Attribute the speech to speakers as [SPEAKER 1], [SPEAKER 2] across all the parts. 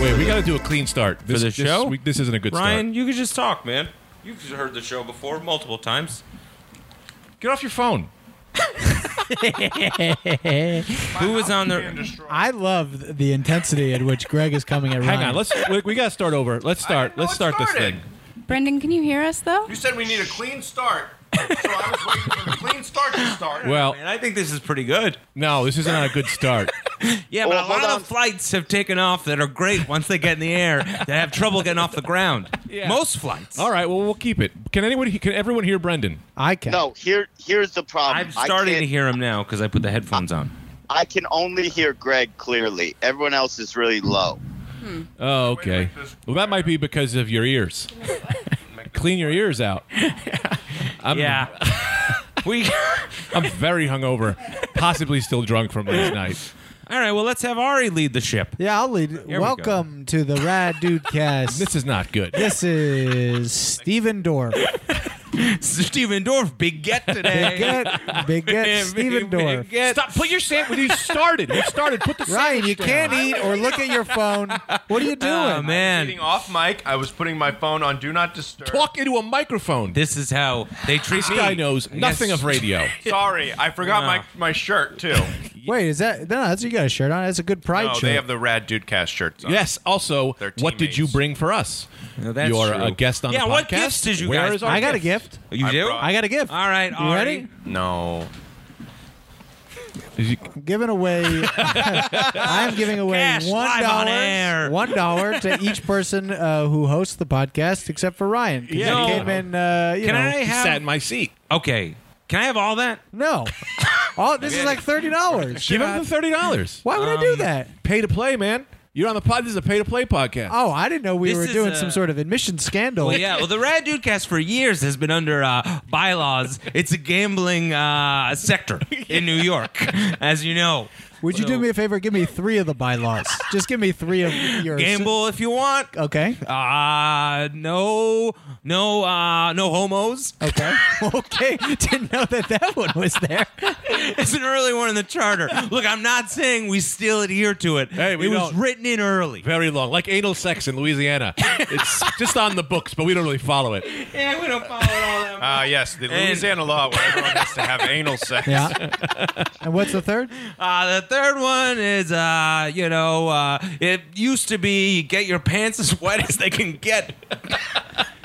[SPEAKER 1] Wait, we got to do a clean start for
[SPEAKER 2] the show?
[SPEAKER 1] we- this isn't a good
[SPEAKER 2] Ryan,
[SPEAKER 1] start.
[SPEAKER 2] you can just talk, man. You've heard the show before multiple times.
[SPEAKER 1] Get off your phone.
[SPEAKER 2] Who was on the?
[SPEAKER 3] I love the intensity at which Greg is coming at Ryan.
[SPEAKER 1] Hang on. Let's. We, we got to start over. Let's start.
[SPEAKER 4] didn't know
[SPEAKER 1] Let's
[SPEAKER 4] it
[SPEAKER 1] start this
[SPEAKER 4] started.
[SPEAKER 1] thing.
[SPEAKER 5] Brendan, can you hear us though?
[SPEAKER 4] You said we need a clean start. So I was waiting for the clean start to start.
[SPEAKER 1] Well,
[SPEAKER 2] And I think this is pretty good.
[SPEAKER 1] no, this is not a good start.
[SPEAKER 2] Yeah, but a lot
[SPEAKER 6] Well, hold
[SPEAKER 2] of
[SPEAKER 6] on.
[SPEAKER 2] the flights have taken off that are great once they get in the air that have trouble getting off the ground. Most flights.
[SPEAKER 1] All right. Well, we'll keep it. Can anyone? he- Can everyone hear Brendan?
[SPEAKER 3] I can.
[SPEAKER 6] No, here here's the problem.
[SPEAKER 2] I'm
[SPEAKER 6] Um, I
[SPEAKER 2] starting to
[SPEAKER 6] can't-
[SPEAKER 2] hear him now because I put the headphones on.
[SPEAKER 6] I can only hear Greg clearly. Everyone else is really low.
[SPEAKER 1] Oh, okay. Well, that might be because of your ears. Clean your ears out. I'm,
[SPEAKER 2] Yeah. we.
[SPEAKER 1] I'm very hungover, possibly still drunk from last night.
[SPEAKER 2] All right. Well, let's have Ari lead the ship.
[SPEAKER 3] Yeah, I'll lead.
[SPEAKER 2] we go.
[SPEAKER 3] Welcome to the Rad Dude Cast.
[SPEAKER 1] This is not good.
[SPEAKER 3] This is Steven Dorff.
[SPEAKER 2] Steven Dorff, big get today.
[SPEAKER 3] Get, big get Steven Dorff.
[SPEAKER 1] Stop! Put your sand. You started. You started. Put the
[SPEAKER 3] Ryan, you can't eat or look at your phone. What are you doing?
[SPEAKER 2] Oh man.
[SPEAKER 4] Getting off mic, I was putting my phone on Do Not Disturb.
[SPEAKER 1] talk into a microphone. This
[SPEAKER 2] This is how they treat me.
[SPEAKER 1] guy knows nothing of radio.
[SPEAKER 4] Sorry, I forgot
[SPEAKER 2] No.
[SPEAKER 4] my, my shirt too.
[SPEAKER 3] Wait, is that no? That's you got a shirt on. That's a good pride
[SPEAKER 4] No,
[SPEAKER 3] shirt.
[SPEAKER 4] they have the Rad Dude Cast shirts on.
[SPEAKER 1] Yes. Also,
[SPEAKER 4] They're
[SPEAKER 1] what did you
[SPEAKER 4] teammates.
[SPEAKER 1] bring for us?
[SPEAKER 2] No, that's
[SPEAKER 1] you are
[SPEAKER 2] true.
[SPEAKER 1] a guest on
[SPEAKER 2] Yeah,
[SPEAKER 1] the podcast.
[SPEAKER 2] what gifts did you
[SPEAKER 1] Where
[SPEAKER 2] guys
[SPEAKER 1] is our
[SPEAKER 3] I got a
[SPEAKER 1] gift?
[SPEAKER 3] gift.
[SPEAKER 2] You
[SPEAKER 4] I
[SPEAKER 2] do?
[SPEAKER 4] brought-
[SPEAKER 3] I got a gift.
[SPEAKER 2] All right.
[SPEAKER 3] you
[SPEAKER 2] Ari.
[SPEAKER 3] ready?
[SPEAKER 4] No.
[SPEAKER 3] I'm giving away. I'm giving away
[SPEAKER 2] Cash
[SPEAKER 3] one
[SPEAKER 2] live on air.
[SPEAKER 3] dollar. One dollar to each person uh, who hosts the podcast, except for Ryan. 'cause
[SPEAKER 1] Yeah.
[SPEAKER 3] he came in. Uh, you
[SPEAKER 2] Can
[SPEAKER 3] know,
[SPEAKER 2] I
[SPEAKER 1] He
[SPEAKER 2] have?
[SPEAKER 1] sat in my seat.
[SPEAKER 2] okay. Can I have all that?
[SPEAKER 3] No. Oh, this is like thirty dollars.
[SPEAKER 1] Give him the thirty dollars.
[SPEAKER 3] Why would I
[SPEAKER 2] Um,
[SPEAKER 3] do that?
[SPEAKER 1] Pay to play, man. You're on the pod. This is a pay to play podcast.
[SPEAKER 3] Oh, I didn't know we
[SPEAKER 2] this
[SPEAKER 3] were
[SPEAKER 2] is
[SPEAKER 3] doing
[SPEAKER 2] a-
[SPEAKER 3] some sort of admission scandal.
[SPEAKER 2] Well, yeah. Well, the Rad Dude Cast for years has been under uh, bylaws. It's a gambling uh, sector in New York, as you know.
[SPEAKER 3] Would you do me a favor? Give me three of the bylaws. Just give me three of your
[SPEAKER 2] Gamble if you want.
[SPEAKER 3] Okay.
[SPEAKER 2] Uh, no, no, uh, no homos.
[SPEAKER 3] Okay. okay. Didn't know that that one was there.
[SPEAKER 2] It's an early one in the charter. Look, I'm not saying we still adhere to it.
[SPEAKER 1] Hey, we
[SPEAKER 2] it was
[SPEAKER 1] don't.
[SPEAKER 2] written in early.
[SPEAKER 1] Very long, like anal sex in Louisiana. it's just on the books, but we don't really follow it.
[SPEAKER 2] Yeah, we don't follow all that.
[SPEAKER 4] Ah, yes, the Louisiana law where everyone has to have anal sex.
[SPEAKER 3] Yeah. And what's the third?
[SPEAKER 2] Uh, the third one is, uh, you know, uh, it used to be get your pants as wet as they can get.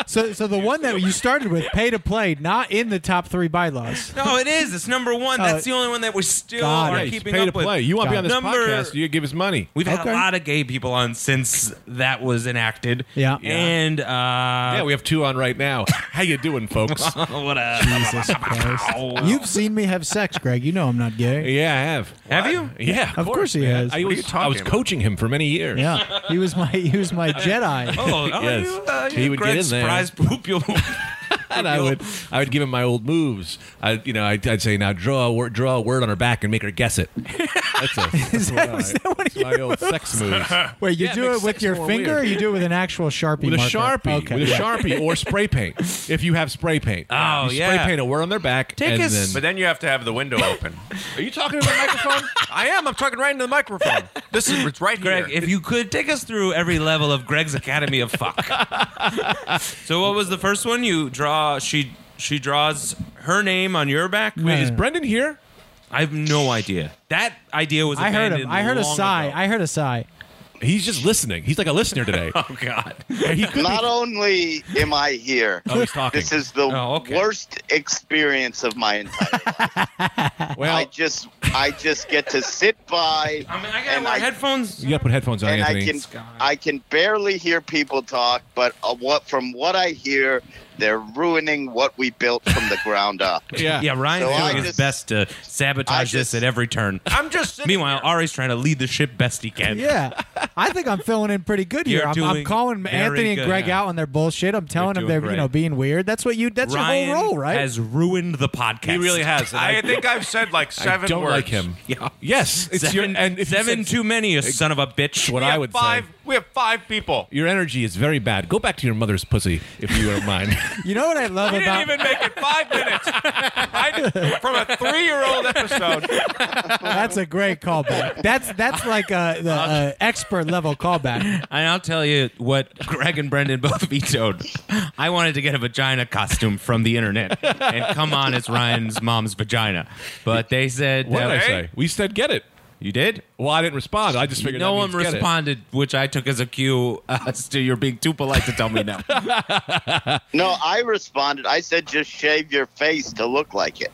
[SPEAKER 3] So, so the one that you started with, pay to play, not in the top three bylaws.
[SPEAKER 2] No, it is. It's number one. That's the only one that we still
[SPEAKER 3] Got
[SPEAKER 2] are
[SPEAKER 3] it.
[SPEAKER 2] keeping
[SPEAKER 1] Pay
[SPEAKER 2] up
[SPEAKER 1] to play.
[SPEAKER 2] with.
[SPEAKER 1] You want to be on
[SPEAKER 3] Got
[SPEAKER 1] this
[SPEAKER 2] it. Number-
[SPEAKER 1] podcast? You give us money.
[SPEAKER 2] We've had
[SPEAKER 3] Okay.
[SPEAKER 2] a lot of gay people on since that was enacted.
[SPEAKER 3] Yeah. Yeah.
[SPEAKER 2] And uh,
[SPEAKER 1] yeah, we have two on right now. How you doing, folks?
[SPEAKER 2] what a
[SPEAKER 3] Jesus Christ. You've seen me have sex, Greg. You know I'm not gay.
[SPEAKER 1] yeah, I have.
[SPEAKER 2] Have you?
[SPEAKER 1] Yeah,
[SPEAKER 3] Of course he
[SPEAKER 1] man.
[SPEAKER 3] has.
[SPEAKER 1] I
[SPEAKER 4] What
[SPEAKER 1] was,
[SPEAKER 4] are you
[SPEAKER 1] I was
[SPEAKER 4] talking about?
[SPEAKER 1] coaching him for many years.
[SPEAKER 3] Yeah. He was my he was my Jedi.
[SPEAKER 2] Oh, oh
[SPEAKER 1] Yes.
[SPEAKER 2] you, uh,
[SPEAKER 1] He
[SPEAKER 2] you
[SPEAKER 1] would
[SPEAKER 2] Greg
[SPEAKER 1] get in there.
[SPEAKER 2] surprise poop you.
[SPEAKER 1] and I would I would give him my old moves. I you know I'd, I'd say now draw a word, draw a word on her back and make her guess it. That's, a, that's what I- that's my old sex moves
[SPEAKER 3] Wait, you
[SPEAKER 1] Yeah, it
[SPEAKER 3] do
[SPEAKER 1] makes
[SPEAKER 3] it with
[SPEAKER 1] sex
[SPEAKER 3] your
[SPEAKER 1] more
[SPEAKER 3] finger
[SPEAKER 1] weird.
[SPEAKER 3] or you do it with an actual Sharpie
[SPEAKER 1] with a
[SPEAKER 3] marker?
[SPEAKER 1] sharpie,
[SPEAKER 3] Okay.
[SPEAKER 1] with a
[SPEAKER 3] Yeah.
[SPEAKER 1] sharpie or spray paint if you have spray paint.
[SPEAKER 2] Oh,
[SPEAKER 1] you
[SPEAKER 2] yeah.
[SPEAKER 1] spray paint a word on their back.
[SPEAKER 2] Take
[SPEAKER 1] and
[SPEAKER 2] a
[SPEAKER 1] then,
[SPEAKER 2] s-
[SPEAKER 4] But then you have to have the window open.
[SPEAKER 1] are you talking to the microphone?
[SPEAKER 4] I am. I'm talking right into the microphone. This is it's right
[SPEAKER 2] Greg,
[SPEAKER 4] here.
[SPEAKER 2] if you could take us through every level of Greg's Academy of Fuck. so what was the first one? You draw she she draws her name on your back?
[SPEAKER 3] Wait,
[SPEAKER 1] Is Brendan here?
[SPEAKER 2] I have no idea. That idea was
[SPEAKER 3] I heard him.
[SPEAKER 2] abandoned
[SPEAKER 3] I heard a
[SPEAKER 2] long
[SPEAKER 3] sigh.
[SPEAKER 2] ago.
[SPEAKER 3] I heard a sigh.
[SPEAKER 1] He's just listening. He's like a listener today.
[SPEAKER 2] oh god.
[SPEAKER 1] he could
[SPEAKER 6] Not
[SPEAKER 1] be,
[SPEAKER 6] only am I here,
[SPEAKER 1] oh, he's talking.
[SPEAKER 6] this is the
[SPEAKER 2] Oh, okay.
[SPEAKER 6] worst experience of my entire life. I
[SPEAKER 1] well,
[SPEAKER 6] just I just get to sit by
[SPEAKER 2] I mean, I got
[SPEAKER 6] And
[SPEAKER 2] my
[SPEAKER 6] I-
[SPEAKER 2] headphones.
[SPEAKER 1] you got to put headphones on,
[SPEAKER 6] and I
[SPEAKER 1] Anthony.
[SPEAKER 6] can
[SPEAKER 2] Sky.
[SPEAKER 6] I can barely hear people talk, but uh, what from what I hear, they're ruining what we built from the ground up.
[SPEAKER 1] yeah,
[SPEAKER 2] Yeah, Ryan's
[SPEAKER 6] So I
[SPEAKER 2] doing his
[SPEAKER 6] just-
[SPEAKER 2] best to sabotage
[SPEAKER 6] I
[SPEAKER 2] this
[SPEAKER 6] just-
[SPEAKER 2] at every turn.
[SPEAKER 4] I'm just sitting
[SPEAKER 2] Meanwhile, Ari's trying to lead the ship best he can.
[SPEAKER 3] Yeah, I think I'm filling in pretty good here.
[SPEAKER 2] You're
[SPEAKER 3] I'm, I'm
[SPEAKER 2] doing
[SPEAKER 3] calling
[SPEAKER 2] very
[SPEAKER 3] Anthony and
[SPEAKER 2] good,
[SPEAKER 3] Greg
[SPEAKER 2] yeah.
[SPEAKER 3] out on their bullshit. I'm telling them
[SPEAKER 2] doing
[SPEAKER 3] they're
[SPEAKER 2] great.
[SPEAKER 3] you know being weird. That's what you. That's
[SPEAKER 2] Ryan
[SPEAKER 3] your whole role, right?
[SPEAKER 2] has ruined the podcast.
[SPEAKER 1] he really has. and
[SPEAKER 4] I think I've said like
[SPEAKER 1] I
[SPEAKER 4] seven
[SPEAKER 1] don't
[SPEAKER 4] words.
[SPEAKER 1] like him.
[SPEAKER 2] Yeah.
[SPEAKER 1] Yes, it's
[SPEAKER 2] seven,
[SPEAKER 1] your and if you
[SPEAKER 2] seven
[SPEAKER 1] said-
[SPEAKER 2] too many, you son of a bitch.
[SPEAKER 1] what
[SPEAKER 4] We
[SPEAKER 1] I
[SPEAKER 4] have
[SPEAKER 1] would
[SPEAKER 4] five,
[SPEAKER 1] say.
[SPEAKER 4] We have five people.
[SPEAKER 1] Your energy is very bad. Go back to your mother's pussy if you don't mind.
[SPEAKER 3] You know what I love
[SPEAKER 4] We didn't
[SPEAKER 3] about
[SPEAKER 4] even make it five minutes I, from a three-year-old episode.
[SPEAKER 3] that's a great callback. That's that's like a the, uh, expert level callback.
[SPEAKER 2] And I'll tell you what Greg and Brendan both vetoed. I wanted to get a vagina costume from the internet and come on as Ryan's mom's vagina. But they said
[SPEAKER 1] What did I
[SPEAKER 2] that-
[SPEAKER 1] say? We said get it.
[SPEAKER 2] You did?
[SPEAKER 1] Well, I didn't respond. I just figured
[SPEAKER 2] no
[SPEAKER 1] that
[SPEAKER 2] one
[SPEAKER 1] means get it.
[SPEAKER 2] responded, which I took as a cue as to you're being too polite to tell me no.
[SPEAKER 6] No, I responded. I said just shave your face to look like it.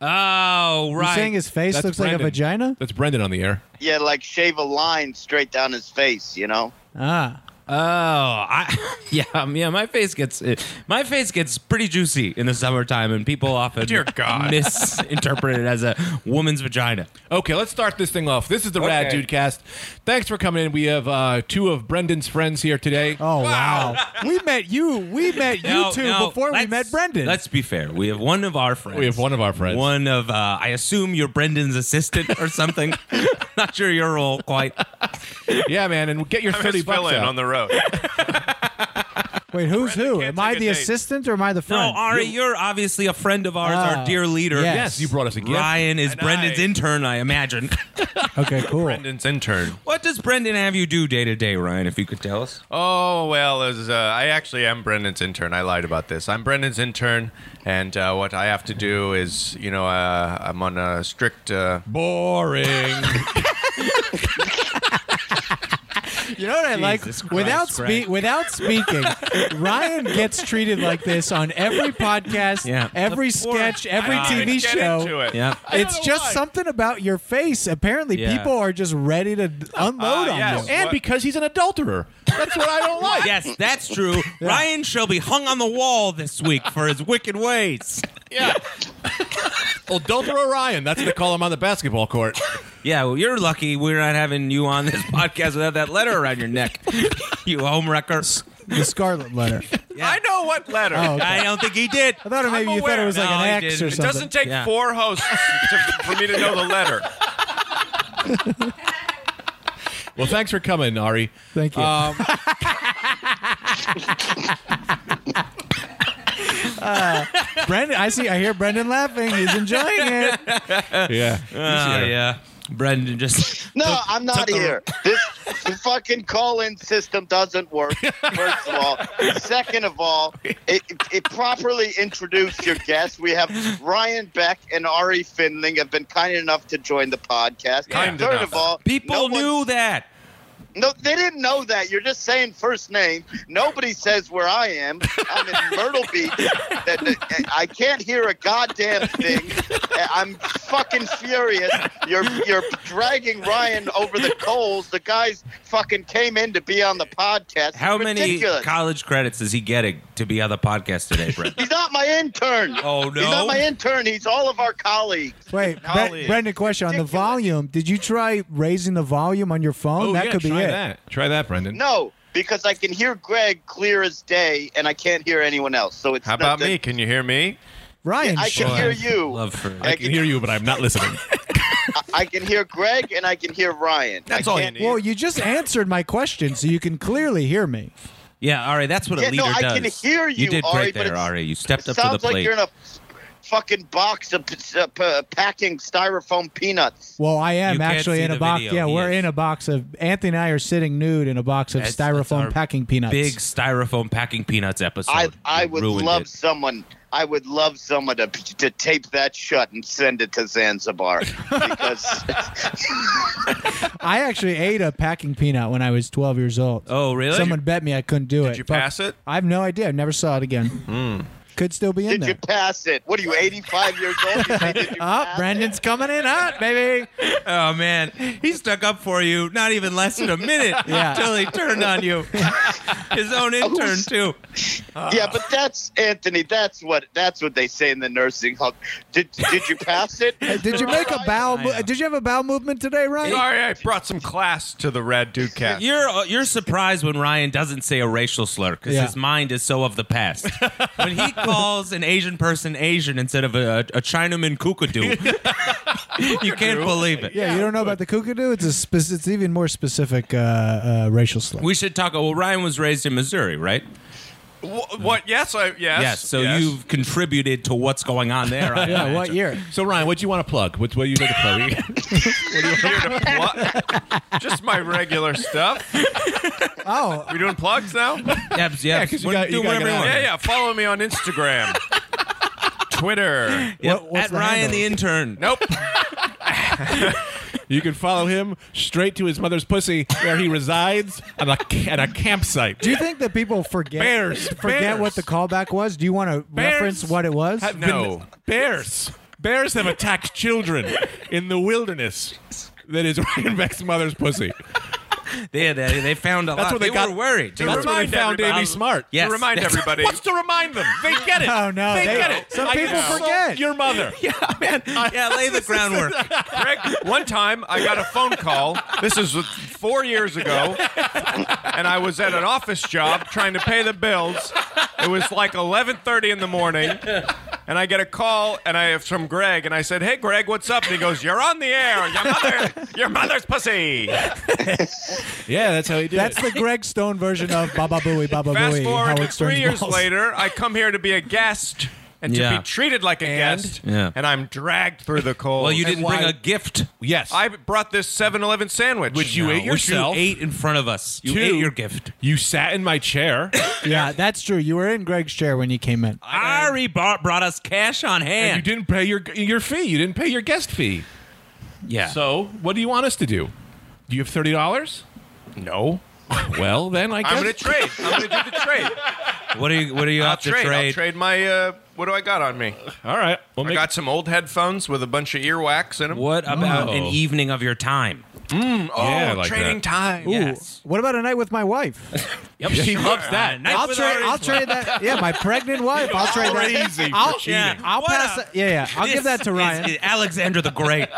[SPEAKER 2] oh, right.
[SPEAKER 3] You're saying his face
[SPEAKER 1] That's
[SPEAKER 3] looks like a
[SPEAKER 1] Brandon.
[SPEAKER 3] vagina?
[SPEAKER 1] That's Brendan on the air.
[SPEAKER 6] Yeah, like shave a line straight down his face, you know?
[SPEAKER 3] Ah,
[SPEAKER 2] oh, I, yeah, um, yeah. My face gets uh, my face gets pretty juicy in the summertime, and people often
[SPEAKER 4] Dear God.
[SPEAKER 2] misinterpret it as a woman's vagina.
[SPEAKER 1] Okay, let's start this thing off. This is the Rad
[SPEAKER 2] Okay.
[SPEAKER 1] Dude Cast. Thanks for coming in. We have uh, two of Brendan's friends here today.
[SPEAKER 3] oh wow. we met you. We met you
[SPEAKER 2] No,
[SPEAKER 3] two
[SPEAKER 2] no,
[SPEAKER 3] before we
[SPEAKER 2] let's-
[SPEAKER 3] met Brendan.
[SPEAKER 2] Let's be fair. We have one of our friends.
[SPEAKER 1] We have one of our friends.
[SPEAKER 2] One of, uh, I assume you're Brendan's assistant or something. Not sure your role quite.
[SPEAKER 1] Yeah, man, and get your
[SPEAKER 4] I'm
[SPEAKER 1] thirty
[SPEAKER 4] his
[SPEAKER 1] bucks
[SPEAKER 4] fill-in
[SPEAKER 1] out.
[SPEAKER 4] on the road.
[SPEAKER 3] Wait, who's who?
[SPEAKER 4] can't
[SPEAKER 3] Am
[SPEAKER 4] take
[SPEAKER 3] I
[SPEAKER 4] a
[SPEAKER 3] the
[SPEAKER 4] date.
[SPEAKER 3] assistant or am I the
[SPEAKER 2] No,
[SPEAKER 3] friend?
[SPEAKER 2] Ari, you're obviously a friend of ours,
[SPEAKER 3] Ah,
[SPEAKER 2] our dear leader.
[SPEAKER 3] yes.
[SPEAKER 1] yes, you brought us a gift.
[SPEAKER 2] Ryan is
[SPEAKER 4] And
[SPEAKER 2] Brendan's
[SPEAKER 4] I-
[SPEAKER 2] intern, I imagine.
[SPEAKER 3] okay, cool.
[SPEAKER 4] Brendan's intern.
[SPEAKER 2] what does Brendan have you do day to day, Ryan? If you could tell us.
[SPEAKER 4] Oh well, as uh, I actually am Brendan's intern. I lied about this. I'm Brendan's intern, and uh, what I have to do is, you know, uh, I'm on a strict. Uh,
[SPEAKER 1] Boring.
[SPEAKER 3] You know what I like?
[SPEAKER 2] Jesus Christ,
[SPEAKER 3] without
[SPEAKER 2] Greg.
[SPEAKER 3] spe- without speaking, Ryan gets treated like this on every podcast,
[SPEAKER 2] Yeah.
[SPEAKER 3] every
[SPEAKER 2] Of course.
[SPEAKER 3] sketch, every
[SPEAKER 4] I didn't
[SPEAKER 3] TV
[SPEAKER 4] get
[SPEAKER 3] show.
[SPEAKER 4] into it.
[SPEAKER 2] Yeah.
[SPEAKER 3] It's just something about your face. Apparently,
[SPEAKER 2] Yeah.
[SPEAKER 3] people are just ready to unload
[SPEAKER 4] Uh,
[SPEAKER 3] on
[SPEAKER 4] yes.
[SPEAKER 3] you.
[SPEAKER 1] and because he's an adulterer. That's what I don't like.
[SPEAKER 2] Yes, that's true. Ryan shall be hung on the wall this week for his wicked ways.
[SPEAKER 1] Adulterer Ryan. That's what they call him on the basketball court.
[SPEAKER 2] Yeah, well, you're lucky we're not having you on this podcast without that letter around your neck, you homewrecker.
[SPEAKER 3] The Scarlet Letter.
[SPEAKER 4] I know what letter.
[SPEAKER 3] Oh, okay.
[SPEAKER 2] I don't think he did.
[SPEAKER 3] I thought maybe you thought it
[SPEAKER 4] aware.
[SPEAKER 3] was like
[SPEAKER 2] No,
[SPEAKER 3] an
[SPEAKER 2] he
[SPEAKER 3] X
[SPEAKER 2] didn't.
[SPEAKER 3] or
[SPEAKER 2] It
[SPEAKER 4] It
[SPEAKER 3] something.
[SPEAKER 4] doesn't take
[SPEAKER 2] Yeah.
[SPEAKER 4] four hosts to, for me to know the letter.
[SPEAKER 1] Well, thanks for coming, Ari.
[SPEAKER 3] Thank you.
[SPEAKER 1] Um,
[SPEAKER 3] Brendan, Uh, I see. I hear Brendan laughing. He's enjoying it.
[SPEAKER 1] yeah.
[SPEAKER 2] Oh, yeah. Brendan just.
[SPEAKER 6] No, I'm not here. This the fucking call-in system doesn't work. First of all, second of all, it, it properly introduced your guests. We have Ryan Beck and Ari Finling have been kind enough to join the podcast.
[SPEAKER 4] Kind
[SPEAKER 6] third
[SPEAKER 4] enough.
[SPEAKER 6] of all,
[SPEAKER 2] People
[SPEAKER 6] no one-
[SPEAKER 2] knew that.
[SPEAKER 6] no, they didn't know that. You're just saying first name. Nobody says where I am. I'm in Myrtle Beach. That that- I can't hear a goddamn thing. I'm fucking furious. You're you're dragging Ryan over the coals. The guys fucking came in to be on the podcast. It's
[SPEAKER 2] How many
[SPEAKER 6] ridiculous.
[SPEAKER 2] college credits is he getting to be on the podcast today, Brendan?
[SPEAKER 6] He's not my intern.
[SPEAKER 2] Oh,
[SPEAKER 6] He's
[SPEAKER 2] no?
[SPEAKER 6] not my intern. He's all of our colleagues.
[SPEAKER 3] Wait, Bre-
[SPEAKER 4] Colleague.
[SPEAKER 3] Brendan, question on the
[SPEAKER 6] Ridiculous.
[SPEAKER 3] volume. Did you try raising the volume on your phone?
[SPEAKER 1] Oh,
[SPEAKER 3] that
[SPEAKER 1] yeah,
[SPEAKER 3] could be
[SPEAKER 1] try
[SPEAKER 3] it.
[SPEAKER 1] that. Try that, Brendan.
[SPEAKER 6] No, because I can hear Greg clear as day, and I can't hear anyone else. So it's
[SPEAKER 4] How about
[SPEAKER 6] nothing.
[SPEAKER 4] me? Can you hear me?
[SPEAKER 3] Ryan,
[SPEAKER 6] I
[SPEAKER 3] sure.
[SPEAKER 6] can hear you.
[SPEAKER 2] Love for.
[SPEAKER 1] I can hear you, but I'm not listening.
[SPEAKER 6] I can hear Greg and I can hear Ryan.
[SPEAKER 4] That's
[SPEAKER 6] I
[SPEAKER 4] all you
[SPEAKER 6] can't-
[SPEAKER 4] need.
[SPEAKER 3] Well, you just answered my question, so you can clearly hear me.
[SPEAKER 2] Yeah, Ari, that's what a
[SPEAKER 6] Yeah,
[SPEAKER 2] leader
[SPEAKER 6] no, I
[SPEAKER 2] does.
[SPEAKER 6] can hear
[SPEAKER 2] You
[SPEAKER 6] you,
[SPEAKER 2] did
[SPEAKER 6] Ari,
[SPEAKER 2] great
[SPEAKER 6] but
[SPEAKER 2] there,
[SPEAKER 6] it's-
[SPEAKER 2] Ari. You stepped
[SPEAKER 6] It
[SPEAKER 2] up to the
[SPEAKER 6] sounds like
[SPEAKER 2] plate.
[SPEAKER 6] you're in a fucking box of uh, p- packing styrofoam peanuts.
[SPEAKER 3] Well, I am
[SPEAKER 2] You can't
[SPEAKER 3] actually
[SPEAKER 2] see
[SPEAKER 3] in a
[SPEAKER 2] the
[SPEAKER 3] box.
[SPEAKER 2] video.
[SPEAKER 3] Yeah,
[SPEAKER 2] He
[SPEAKER 3] we're
[SPEAKER 2] is.
[SPEAKER 3] in a box of Anthony and I are sitting nude in a box of
[SPEAKER 2] That's- that's
[SPEAKER 3] styrofoam
[SPEAKER 2] our
[SPEAKER 3] packing peanuts.
[SPEAKER 2] Big styrofoam packing peanuts episode.
[SPEAKER 6] I I
[SPEAKER 2] You
[SPEAKER 6] would
[SPEAKER 2] ruined
[SPEAKER 6] love
[SPEAKER 2] it.
[SPEAKER 6] someone. I would love someone to to tape that shut and send it to Zanzibar because
[SPEAKER 3] I actually ate a packing peanut when I was 12 years old.
[SPEAKER 2] Oh, really?
[SPEAKER 3] Someone bet me I couldn't do it.
[SPEAKER 4] Did you
[SPEAKER 3] Fuck.
[SPEAKER 4] pass it? Hmm.
[SPEAKER 3] I have no idea. I never saw it again. Could still be in
[SPEAKER 6] did
[SPEAKER 3] there. Uh-huh,
[SPEAKER 6] you pass it? What are you, 85 years old? You say, did you
[SPEAKER 3] Up,
[SPEAKER 6] pass
[SPEAKER 3] Brandon's coming in hot, baby.
[SPEAKER 2] Oh man, he stuck up for you. Not even less than a minute
[SPEAKER 3] Yeah.
[SPEAKER 2] until he turned on you. His own intern too.
[SPEAKER 6] it? Yeah, but that's Anthony. That's what that's what they say in the nursing home. Did did you pass it?
[SPEAKER 3] Did you make a bowel?
[SPEAKER 2] I
[SPEAKER 3] Mo-
[SPEAKER 2] know.
[SPEAKER 3] did you have a bowel movement today, Ryan?
[SPEAKER 4] Sorry, I brought some class to the Rad Dude Cat.
[SPEAKER 2] You're uh, you're surprised when Ryan doesn't say a racial slur because
[SPEAKER 3] Yeah.
[SPEAKER 2] his mind is so of the past. When he calls an Asian person Asian instead of a, a Chinaman kookadoo. you can't believe it.
[SPEAKER 3] Yeah, you don't know about the kookadoo. It's a spec- it's even more specific uh, uh, racial slur.
[SPEAKER 2] We should talk. Well, Ryan was raised in Missouri, right?
[SPEAKER 4] Wh- what? Yes, I yes.
[SPEAKER 2] yes. So
[SPEAKER 4] yes.
[SPEAKER 2] you've contributed to what's going on there. I
[SPEAKER 3] yeah, Uh, what
[SPEAKER 2] imagine.
[SPEAKER 3] year?
[SPEAKER 1] So Ryan, what do you want to plug? What, what do you like to plug?
[SPEAKER 4] Here to pl- just my regular stuff.
[SPEAKER 3] Oh,
[SPEAKER 4] We doing plugs now?
[SPEAKER 2] Yep, yep.
[SPEAKER 1] because you
[SPEAKER 2] We're
[SPEAKER 1] got- you
[SPEAKER 2] doing
[SPEAKER 1] gotta get
[SPEAKER 2] whatever you
[SPEAKER 1] out
[SPEAKER 2] want.
[SPEAKER 1] there.
[SPEAKER 4] Yeah, yeah. Follow me on Instagram, Twitter.
[SPEAKER 2] Yep.
[SPEAKER 3] What- what's
[SPEAKER 2] At
[SPEAKER 3] the
[SPEAKER 2] Ryan
[SPEAKER 3] handle?
[SPEAKER 2] the intern.
[SPEAKER 4] Nope.
[SPEAKER 1] you can follow him straight to his mother's pussy, where he resides at a, at a campsite.
[SPEAKER 3] do you think that people forget
[SPEAKER 1] Bears,
[SPEAKER 3] forget
[SPEAKER 1] bears.
[SPEAKER 3] what the callback was? Do you want to reference what it was?
[SPEAKER 1] have
[SPEAKER 4] No.
[SPEAKER 1] been- bears. Bears have attacked children in the wilderness. That is Ryan Beck's mother's pussy.
[SPEAKER 2] Yeah, they, they found a lot.
[SPEAKER 1] That's what they, got.
[SPEAKER 2] were worried. They
[SPEAKER 1] That's
[SPEAKER 2] were
[SPEAKER 1] where they
[SPEAKER 4] remind
[SPEAKER 1] found
[SPEAKER 4] everybody-
[SPEAKER 1] Davy Smart.
[SPEAKER 2] Yes.
[SPEAKER 4] To remind everybody.
[SPEAKER 1] What's to remind them? They get it.
[SPEAKER 3] No, no,
[SPEAKER 1] they,
[SPEAKER 3] they-
[SPEAKER 1] get it.
[SPEAKER 3] some
[SPEAKER 1] I
[SPEAKER 3] people
[SPEAKER 1] insult
[SPEAKER 3] forget.
[SPEAKER 1] your mother.
[SPEAKER 2] yeah, lay the groundwork.
[SPEAKER 4] Greg, one time I got a phone call. This is four years ago, and I was at an office job trying to pay the bills. It was like 11:30 in the morning, and I get a call, and I from Greg, and I said, "Hey, Greg, what's up?" And he goes, "You're on the air. Your mother, your mother's pussy."
[SPEAKER 1] Yeah, that's how he did
[SPEAKER 3] That's the Greg Stone version of Baba Booey, Baba
[SPEAKER 4] Fast
[SPEAKER 3] Booey.
[SPEAKER 4] forward
[SPEAKER 3] Howard Stern's
[SPEAKER 4] three years
[SPEAKER 3] balls.
[SPEAKER 4] later, I come here to be a guest. And to
[SPEAKER 2] Yeah.
[SPEAKER 4] be treated like a guest,
[SPEAKER 2] Yeah.
[SPEAKER 4] and I'm dragged through the cold.
[SPEAKER 2] Well, you didn't
[SPEAKER 1] why-
[SPEAKER 2] bring a gift.
[SPEAKER 1] Yes.
[SPEAKER 4] I brought this 7-Eleven sandwich.
[SPEAKER 1] Which you
[SPEAKER 2] No,
[SPEAKER 1] ate
[SPEAKER 2] which
[SPEAKER 1] yourself.
[SPEAKER 2] You ate in front of us. You
[SPEAKER 1] Two,
[SPEAKER 2] ate your gift.
[SPEAKER 1] You sat in my chair.
[SPEAKER 3] Yeah, that's true. You were in Greg's chair when you came in.
[SPEAKER 2] Ari brought, brought us cash on
[SPEAKER 1] and you
[SPEAKER 2] hand.
[SPEAKER 1] didn't pay your your fee. You didn't pay your guest fee.
[SPEAKER 2] yeah.
[SPEAKER 1] So, what do you want us to do? Do you have thirty dollars?
[SPEAKER 4] No.
[SPEAKER 1] Well, then I guess
[SPEAKER 4] I'm going to trade. I'm going to do the trade.
[SPEAKER 2] what are you? What are you
[SPEAKER 4] I'll
[SPEAKER 2] up to
[SPEAKER 4] trade. I'll trade my. Uh, what do I got on me?
[SPEAKER 1] all right. We'll
[SPEAKER 4] I
[SPEAKER 1] make
[SPEAKER 4] got some old headphones with a bunch of earwax in them.
[SPEAKER 2] What about
[SPEAKER 1] Oh.
[SPEAKER 2] an evening of your time?
[SPEAKER 4] Oh,
[SPEAKER 1] Yeah, I like
[SPEAKER 4] trading
[SPEAKER 1] that.
[SPEAKER 4] time.
[SPEAKER 3] Ooh,
[SPEAKER 2] Yes.
[SPEAKER 3] What about a night with my wife?
[SPEAKER 2] Yep.
[SPEAKER 1] She loves that.
[SPEAKER 2] Uh, night
[SPEAKER 3] I'll
[SPEAKER 2] with
[SPEAKER 3] trade.
[SPEAKER 2] Ari's
[SPEAKER 3] I'll trade that. Yeah, my pregnant wife. I'll trade that.
[SPEAKER 1] easy for
[SPEAKER 3] I'll,
[SPEAKER 1] cheating.
[SPEAKER 2] Yeah.
[SPEAKER 3] I'll
[SPEAKER 2] What
[SPEAKER 3] pass.
[SPEAKER 2] a-
[SPEAKER 3] that- yeah, yeah. I'll
[SPEAKER 2] This
[SPEAKER 3] give that to
[SPEAKER 2] is-
[SPEAKER 3] Ryan.
[SPEAKER 2] is Alexander the Great.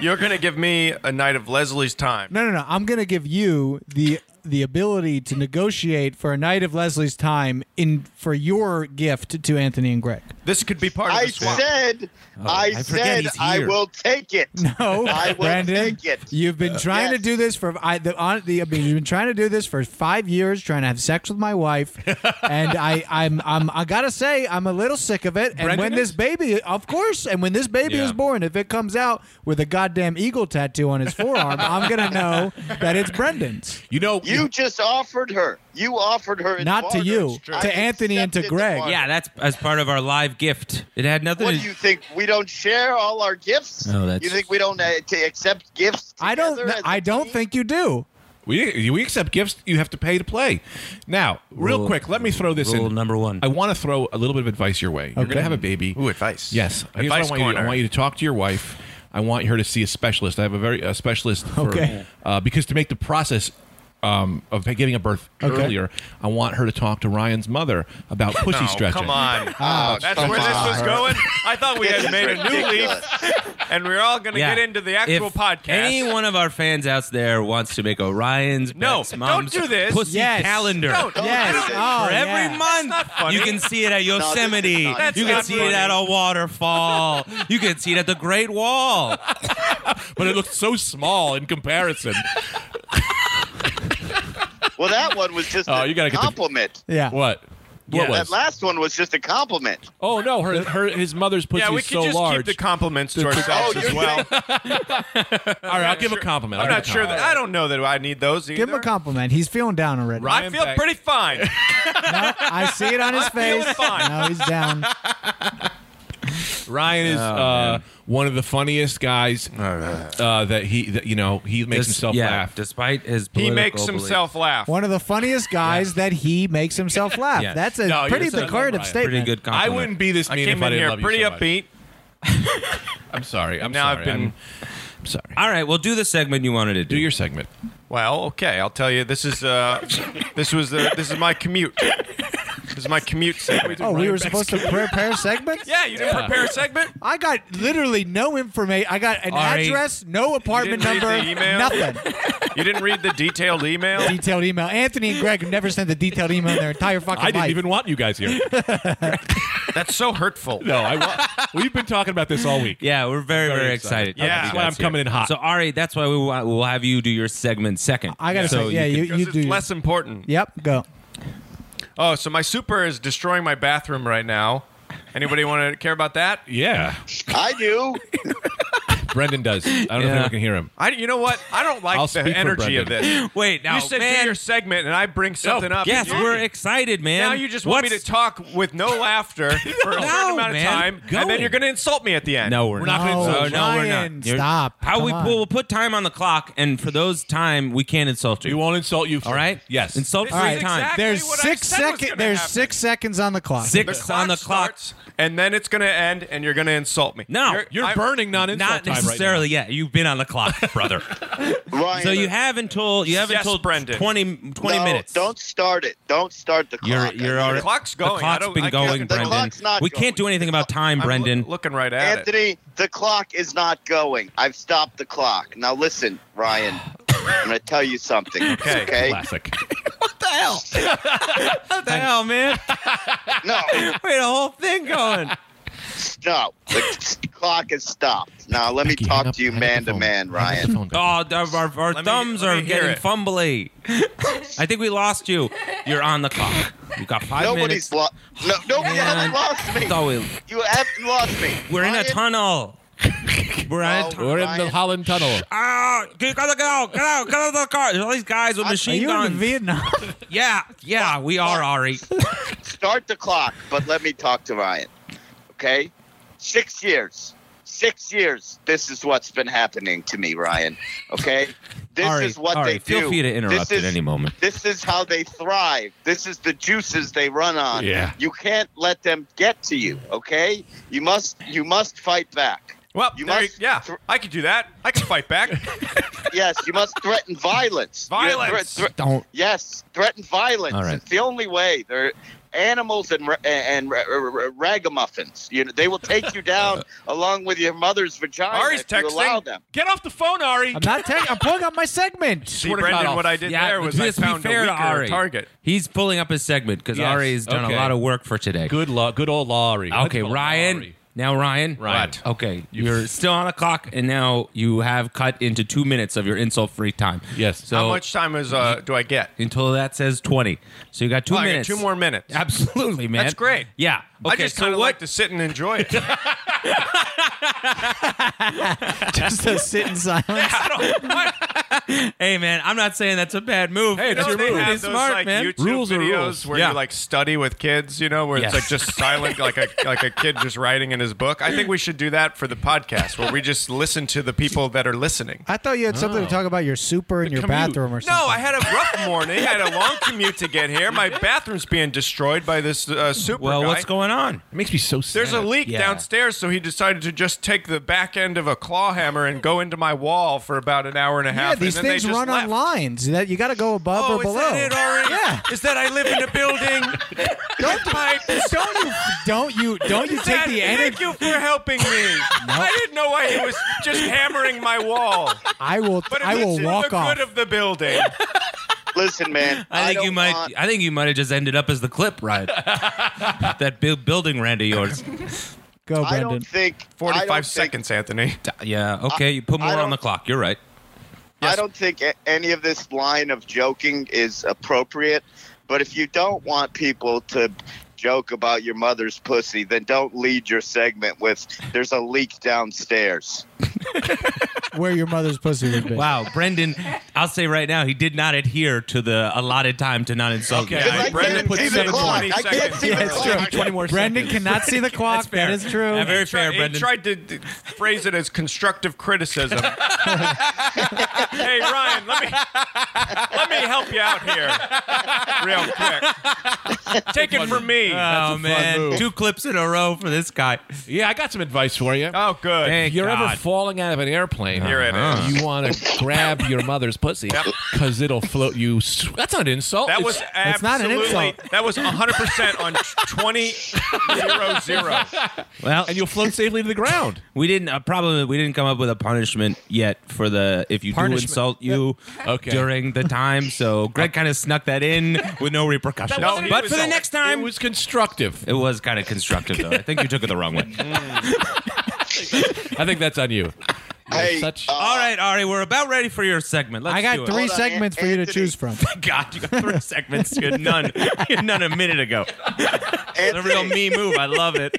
[SPEAKER 4] You're going to give me a night of Leslie's time.
[SPEAKER 3] No, no, no. I'm going to give you the the ability to negotiate for a night of Leslie's time in for your gift to Anthony and Greg.
[SPEAKER 4] This could be part of
[SPEAKER 6] I
[SPEAKER 4] the swap.
[SPEAKER 6] said, I,
[SPEAKER 2] I forget
[SPEAKER 6] said,
[SPEAKER 2] he's
[SPEAKER 6] I
[SPEAKER 2] here.
[SPEAKER 6] will take it.
[SPEAKER 3] No,
[SPEAKER 6] I will
[SPEAKER 3] Oh, Brandon,
[SPEAKER 6] take it. Uh,
[SPEAKER 3] you've been trying to
[SPEAKER 6] Yes.
[SPEAKER 3] do this for I the, on, the I mean, you've been trying to do this for five years, trying to have sex with my wife, and I I'm I'm I gotta say I'm a little sick of it. And when
[SPEAKER 1] Brendan
[SPEAKER 3] this
[SPEAKER 1] is?
[SPEAKER 3] baby, of course, and when this baby
[SPEAKER 2] Yeah.
[SPEAKER 3] is born, if it comes out with a goddamn eagle tattoo on his forearm, I'm gonna know that it's Brendan's.
[SPEAKER 1] you know
[SPEAKER 6] You just offered her. You offered her. in
[SPEAKER 3] Not to
[SPEAKER 6] barter.
[SPEAKER 3] you, It's true. to
[SPEAKER 6] I
[SPEAKER 3] Anthony and to
[SPEAKER 6] accepted the
[SPEAKER 3] Greg.
[SPEAKER 6] barter.
[SPEAKER 2] yeah, that's as part of our live gift. It had nothing.
[SPEAKER 6] What
[SPEAKER 2] to
[SPEAKER 6] do you think? We don't share all our gifts?
[SPEAKER 2] No, that's-
[SPEAKER 6] You think we don't uh, t- accept gifts?
[SPEAKER 3] I don't
[SPEAKER 6] together as a
[SPEAKER 3] I don't
[SPEAKER 6] team?
[SPEAKER 3] think you do.
[SPEAKER 1] we we accept gifts. You have to pay to play. Now, real
[SPEAKER 2] Rule-
[SPEAKER 1] quick, let me throw this
[SPEAKER 2] rule
[SPEAKER 1] in.
[SPEAKER 2] number one.
[SPEAKER 1] I want to throw a little bit of advice your way. You're
[SPEAKER 3] Okay.
[SPEAKER 1] gonna have a baby.
[SPEAKER 4] Ooh, advice.
[SPEAKER 1] Yes. Here's what
[SPEAKER 4] Advice
[SPEAKER 1] I want you to do.
[SPEAKER 4] corner.
[SPEAKER 1] I want you to talk to your wife. I want her to see a specialist. I have a very a specialist for
[SPEAKER 3] Okay.
[SPEAKER 1] uh, because to make the process um, of giving a birth earlier, I want her to talk to Ryan's mother about pussy
[SPEAKER 4] No,
[SPEAKER 1] stretching.
[SPEAKER 4] come on. Ah, That's where this was going? I thought we had made a new leaf, and we are all going to
[SPEAKER 2] Yeah.
[SPEAKER 4] get into the actual
[SPEAKER 2] if
[SPEAKER 4] podcast.
[SPEAKER 2] Any one of our fans out there wants to make Orion's
[SPEAKER 4] No,
[SPEAKER 2] Beck's mom's
[SPEAKER 4] don't do this.
[SPEAKER 2] pussy
[SPEAKER 3] Yes.
[SPEAKER 2] calendar.
[SPEAKER 4] No, don't
[SPEAKER 3] Yes.
[SPEAKER 4] do this.
[SPEAKER 3] Oh,
[SPEAKER 2] For every
[SPEAKER 3] yeah.
[SPEAKER 2] month,
[SPEAKER 4] funny.
[SPEAKER 2] you can see it at
[SPEAKER 6] this is
[SPEAKER 2] Yosemite.
[SPEAKER 6] not
[SPEAKER 4] That's
[SPEAKER 2] you can
[SPEAKER 4] not
[SPEAKER 2] see it
[SPEAKER 4] funny.
[SPEAKER 2] at a waterfall. you can see it at the Great Wall.
[SPEAKER 1] But it looks so small in comparison.
[SPEAKER 6] Well, that one was just
[SPEAKER 1] Oh,
[SPEAKER 6] a
[SPEAKER 1] you gotta get the-
[SPEAKER 6] compliment.
[SPEAKER 3] Yeah.
[SPEAKER 1] What? What
[SPEAKER 2] Yeah.
[SPEAKER 1] was?
[SPEAKER 6] That last one was just a compliment.
[SPEAKER 1] oh no, her, her his mother's pussy
[SPEAKER 4] Yeah, we
[SPEAKER 1] is
[SPEAKER 4] could
[SPEAKER 1] so
[SPEAKER 4] just
[SPEAKER 1] large.
[SPEAKER 4] keep the compliments to
[SPEAKER 1] The-
[SPEAKER 4] ourselves
[SPEAKER 6] Oh,
[SPEAKER 4] as
[SPEAKER 6] you're
[SPEAKER 4] well.
[SPEAKER 1] All right, I'll give a compliment.
[SPEAKER 4] I'm
[SPEAKER 1] I'll
[SPEAKER 4] not
[SPEAKER 1] give a
[SPEAKER 4] sure that
[SPEAKER 1] compliment.
[SPEAKER 4] I don't know that I need those either.
[SPEAKER 3] Give him a compliment. He's feeling down already.
[SPEAKER 4] I feel
[SPEAKER 1] Beck.
[SPEAKER 4] pretty fine.
[SPEAKER 3] No, I see it on his face.
[SPEAKER 4] fine.
[SPEAKER 3] No, he's down.
[SPEAKER 1] Ryan is uh, one of the funniest guys uh, that he that, you know he makes
[SPEAKER 2] Dis-
[SPEAKER 1] himself
[SPEAKER 2] yeah,
[SPEAKER 1] laugh.
[SPEAKER 2] Despite his
[SPEAKER 4] He
[SPEAKER 2] political
[SPEAKER 4] makes himself laugh.
[SPEAKER 3] One of the funniest guys that he makes himself laugh.
[SPEAKER 2] Yes.
[SPEAKER 3] That's a
[SPEAKER 1] No, you're
[SPEAKER 3] pretty
[SPEAKER 1] so-
[SPEAKER 3] declarative
[SPEAKER 1] Ryan.
[SPEAKER 2] beliefs.
[SPEAKER 3] statement.
[SPEAKER 2] pretty good
[SPEAKER 1] I
[SPEAKER 2] compliment.
[SPEAKER 1] wouldn't be this
[SPEAKER 4] I
[SPEAKER 1] mean
[SPEAKER 4] came
[SPEAKER 1] if I
[SPEAKER 4] in
[SPEAKER 1] didn't
[SPEAKER 4] here
[SPEAKER 1] love you
[SPEAKER 4] pretty
[SPEAKER 1] so much.
[SPEAKER 4] upbeat.
[SPEAKER 1] I'm sorry. I'm
[SPEAKER 4] Now
[SPEAKER 1] sorry.
[SPEAKER 4] I've been-
[SPEAKER 1] I'm, I'm sorry.
[SPEAKER 2] All right, well, do the segment you wanted to do.
[SPEAKER 1] Do your segment.
[SPEAKER 4] Well, okay, I'll tell you. This is uh, this was the, this is my commute. This is my commute segment.
[SPEAKER 3] Oh, we were supposed to prepare segments?
[SPEAKER 4] yeah, you didn't prepare a segment.
[SPEAKER 3] I got literally no information. I got an
[SPEAKER 2] Ari,
[SPEAKER 3] address, no apartment
[SPEAKER 4] didn't read
[SPEAKER 3] number,
[SPEAKER 4] the email?
[SPEAKER 3] nothing.
[SPEAKER 4] You You didn't read the detailed email?
[SPEAKER 3] detailed email. Anthony and Greg have never sent a detailed email in their entire fucking
[SPEAKER 1] I didn't
[SPEAKER 3] life.
[SPEAKER 1] even want you guys here.
[SPEAKER 4] That's so hurtful.
[SPEAKER 1] No, I. Wa- We've been talking about this all week.
[SPEAKER 2] Yeah, we're very, very, excited.
[SPEAKER 1] Yeah, that's why I'm coming in hot.
[SPEAKER 2] So Ari, that's why we want, we'll have you do your segment second.
[SPEAKER 3] I gotta
[SPEAKER 2] so
[SPEAKER 3] say, yeah, you,
[SPEAKER 4] Because
[SPEAKER 3] you
[SPEAKER 4] it's
[SPEAKER 3] do.
[SPEAKER 4] less important.
[SPEAKER 3] Yep, go.
[SPEAKER 4] Oh, so my super is destroying my bathroom right now. Anybody want to care about that?
[SPEAKER 1] yeah,
[SPEAKER 6] I do.
[SPEAKER 1] Brendan does. I don't know if
[SPEAKER 2] Yeah.
[SPEAKER 1] anyone can hear him.
[SPEAKER 4] I, you know what? I don't like
[SPEAKER 1] I'll
[SPEAKER 4] the
[SPEAKER 1] speak for
[SPEAKER 4] energy of this.
[SPEAKER 2] Wait, now,
[SPEAKER 4] you said
[SPEAKER 2] man,
[SPEAKER 4] do your segment, and I bring something up.
[SPEAKER 2] Oh, Yes,
[SPEAKER 4] You-
[SPEAKER 2] we're excited, man.
[SPEAKER 4] Now you just want
[SPEAKER 2] What's-
[SPEAKER 4] me to talk with no laughter for a certain
[SPEAKER 2] No,
[SPEAKER 4] amount
[SPEAKER 2] man.
[SPEAKER 4] of time, and then
[SPEAKER 2] Going.
[SPEAKER 4] you're going to insult me at the end.
[SPEAKER 2] No, we're,
[SPEAKER 1] not
[SPEAKER 2] not.
[SPEAKER 1] gonna
[SPEAKER 3] No,
[SPEAKER 2] insult you. No, we're not.
[SPEAKER 3] Oh, Ryan,
[SPEAKER 2] You're-
[SPEAKER 3] Stop.
[SPEAKER 2] How
[SPEAKER 3] Come
[SPEAKER 2] we
[SPEAKER 3] on.
[SPEAKER 2] we'll put time on the clock, and for those time, we can't insult you.
[SPEAKER 1] We won't insult you. For-
[SPEAKER 2] All right.
[SPEAKER 1] Yes.
[SPEAKER 2] Insult for
[SPEAKER 4] All
[SPEAKER 2] your
[SPEAKER 4] right.
[SPEAKER 2] time.
[SPEAKER 4] Exact-
[SPEAKER 3] There's
[SPEAKER 4] what I
[SPEAKER 3] six
[SPEAKER 4] said was
[SPEAKER 3] seconds.
[SPEAKER 4] gonna
[SPEAKER 3] There's
[SPEAKER 4] happen.
[SPEAKER 3] six seconds on the clock.
[SPEAKER 2] Six on the clock.
[SPEAKER 4] starts, and then it's going to end, and you're going to insult me.
[SPEAKER 2] No,
[SPEAKER 1] You're
[SPEAKER 4] I-
[SPEAKER 1] burning non-insult
[SPEAKER 2] Not
[SPEAKER 1] time right now.
[SPEAKER 2] necessarily yet. You've been on the clock, brother.
[SPEAKER 6] Ryan,
[SPEAKER 2] so you have until you have
[SPEAKER 4] Yes,
[SPEAKER 2] until
[SPEAKER 4] Brendan.
[SPEAKER 2] 20, 20
[SPEAKER 6] no,
[SPEAKER 2] minutes.
[SPEAKER 6] Don't start it. Don't start the
[SPEAKER 2] You're
[SPEAKER 6] clock.
[SPEAKER 2] you're
[SPEAKER 6] I mean,
[SPEAKER 2] already.
[SPEAKER 4] clock's
[SPEAKER 2] The
[SPEAKER 4] going. I
[SPEAKER 2] clock's
[SPEAKER 4] don't- I
[SPEAKER 2] been
[SPEAKER 4] can't-
[SPEAKER 2] going,
[SPEAKER 4] the
[SPEAKER 2] Brendan.
[SPEAKER 6] clock's not
[SPEAKER 2] we can't do
[SPEAKER 6] going.
[SPEAKER 2] anything about time,
[SPEAKER 4] I'm
[SPEAKER 2] Brendan.
[SPEAKER 4] loo- looking right at it.
[SPEAKER 6] Anthony, the clock is not going. I've stopped the clock. Now listen, Ryan. I'm going to tell you something.
[SPEAKER 4] Okay.
[SPEAKER 1] Classic.
[SPEAKER 2] what the hell, man?
[SPEAKER 6] No,
[SPEAKER 2] we had a whole thing going.
[SPEAKER 6] no. The clock is stopped. Now let me
[SPEAKER 1] Becky, hang
[SPEAKER 6] talk
[SPEAKER 1] up-
[SPEAKER 6] to you
[SPEAKER 1] hang up the
[SPEAKER 6] man to
[SPEAKER 1] phone.
[SPEAKER 6] man,
[SPEAKER 1] Hang up the
[SPEAKER 6] Ryan.
[SPEAKER 1] phone,
[SPEAKER 2] Oh,
[SPEAKER 1] Becky.
[SPEAKER 2] our, our, our
[SPEAKER 4] Let me-
[SPEAKER 2] thumbs
[SPEAKER 4] let
[SPEAKER 2] are
[SPEAKER 4] me hear
[SPEAKER 2] getting
[SPEAKER 4] it.
[SPEAKER 2] fumbly. I think we lost you. You're on the clock. You got five
[SPEAKER 6] Nobody's
[SPEAKER 2] minutes.
[SPEAKER 6] lost. No, nobody
[SPEAKER 2] Man.
[SPEAKER 6] has lost me.
[SPEAKER 2] Thought we-
[SPEAKER 6] You haven't lost me.
[SPEAKER 2] We're in a
[SPEAKER 6] Ryan,
[SPEAKER 2] tunnel. We're in a
[SPEAKER 6] Oh.
[SPEAKER 2] tunnel.
[SPEAKER 1] We're in the
[SPEAKER 6] Ryan.
[SPEAKER 1] Holland Tunnel.
[SPEAKER 2] Ah, get gotta go, get out, get out of the car. There's all these guys with
[SPEAKER 3] Are
[SPEAKER 2] machine
[SPEAKER 3] you
[SPEAKER 2] guns.
[SPEAKER 3] in Vietnam?
[SPEAKER 2] yeah, yeah, we are Ari.
[SPEAKER 6] Start the clock, but let me talk to Ryan. Okay? Six years. Six years. This is what's been happening to me, Ryan. Okay? This
[SPEAKER 2] Ari,
[SPEAKER 6] is what
[SPEAKER 2] Ari,
[SPEAKER 6] they do.
[SPEAKER 2] feel free to interrupt
[SPEAKER 6] This
[SPEAKER 2] at
[SPEAKER 6] is-
[SPEAKER 2] any moment.
[SPEAKER 6] This is how they thrive. This is the juices they run on.
[SPEAKER 1] Yeah.
[SPEAKER 6] You can't let them get to you, okay? You must you must fight back.
[SPEAKER 4] Well,
[SPEAKER 6] You
[SPEAKER 4] there you-
[SPEAKER 6] must
[SPEAKER 4] yeah,
[SPEAKER 6] thr-
[SPEAKER 4] I could do that. I could fight back.
[SPEAKER 6] Yes, you must threaten violence. You
[SPEAKER 4] Violence.
[SPEAKER 6] thre- thre-
[SPEAKER 2] Don't.
[SPEAKER 6] yes, threaten violence.
[SPEAKER 2] All right.
[SPEAKER 6] It's the only way. They're animals and ra- and ra- ra- ra- ragamuffins. You know, they will take you down along with your mother's vagina
[SPEAKER 4] Ari's
[SPEAKER 6] if you allow
[SPEAKER 4] texting.
[SPEAKER 6] them.
[SPEAKER 1] Get off the phone, Ari.
[SPEAKER 3] I'm not taking. I'm pulling up my segment.
[SPEAKER 4] See,
[SPEAKER 1] Swear to God,
[SPEAKER 4] Brendan,
[SPEAKER 1] I'll-
[SPEAKER 4] what I did there was I
[SPEAKER 2] let's be
[SPEAKER 4] found a
[SPEAKER 2] fair to
[SPEAKER 4] weaker target.
[SPEAKER 2] He's pulling up his segment because
[SPEAKER 1] Yes,
[SPEAKER 2] Ari has done
[SPEAKER 1] okay.
[SPEAKER 2] a lot of work for today.
[SPEAKER 1] Good law. Good old law, Ari. Let's
[SPEAKER 2] Okay,
[SPEAKER 1] call him
[SPEAKER 2] Ryan.
[SPEAKER 1] Ari.
[SPEAKER 2] Now, Ryan.
[SPEAKER 1] Ryan.
[SPEAKER 2] What? Okay, you're still on a clock, and now you have cut into two minutes of your insult-free time.
[SPEAKER 1] Yes.
[SPEAKER 2] So
[SPEAKER 4] How much time is uh, do I get?
[SPEAKER 2] until that says twenty? So you got two
[SPEAKER 4] Oh, I got
[SPEAKER 2] minutes.
[SPEAKER 4] two more minutes.
[SPEAKER 2] Absolutely, man.
[SPEAKER 4] That's great.
[SPEAKER 2] Yeah. Okay.
[SPEAKER 4] I just
[SPEAKER 2] so
[SPEAKER 4] kind of
[SPEAKER 2] what?
[SPEAKER 4] like to sit and enjoy it.
[SPEAKER 3] Just to sit in silence.
[SPEAKER 2] Hey, man. I'm not saying that's a bad move. Hey,
[SPEAKER 4] You know, they have
[SPEAKER 2] It's
[SPEAKER 4] those,
[SPEAKER 2] smart,
[SPEAKER 4] like,
[SPEAKER 2] man.
[SPEAKER 4] YouTube
[SPEAKER 1] Rules are
[SPEAKER 4] videos
[SPEAKER 1] rules.
[SPEAKER 4] where
[SPEAKER 2] Yeah.
[SPEAKER 4] you like study with kids, you know, where
[SPEAKER 2] Yes.
[SPEAKER 4] it's like just silent, like a like a kid just writing in his book. I think we should do that for the podcast, where we just listen to the people that are listening.
[SPEAKER 3] I thought you had something to talk about your super in your
[SPEAKER 1] commute.
[SPEAKER 3] bathroom or something.
[SPEAKER 4] Oh. No, I had a rough morning. I had a long commute to get here. My bathroom's being destroyed by this uh, super
[SPEAKER 2] Well,
[SPEAKER 4] guy.
[SPEAKER 2] what's going on?
[SPEAKER 1] It makes me so sad.
[SPEAKER 4] There's a leak
[SPEAKER 2] Yeah.
[SPEAKER 4] downstairs, so he decided to just take the back end of a claw hammer and go into my wall for about an hour and a
[SPEAKER 3] Yeah,
[SPEAKER 4] half.
[SPEAKER 3] these
[SPEAKER 4] and then
[SPEAKER 3] things
[SPEAKER 4] they just
[SPEAKER 3] run
[SPEAKER 4] left.
[SPEAKER 3] on lines. That you got to go above
[SPEAKER 4] Oh,
[SPEAKER 3] or
[SPEAKER 4] is
[SPEAKER 3] below.
[SPEAKER 4] that it already?
[SPEAKER 3] Yeah.
[SPEAKER 4] Is that I live in a building? Don't pipe.
[SPEAKER 3] Don't you? Don't you? Don't you take
[SPEAKER 4] Dad,
[SPEAKER 3] the
[SPEAKER 4] Thank
[SPEAKER 3] energy?
[SPEAKER 4] you for helping me. I didn't know why he was just hammering my wall.
[SPEAKER 3] I will.
[SPEAKER 4] But it
[SPEAKER 3] I
[SPEAKER 4] was
[SPEAKER 3] will
[SPEAKER 4] for the
[SPEAKER 3] walk
[SPEAKER 4] good
[SPEAKER 3] off.
[SPEAKER 4] of the building.
[SPEAKER 6] Listen, man.
[SPEAKER 2] I think
[SPEAKER 6] don't
[SPEAKER 2] you might.
[SPEAKER 6] want-
[SPEAKER 2] I think you might have just ended up as the clip, Ryan. that bu- building rant of yours. oh,
[SPEAKER 3] Go,
[SPEAKER 6] I
[SPEAKER 3] Brendan.
[SPEAKER 6] don't think. I
[SPEAKER 4] 45
[SPEAKER 6] don't
[SPEAKER 4] seconds, Anthony.
[SPEAKER 2] Yeah. Okay. You put
[SPEAKER 6] I
[SPEAKER 2] more on
[SPEAKER 6] don't-
[SPEAKER 2] the clock. You're right.
[SPEAKER 6] Think, I don't think a- any of this line of joking is appropriate. But if you don't want people to joke about your mother's pussy, then don't lead your segment with "There's a leak downstairs."
[SPEAKER 3] Where your mother's pussy would be.
[SPEAKER 2] Wow, Brendan. I'll say right now, he did not adhere to the allotted time to not insult.
[SPEAKER 1] Okay,
[SPEAKER 2] you.
[SPEAKER 1] I-
[SPEAKER 6] I
[SPEAKER 1] Brendan
[SPEAKER 6] can't
[SPEAKER 1] put
[SPEAKER 6] see the
[SPEAKER 1] seven
[SPEAKER 6] clock.
[SPEAKER 1] twenty
[SPEAKER 6] I can't
[SPEAKER 4] seconds.
[SPEAKER 6] see the clock.
[SPEAKER 1] more.
[SPEAKER 3] Brendan
[SPEAKER 1] seconds.
[SPEAKER 3] cannot see the clock. that is true.
[SPEAKER 2] Yeah, very fair,
[SPEAKER 4] He
[SPEAKER 2] Brendan.
[SPEAKER 4] tried to d- phrase it as constructive criticism. hey, Ryan, let me let me help you out here real quick. Take it from me.
[SPEAKER 2] oh man,
[SPEAKER 1] move.
[SPEAKER 2] two clips in a row for this guy.
[SPEAKER 1] Yeah, I got some advice for you.
[SPEAKER 4] Oh, good.
[SPEAKER 2] Thank
[SPEAKER 1] if you're
[SPEAKER 2] God.
[SPEAKER 1] ever falling out of an airplane, airplane. uh-huh.
[SPEAKER 4] Here it is.
[SPEAKER 1] You want to grab your mother's pussy because it'll float you. s- That's not an insult.
[SPEAKER 4] That
[SPEAKER 1] It's-
[SPEAKER 4] was
[SPEAKER 3] it's not an
[SPEAKER 4] absolutely. That was 100 percent on t- 20 zero zero.
[SPEAKER 2] Well,
[SPEAKER 1] and you'll float safely to the ground.
[SPEAKER 2] we didn't uh, probably we didn't come up with a punishment yet for the if you
[SPEAKER 7] Punishment.
[SPEAKER 2] do insult you
[SPEAKER 1] Okay.
[SPEAKER 2] during the time. So Greg kind of snuck Uh, that in with no repercussions.
[SPEAKER 4] wasn't an
[SPEAKER 2] but for the
[SPEAKER 4] insult.
[SPEAKER 2] next
[SPEAKER 1] It
[SPEAKER 2] time,
[SPEAKER 1] was constructive.
[SPEAKER 2] it was kind of constructive though. I think you took it the wrong way.
[SPEAKER 1] I think that's on you.
[SPEAKER 6] Hey,
[SPEAKER 1] Such-
[SPEAKER 6] uh,
[SPEAKER 2] All right, Ari, we're about ready for your segment. Let's
[SPEAKER 7] I
[SPEAKER 2] do
[SPEAKER 7] got
[SPEAKER 2] it. Oh
[SPEAKER 7] three
[SPEAKER 6] Hold on,
[SPEAKER 7] segments for you to
[SPEAKER 6] Anthony.
[SPEAKER 7] choose from.
[SPEAKER 2] God, you got three segments. You had none. You had none a minute ago. The
[SPEAKER 6] Anthony,
[SPEAKER 2] real me move. I love it.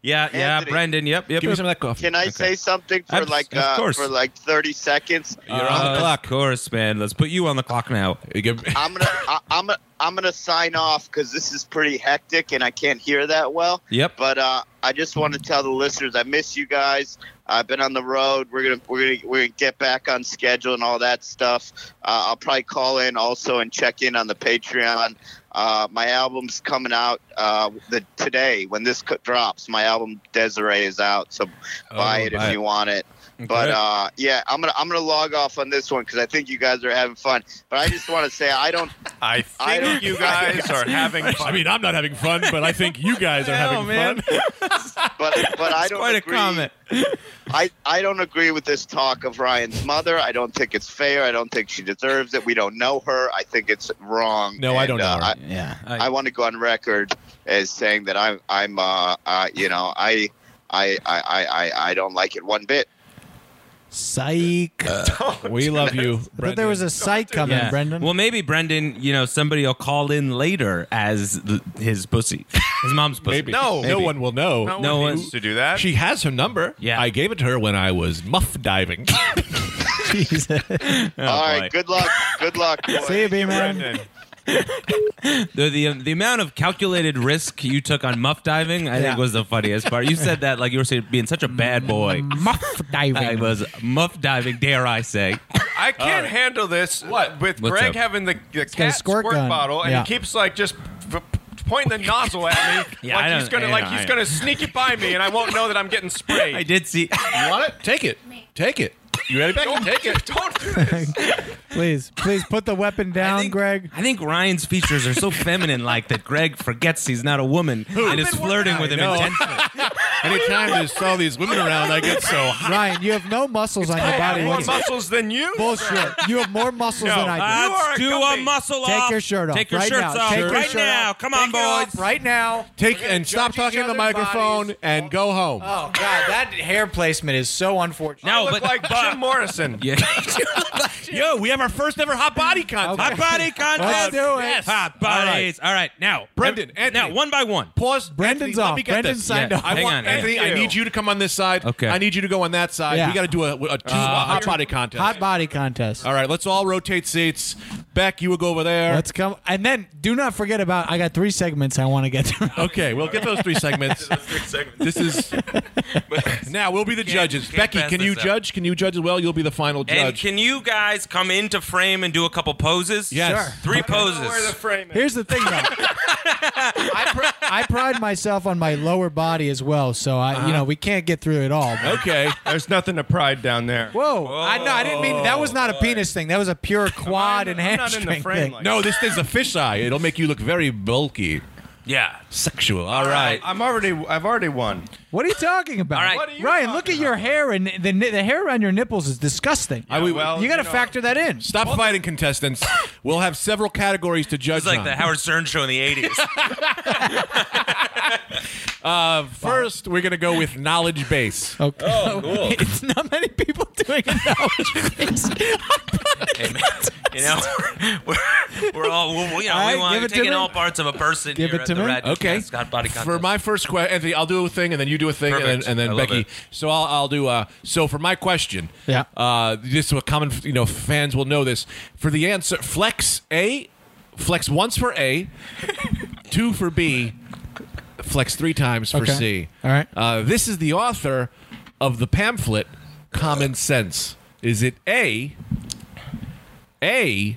[SPEAKER 2] Yeah, yeah,
[SPEAKER 6] Anthony.
[SPEAKER 2] Brendan. Yep, yep.
[SPEAKER 1] Give me
[SPEAKER 2] yep.
[SPEAKER 1] some of that coffee.
[SPEAKER 6] Can I say something for
[SPEAKER 2] Abs-
[SPEAKER 6] like
[SPEAKER 2] of
[SPEAKER 6] uh,
[SPEAKER 2] course. Uh,
[SPEAKER 6] for like 30 seconds?
[SPEAKER 2] You're on the clock. Of course, man. Let's put you on the clock now.
[SPEAKER 1] You give-
[SPEAKER 6] I'm gonna I, I'm gonna, I'm gonna sign off because this is pretty hectic and I can't hear that well.
[SPEAKER 2] Yep.
[SPEAKER 6] But uh, I just want to tell the listeners I miss you guys. I've been on the road. We're gonna we're gonna we're gonna get back on schedule and all that stuff. Uh, I'll probably call in also and check in on the Patreon. Uh, my album's coming out uh, the today when this co- drops. My album Desiree is out, so buy it
[SPEAKER 2] buy
[SPEAKER 6] if
[SPEAKER 2] it.
[SPEAKER 6] you want it. But uh, yeah, I'm gonna I'm gonna log off on this one because I think you guys are having fun. But I just want to say I don't
[SPEAKER 4] I think
[SPEAKER 6] I don't-
[SPEAKER 4] you guys are having fun.
[SPEAKER 1] I mean, I'm not having fun, but I think you guys are
[SPEAKER 2] Hell,
[SPEAKER 1] having
[SPEAKER 2] man.
[SPEAKER 1] fun.
[SPEAKER 6] but but I don't
[SPEAKER 2] Quite a
[SPEAKER 6] agree.
[SPEAKER 2] comment.
[SPEAKER 6] I, I don't agree with this talk of Ryan's mother. I don't think it's fair. I don't think she deserves it. We don't know her. I think it's wrong.
[SPEAKER 1] No, I
[SPEAKER 6] And,
[SPEAKER 1] don't know
[SPEAKER 6] uh,
[SPEAKER 1] her.
[SPEAKER 6] I,
[SPEAKER 2] Yeah.
[SPEAKER 6] I want to go on record as saying that I'm I'm uh, uh you know I I I I I- I don't like it one bit.
[SPEAKER 3] Psych.
[SPEAKER 6] Uh,
[SPEAKER 1] We love you.
[SPEAKER 3] I thought there was a psych coming, Brendan.
[SPEAKER 2] Well, maybe Brendan, you know, somebody will call in later as the, his pussy, his mom's pussy.
[SPEAKER 1] Maybe. No, no one will know.
[SPEAKER 4] No,
[SPEAKER 2] No
[SPEAKER 4] one
[SPEAKER 2] one-
[SPEAKER 4] needs to do that.
[SPEAKER 1] She has her number.
[SPEAKER 2] Yeah.
[SPEAKER 1] I gave it to her when I was muff diving.
[SPEAKER 2] Oh,
[SPEAKER 6] All
[SPEAKER 2] boy.
[SPEAKER 6] right, good luck. Good luck. boys.
[SPEAKER 3] See you, B-Man.
[SPEAKER 4] Brendan.
[SPEAKER 2] The, the the amount of calculated risk you took on muff diving, I think,
[SPEAKER 3] Yeah.
[SPEAKER 2] was the funniest part. You said that like you were saying, being such a bad boy.
[SPEAKER 7] Muff
[SPEAKER 2] I
[SPEAKER 7] diving.
[SPEAKER 2] was muff diving, dare I say?
[SPEAKER 4] I can't handle this. What with
[SPEAKER 2] What's
[SPEAKER 4] Greg
[SPEAKER 2] up?
[SPEAKER 4] having the, the
[SPEAKER 3] got a
[SPEAKER 4] cat
[SPEAKER 3] squirt
[SPEAKER 4] squirt,
[SPEAKER 3] gun.
[SPEAKER 4] bottle, and
[SPEAKER 3] Yeah.
[SPEAKER 4] he keeps like just f- f- pointing the nozzle at me,
[SPEAKER 2] Yeah, I
[SPEAKER 4] like
[SPEAKER 2] don't-
[SPEAKER 4] he's gonna
[SPEAKER 2] I
[SPEAKER 4] like
[SPEAKER 2] know, I
[SPEAKER 4] he's
[SPEAKER 2] know.
[SPEAKER 4] gonna sneak it by me, and I won't know that I'm getting sprayed.
[SPEAKER 2] I did see.
[SPEAKER 1] You want it? Take it. Take it. You ready, Becky? Take it.
[SPEAKER 4] Don't do this.
[SPEAKER 3] please, please put the weapon
[SPEAKER 2] I
[SPEAKER 3] down,
[SPEAKER 2] think,
[SPEAKER 3] Greg.
[SPEAKER 2] I think Ryan's features are so feminine, like that. Greg forgets he's not a woman and is
[SPEAKER 4] been working
[SPEAKER 2] flirting with him
[SPEAKER 1] No.
[SPEAKER 2] intensely.
[SPEAKER 1] Anytime there's all these women around, I get so hot.
[SPEAKER 3] Ryan, you have no muscles on your
[SPEAKER 4] I
[SPEAKER 3] body.
[SPEAKER 4] have more
[SPEAKER 3] whatsoever.
[SPEAKER 4] muscles than you.
[SPEAKER 3] Bullshit. You have more muscles
[SPEAKER 4] No.
[SPEAKER 3] than I do.
[SPEAKER 4] You are a
[SPEAKER 2] Let's do a
[SPEAKER 4] guppy.
[SPEAKER 2] muscle
[SPEAKER 3] Take
[SPEAKER 2] off.
[SPEAKER 3] your shirt off
[SPEAKER 2] Take your
[SPEAKER 3] right
[SPEAKER 2] shirts
[SPEAKER 3] now.
[SPEAKER 2] off
[SPEAKER 3] Take your
[SPEAKER 2] right
[SPEAKER 3] shirt
[SPEAKER 2] now.
[SPEAKER 3] off.
[SPEAKER 2] Come on, boys.
[SPEAKER 3] Right now.
[SPEAKER 1] Take
[SPEAKER 4] gonna
[SPEAKER 1] and stop
[SPEAKER 4] judge each
[SPEAKER 1] talking in the
[SPEAKER 4] other's
[SPEAKER 1] microphone
[SPEAKER 4] bodies.
[SPEAKER 1] and go home.
[SPEAKER 3] Oh, God. That hair placement is so unfortunate.
[SPEAKER 2] No,
[SPEAKER 4] I look
[SPEAKER 2] but-
[SPEAKER 4] like Jim Morrison.
[SPEAKER 2] Yeah.
[SPEAKER 1] Yo, we have our first ever hot body contest.
[SPEAKER 2] Hot body contest.
[SPEAKER 3] Let's do it. Yes.
[SPEAKER 2] Hot bodies. All right. Now,
[SPEAKER 1] Brendan,
[SPEAKER 2] Em-
[SPEAKER 1] Anthony.
[SPEAKER 2] Now, one by one.
[SPEAKER 1] Pause.
[SPEAKER 3] Brendan's
[SPEAKER 1] Anthony, let
[SPEAKER 3] off.
[SPEAKER 1] me get
[SPEAKER 3] Brendan
[SPEAKER 1] this.
[SPEAKER 3] signed
[SPEAKER 2] Yeah.
[SPEAKER 3] off.
[SPEAKER 1] I
[SPEAKER 2] Hang
[SPEAKER 1] want
[SPEAKER 2] on,
[SPEAKER 1] Anthony.
[SPEAKER 4] Anthony.
[SPEAKER 1] I need you to come on this side.
[SPEAKER 2] Okay.
[SPEAKER 1] I need you to go on that side.
[SPEAKER 3] Yeah. Uh,
[SPEAKER 1] We got to do a, a two hot body contest.
[SPEAKER 3] Hot body contest.
[SPEAKER 1] all right, let's all rotate seats. Beck, you will go over there.
[SPEAKER 3] Let's come. And then do not forget about I got three segments I want to get through.
[SPEAKER 1] okay, we'll get those three segments. this is now we'll be the judges.
[SPEAKER 2] can't
[SPEAKER 1] Becky,
[SPEAKER 2] pass
[SPEAKER 1] can you
[SPEAKER 2] this up.
[SPEAKER 1] judge? Can you judge as well? You'll be the final
[SPEAKER 2] And
[SPEAKER 1] judge.
[SPEAKER 2] can you guys come into frame and do a couple poses?
[SPEAKER 1] Yes. Sure.
[SPEAKER 2] Three
[SPEAKER 4] Where the
[SPEAKER 2] poses.
[SPEAKER 4] frame is.
[SPEAKER 3] Here's the thing, though. I, pr- I pride myself on my lower body as well, so I, you know, we can't get through it all. but-
[SPEAKER 1] okay.
[SPEAKER 4] There's nothing to pride down there.
[SPEAKER 3] Whoa! I no, I didn't mean that was not a penis thing. That was a pure quad and
[SPEAKER 4] I'm not in
[SPEAKER 3] hamstring
[SPEAKER 4] the frame
[SPEAKER 3] thing.
[SPEAKER 4] like
[SPEAKER 1] No, this is a fisheye. It'll make you look very bulky,
[SPEAKER 2] Yeah.
[SPEAKER 1] sexual. All right.
[SPEAKER 2] Uh,
[SPEAKER 4] I'm already. I've already won.
[SPEAKER 3] what are you talking about?
[SPEAKER 2] All right. What are
[SPEAKER 4] you
[SPEAKER 3] Ryan,
[SPEAKER 4] talking
[SPEAKER 3] look at your hair and the ni- the hair around your nipples is disgusting.
[SPEAKER 1] I- we-
[SPEAKER 4] well,
[SPEAKER 3] you got to
[SPEAKER 4] know,
[SPEAKER 3] factor that in.
[SPEAKER 1] Stop fighting, contestants. We'll have several categories to judge
[SPEAKER 2] It's like
[SPEAKER 1] on.
[SPEAKER 2] the Howard Stern show in the 80s.
[SPEAKER 1] First, we're gonna go with knowledge base.
[SPEAKER 3] Okay. Oh, cool. it's not many people doing it now.
[SPEAKER 2] Hey, man, you know, we're, we're all, we you know,
[SPEAKER 3] All right,
[SPEAKER 2] we want,
[SPEAKER 3] give
[SPEAKER 2] we're
[SPEAKER 3] it to
[SPEAKER 2] taking
[SPEAKER 3] me.
[SPEAKER 2] all parts of a person
[SPEAKER 3] Give
[SPEAKER 2] here
[SPEAKER 3] it
[SPEAKER 2] at
[SPEAKER 3] to
[SPEAKER 2] the
[SPEAKER 3] me.
[SPEAKER 2] Red
[SPEAKER 1] Okay.
[SPEAKER 2] Scott Body Contest.
[SPEAKER 1] For my first question, Anthony, I'll do a thing, and then you do a thing, and then,
[SPEAKER 2] Perfect.
[SPEAKER 1] and
[SPEAKER 2] I
[SPEAKER 1] then
[SPEAKER 2] love
[SPEAKER 1] Becky.
[SPEAKER 2] it.
[SPEAKER 1] So I'll, I'll do. Uh, so for my question,
[SPEAKER 3] Yeah.
[SPEAKER 1] uh, this is what common you know fans will know this. For the answer, flex A, flex once for A, two for B, flex three times for
[SPEAKER 3] Okay.
[SPEAKER 1] C.
[SPEAKER 3] All right.
[SPEAKER 1] Uh, this is the author of the pamphlet Common Sense. Is it A, A,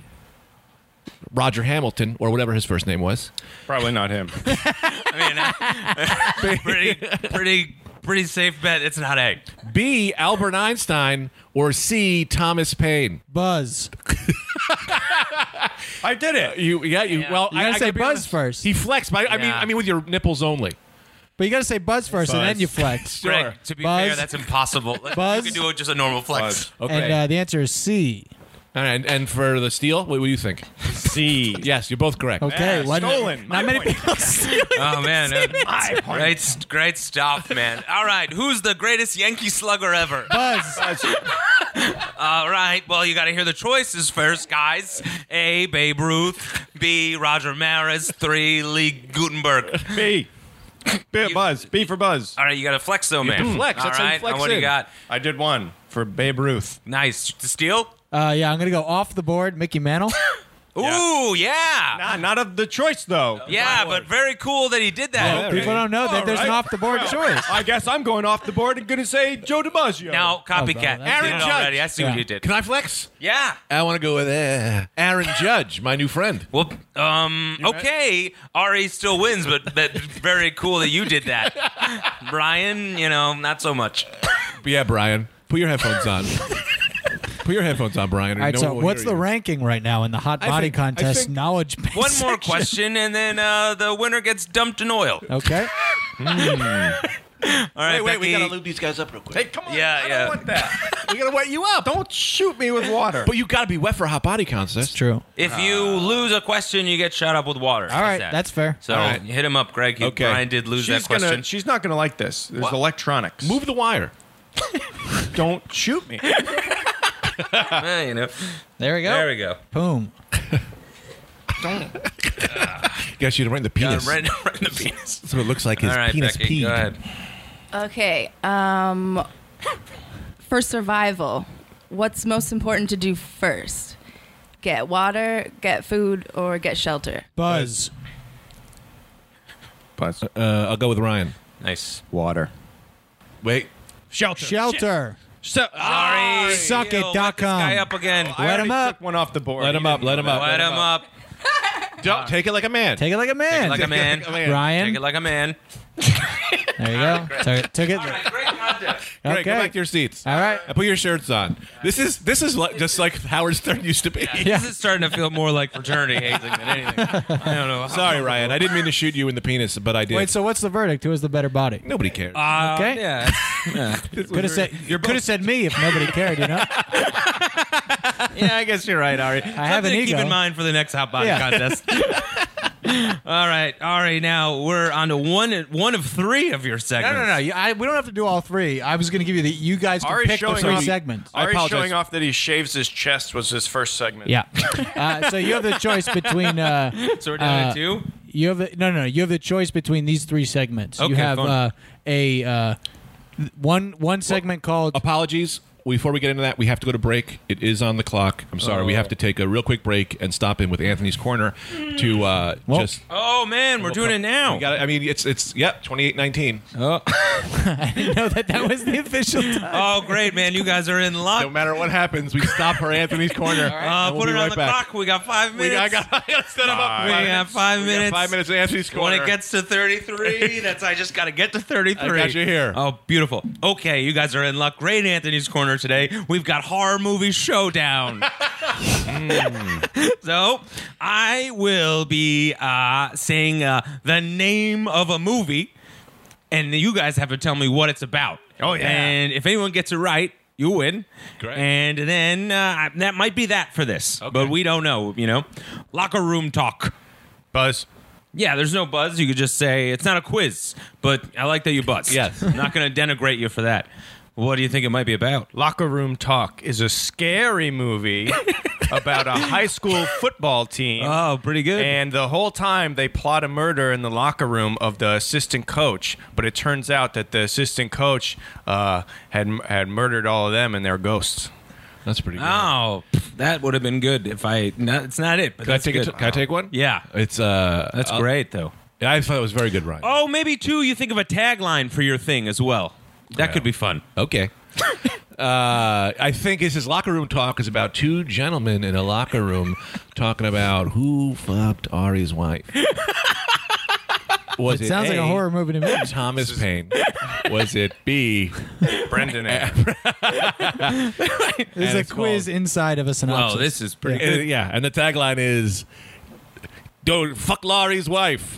[SPEAKER 1] Roger Hamilton, or whatever his first name was?
[SPEAKER 4] Probably not him.
[SPEAKER 2] I mean, uh, pretty, pretty pretty safe bet it's not egg.
[SPEAKER 1] B. Albert Einstein or C. Thomas Paine.
[SPEAKER 3] Buzz.
[SPEAKER 4] I did it.
[SPEAKER 1] Uh, You yeah you well
[SPEAKER 3] You
[SPEAKER 1] I
[SPEAKER 3] gotta
[SPEAKER 1] I
[SPEAKER 3] say
[SPEAKER 1] gotta be
[SPEAKER 3] Buzz
[SPEAKER 1] honest.
[SPEAKER 3] first.
[SPEAKER 1] He flexed, but I, I mean
[SPEAKER 2] Yeah.
[SPEAKER 1] I mean with your nipples only.
[SPEAKER 3] But you got to say Buzz first, and then you flex.
[SPEAKER 1] Sure.
[SPEAKER 2] Greg, to be
[SPEAKER 3] Buzz.
[SPEAKER 2] fair, that's impossible.
[SPEAKER 3] Buzz.
[SPEAKER 2] You can do it just a normal flex.
[SPEAKER 1] Okay.
[SPEAKER 3] And uh, the answer is C.
[SPEAKER 1] and and for the steal, what, what do you think?
[SPEAKER 4] C.
[SPEAKER 1] Yes, you're both correct.
[SPEAKER 3] Okay,
[SPEAKER 4] Yeah,
[SPEAKER 3] one- Not
[SPEAKER 4] stolen. My
[SPEAKER 3] many
[SPEAKER 4] point.
[SPEAKER 3] people.
[SPEAKER 2] Oh man, uh, great, great stuff, man. All right, who's the greatest Yankee slugger ever?
[SPEAKER 3] Buzz.
[SPEAKER 2] All right, well you got to hear the choices first, guys. A. Babe Ruth. B. Roger Maris. Three. Lee Gutenberg.
[SPEAKER 4] B. B. Buzz. B for Buzz.
[SPEAKER 2] All right, you got to flex though, man.
[SPEAKER 1] can flex.
[SPEAKER 2] All
[SPEAKER 1] That's how you
[SPEAKER 2] right,
[SPEAKER 1] flex
[SPEAKER 2] and what do
[SPEAKER 1] in.
[SPEAKER 2] you got?
[SPEAKER 4] I did one for Babe Ruth.
[SPEAKER 2] Nice. The steal.
[SPEAKER 3] Uh, yeah, I'm gonna go off the board. Mickey Mantle.
[SPEAKER 2] Ooh, yeah.
[SPEAKER 4] Nah, not of the choice though.
[SPEAKER 2] Yeah, but very cool that he did that.
[SPEAKER 4] Yeah,
[SPEAKER 3] People
[SPEAKER 4] right.
[SPEAKER 3] don't know that
[SPEAKER 4] All
[SPEAKER 3] there's an
[SPEAKER 4] right.
[SPEAKER 3] off the board choice.
[SPEAKER 4] I guess I'm going off the board and gonna say Joe DiMaggio.
[SPEAKER 2] Now copycat.
[SPEAKER 3] Oh, well, that's-
[SPEAKER 2] Aaron
[SPEAKER 1] Yeah.
[SPEAKER 2] Judge. Already. I see what
[SPEAKER 3] Yeah.
[SPEAKER 2] you did.
[SPEAKER 1] Can I flex?
[SPEAKER 2] Yeah.
[SPEAKER 1] I want to go with uh, Aaron Judge, my new friend.
[SPEAKER 2] Well, um, okay. Ari still wins, but but very cool that you did that. Brian, you know, not so much.
[SPEAKER 1] Yeah, Brian, put your headphones on. put your headphones on, Brian.
[SPEAKER 3] All right, so what's the ranking right now in the hot body
[SPEAKER 1] think- I
[SPEAKER 3] contest
[SPEAKER 1] think-
[SPEAKER 3] knowledge
[SPEAKER 2] One
[SPEAKER 3] base?
[SPEAKER 2] more
[SPEAKER 3] section?
[SPEAKER 2] question, and then uh, the winner gets dumped in oil. All
[SPEAKER 3] Okay.
[SPEAKER 2] right, Becky.
[SPEAKER 8] lube these guys up real quick.
[SPEAKER 4] hey, come on.
[SPEAKER 2] Yeah,
[SPEAKER 4] I
[SPEAKER 2] yeah.
[SPEAKER 4] Don't want that.
[SPEAKER 1] We gotta wet you up.
[SPEAKER 4] don't shoot me with water.
[SPEAKER 1] But you gotta be wet for a hot body contest.
[SPEAKER 3] It's true.
[SPEAKER 2] if you lose a question, you get shot up with water.
[SPEAKER 3] Ah. All right, that's fair.
[SPEAKER 2] So
[SPEAKER 1] right.
[SPEAKER 2] hit him up, Greg. He,
[SPEAKER 1] Okay.
[SPEAKER 2] Brian did lose
[SPEAKER 4] she's
[SPEAKER 2] that question.
[SPEAKER 4] gonna. She's not gonna like this. There's
[SPEAKER 2] What?
[SPEAKER 4] electronics.
[SPEAKER 1] Move the wire.
[SPEAKER 4] Don't shoot me.
[SPEAKER 2] Eh, you know.
[SPEAKER 3] There we go.
[SPEAKER 2] There we go. Uh,
[SPEAKER 3] Boom.
[SPEAKER 1] Guess you'd right in the penis.
[SPEAKER 2] Got him right, right in the penis.
[SPEAKER 1] So it looks like his
[SPEAKER 2] All right,
[SPEAKER 1] penis peed.
[SPEAKER 2] Becky. Go ahead.
[SPEAKER 5] Okay. Um, for survival, what's most important to do first? Get water, get food, or get shelter.
[SPEAKER 3] Buzz.
[SPEAKER 4] Buzz.
[SPEAKER 1] Uh, I'll go with Ryan.
[SPEAKER 2] Nice.
[SPEAKER 4] Water.
[SPEAKER 1] Wait.
[SPEAKER 4] Shelter.
[SPEAKER 3] Shelter.
[SPEAKER 4] So,
[SPEAKER 2] Ari,
[SPEAKER 3] Suck
[SPEAKER 2] you
[SPEAKER 3] it
[SPEAKER 2] know,
[SPEAKER 3] dot
[SPEAKER 2] let this
[SPEAKER 3] com.
[SPEAKER 2] guy up again.
[SPEAKER 4] I already
[SPEAKER 3] him up.
[SPEAKER 4] took One off the board.
[SPEAKER 1] Let him
[SPEAKER 4] He
[SPEAKER 1] up.
[SPEAKER 4] didn't
[SPEAKER 1] Let
[SPEAKER 4] know
[SPEAKER 1] him
[SPEAKER 4] that.
[SPEAKER 1] up.
[SPEAKER 2] Let him up.
[SPEAKER 1] Don't Uh, take it like a man.
[SPEAKER 3] Take it like a man.
[SPEAKER 2] Like a man. Take
[SPEAKER 3] Ryan.
[SPEAKER 2] it like a man.
[SPEAKER 3] there you go. Took it. Took it.
[SPEAKER 2] Great contest.
[SPEAKER 1] Greg,
[SPEAKER 3] Okay.
[SPEAKER 1] go back to your seats.
[SPEAKER 3] All right.
[SPEAKER 1] And put your shirts on. This is this is like, just like Howard Stern used to be.
[SPEAKER 2] This is starting to feel more like fraternity hazing than anything. I don't know.
[SPEAKER 1] Sorry, Ryan. I didn't mean to shoot you in the penis, but I did.
[SPEAKER 3] Wait. So what's the verdict? Who has the better body?
[SPEAKER 1] Nobody cares.
[SPEAKER 2] Uh,
[SPEAKER 3] Okay.
[SPEAKER 2] Yeah.
[SPEAKER 3] Could have said. You could have said me if nobody cared. You know.
[SPEAKER 2] Yeah, I guess you're right, Ari.
[SPEAKER 3] I have an
[SPEAKER 2] Something to
[SPEAKER 3] ego.
[SPEAKER 2] keep in mind for the next hot body
[SPEAKER 3] Yeah.
[SPEAKER 2] contest. all right, Ari. Now we're on to one one of three of your
[SPEAKER 3] No,
[SPEAKER 2] segments.
[SPEAKER 3] no, no. You, I, we don't have to do all three. I was going to give you the. You guys can
[SPEAKER 4] Ari's
[SPEAKER 3] pick the
[SPEAKER 4] showing
[SPEAKER 3] three
[SPEAKER 4] off-
[SPEAKER 3] segments.
[SPEAKER 1] I
[SPEAKER 4] Ari's
[SPEAKER 1] apologize.
[SPEAKER 4] showing off that he shaves his chest was his first segment.
[SPEAKER 3] Yeah. uh, so you have the choice between. Uh,
[SPEAKER 2] So we're down to
[SPEAKER 3] Uh,
[SPEAKER 2] two.
[SPEAKER 3] You have the, no, no, no. You have the choice between these three segments.
[SPEAKER 2] Okay,
[SPEAKER 3] you have
[SPEAKER 2] fine.
[SPEAKER 3] uh, a uh, th- one one segment called
[SPEAKER 1] Apologies. Before we get into that, we have to go to break. It is on the clock. I'm sorry. We have to take a real quick break and stop in with Anthony's corner to uh,
[SPEAKER 3] Well-
[SPEAKER 1] just.
[SPEAKER 2] Oh man, we're doing it now.
[SPEAKER 1] We got I mean, it's it's yep. 2819.
[SPEAKER 3] no that that was the official time.
[SPEAKER 2] oh great, man! You guys are in luck.
[SPEAKER 1] No matter what happens, we stop for Anthony's corner.
[SPEAKER 2] Uh,
[SPEAKER 1] and we'll
[SPEAKER 2] put
[SPEAKER 1] be
[SPEAKER 2] it
[SPEAKER 1] right
[SPEAKER 2] on the
[SPEAKER 1] back.
[SPEAKER 2] clock. We got five
[SPEAKER 1] We
[SPEAKER 2] minutes.
[SPEAKER 1] got, I got, I got to set him up.
[SPEAKER 2] We got five
[SPEAKER 1] We got
[SPEAKER 2] minutes.
[SPEAKER 1] Five minutes. to Anthony's corner.
[SPEAKER 2] When it gets to 33, that's I just got to get to 33.
[SPEAKER 1] I got you here.
[SPEAKER 2] Oh, beautiful. Okay, you guys are in luck. Great Anthony's corner today. We've got horror movie showdown. Hmm. so I will be uh, saying uh, the name of a movie, and you guys have to tell me what it's about.
[SPEAKER 4] Oh, yeah.
[SPEAKER 2] And if anyone gets it right. You win,
[SPEAKER 1] Great.
[SPEAKER 2] and then uh, I- that might be that for this, but we don't know. You know, locker room talk.
[SPEAKER 4] Buzz.
[SPEAKER 2] Yeah, there's no buzz. You could just say it's not a quiz, but I like that you buzz.
[SPEAKER 1] Yes.
[SPEAKER 2] I'm not going to denigrate you for that. What do you think it might be about?
[SPEAKER 4] Locker Room Talk is a scary movie about a high school football team.
[SPEAKER 2] Oh, pretty good.
[SPEAKER 4] And the whole time they plot a murder in the locker room of the assistant coach, but it turns out that the assistant coach uh, had had murdered all of them and they're ghosts.
[SPEAKER 1] That's pretty good.
[SPEAKER 2] oh, that would have been good if I. No, it's not it. But
[SPEAKER 1] can I
[SPEAKER 2] that's
[SPEAKER 1] take
[SPEAKER 2] good.
[SPEAKER 1] it? Can I take one?
[SPEAKER 2] Yeah,
[SPEAKER 1] It's uh.
[SPEAKER 2] that's
[SPEAKER 1] uh,
[SPEAKER 2] great though.
[SPEAKER 1] I thought it was very good, Ryan.
[SPEAKER 2] Oh, maybe too. You think of a tagline for your thing as well. That could be fun.
[SPEAKER 1] Okay. uh, I think this is locker room talk is about two gentlemen in a locker room talking about who fucked Ari's wife. Was
[SPEAKER 3] It sounds like a horror movie to me.
[SPEAKER 1] Thomas Paine. Was it B?
[SPEAKER 4] Brendan A.
[SPEAKER 3] There's a quiz inside of a synopsis.
[SPEAKER 2] Wow, this is pretty
[SPEAKER 1] And- yeah, and the tagline is "Don't fuck Laurie's wife."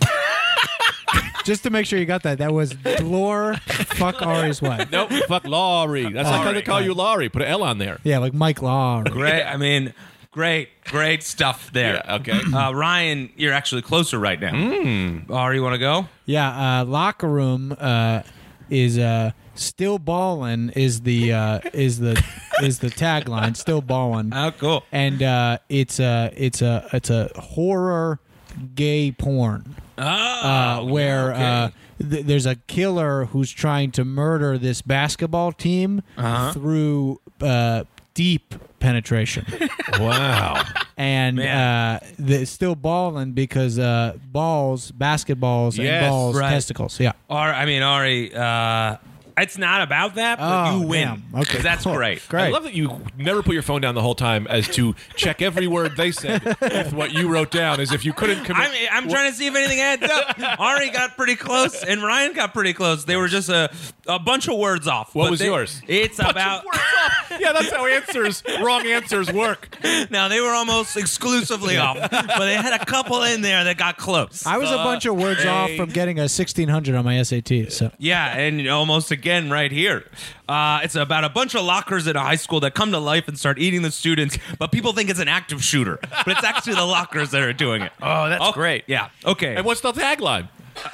[SPEAKER 3] Just to make sure you got that, that was Glor fuck Ari's wife.
[SPEAKER 1] nope, fuck Laurie. That's like how they
[SPEAKER 2] Laurie.
[SPEAKER 1] call you Laurie. Put an L on there.
[SPEAKER 3] Yeah, like Mike Law.
[SPEAKER 2] Great. I mean, great, great stuff there.
[SPEAKER 1] Yeah, okay.
[SPEAKER 2] Uh, Ryan, you're actually closer right now. Ari, you want to go?
[SPEAKER 3] Yeah, uh, locker room uh, is uh, still ballin' is the uh, is the is the tagline still ballin',
[SPEAKER 2] Oh, cool.
[SPEAKER 3] and uh, it's a it's a it's a horror gay porn
[SPEAKER 1] Oh,
[SPEAKER 3] uh, where uh, th- there's a killer who's trying to murder this basketball team
[SPEAKER 1] Uh-huh.
[SPEAKER 3] through uh, deep penetration
[SPEAKER 1] Wow.
[SPEAKER 3] and uh, the, still balling because uh, balls, basketballs,
[SPEAKER 1] Yes.
[SPEAKER 3] and balls,
[SPEAKER 2] Right.
[SPEAKER 3] testicles. Yeah.
[SPEAKER 2] Ari, I mean, Ari, uh, it's not about that, but
[SPEAKER 3] Oh,
[SPEAKER 2] you win.
[SPEAKER 3] damn. Okay,
[SPEAKER 2] 'Cause that's
[SPEAKER 3] cool.
[SPEAKER 2] great.
[SPEAKER 3] Great.
[SPEAKER 1] I love that you never put your phone down the whole time as to check every word they said with what you wrote down, as if you couldn't commit.
[SPEAKER 2] I'm, I'm trying to see if anything adds up. Ari got pretty close, and Ryan got pretty close. They were just a, a bunch of words off.
[SPEAKER 1] What
[SPEAKER 2] but
[SPEAKER 1] was
[SPEAKER 2] they-
[SPEAKER 1] yours?
[SPEAKER 2] It's about
[SPEAKER 1] yeah, that's how answers, wrong answers work.
[SPEAKER 2] now. They were almost exclusively off, but they had a couple in there that got close. Uh,
[SPEAKER 3] I was a bunch of words off from getting a 1600 on my SAT. So
[SPEAKER 2] Yeah, and almost again right here. Uh, it's about a bunch of lockers at a high school that come to life and start eating the students, but people think it's an active shooter. But it's actually the lockers that are doing it.
[SPEAKER 4] Oh, that's
[SPEAKER 2] Oh,
[SPEAKER 4] great.
[SPEAKER 2] Yeah. Okay.
[SPEAKER 1] And what's the tagline?
[SPEAKER 2] Uh,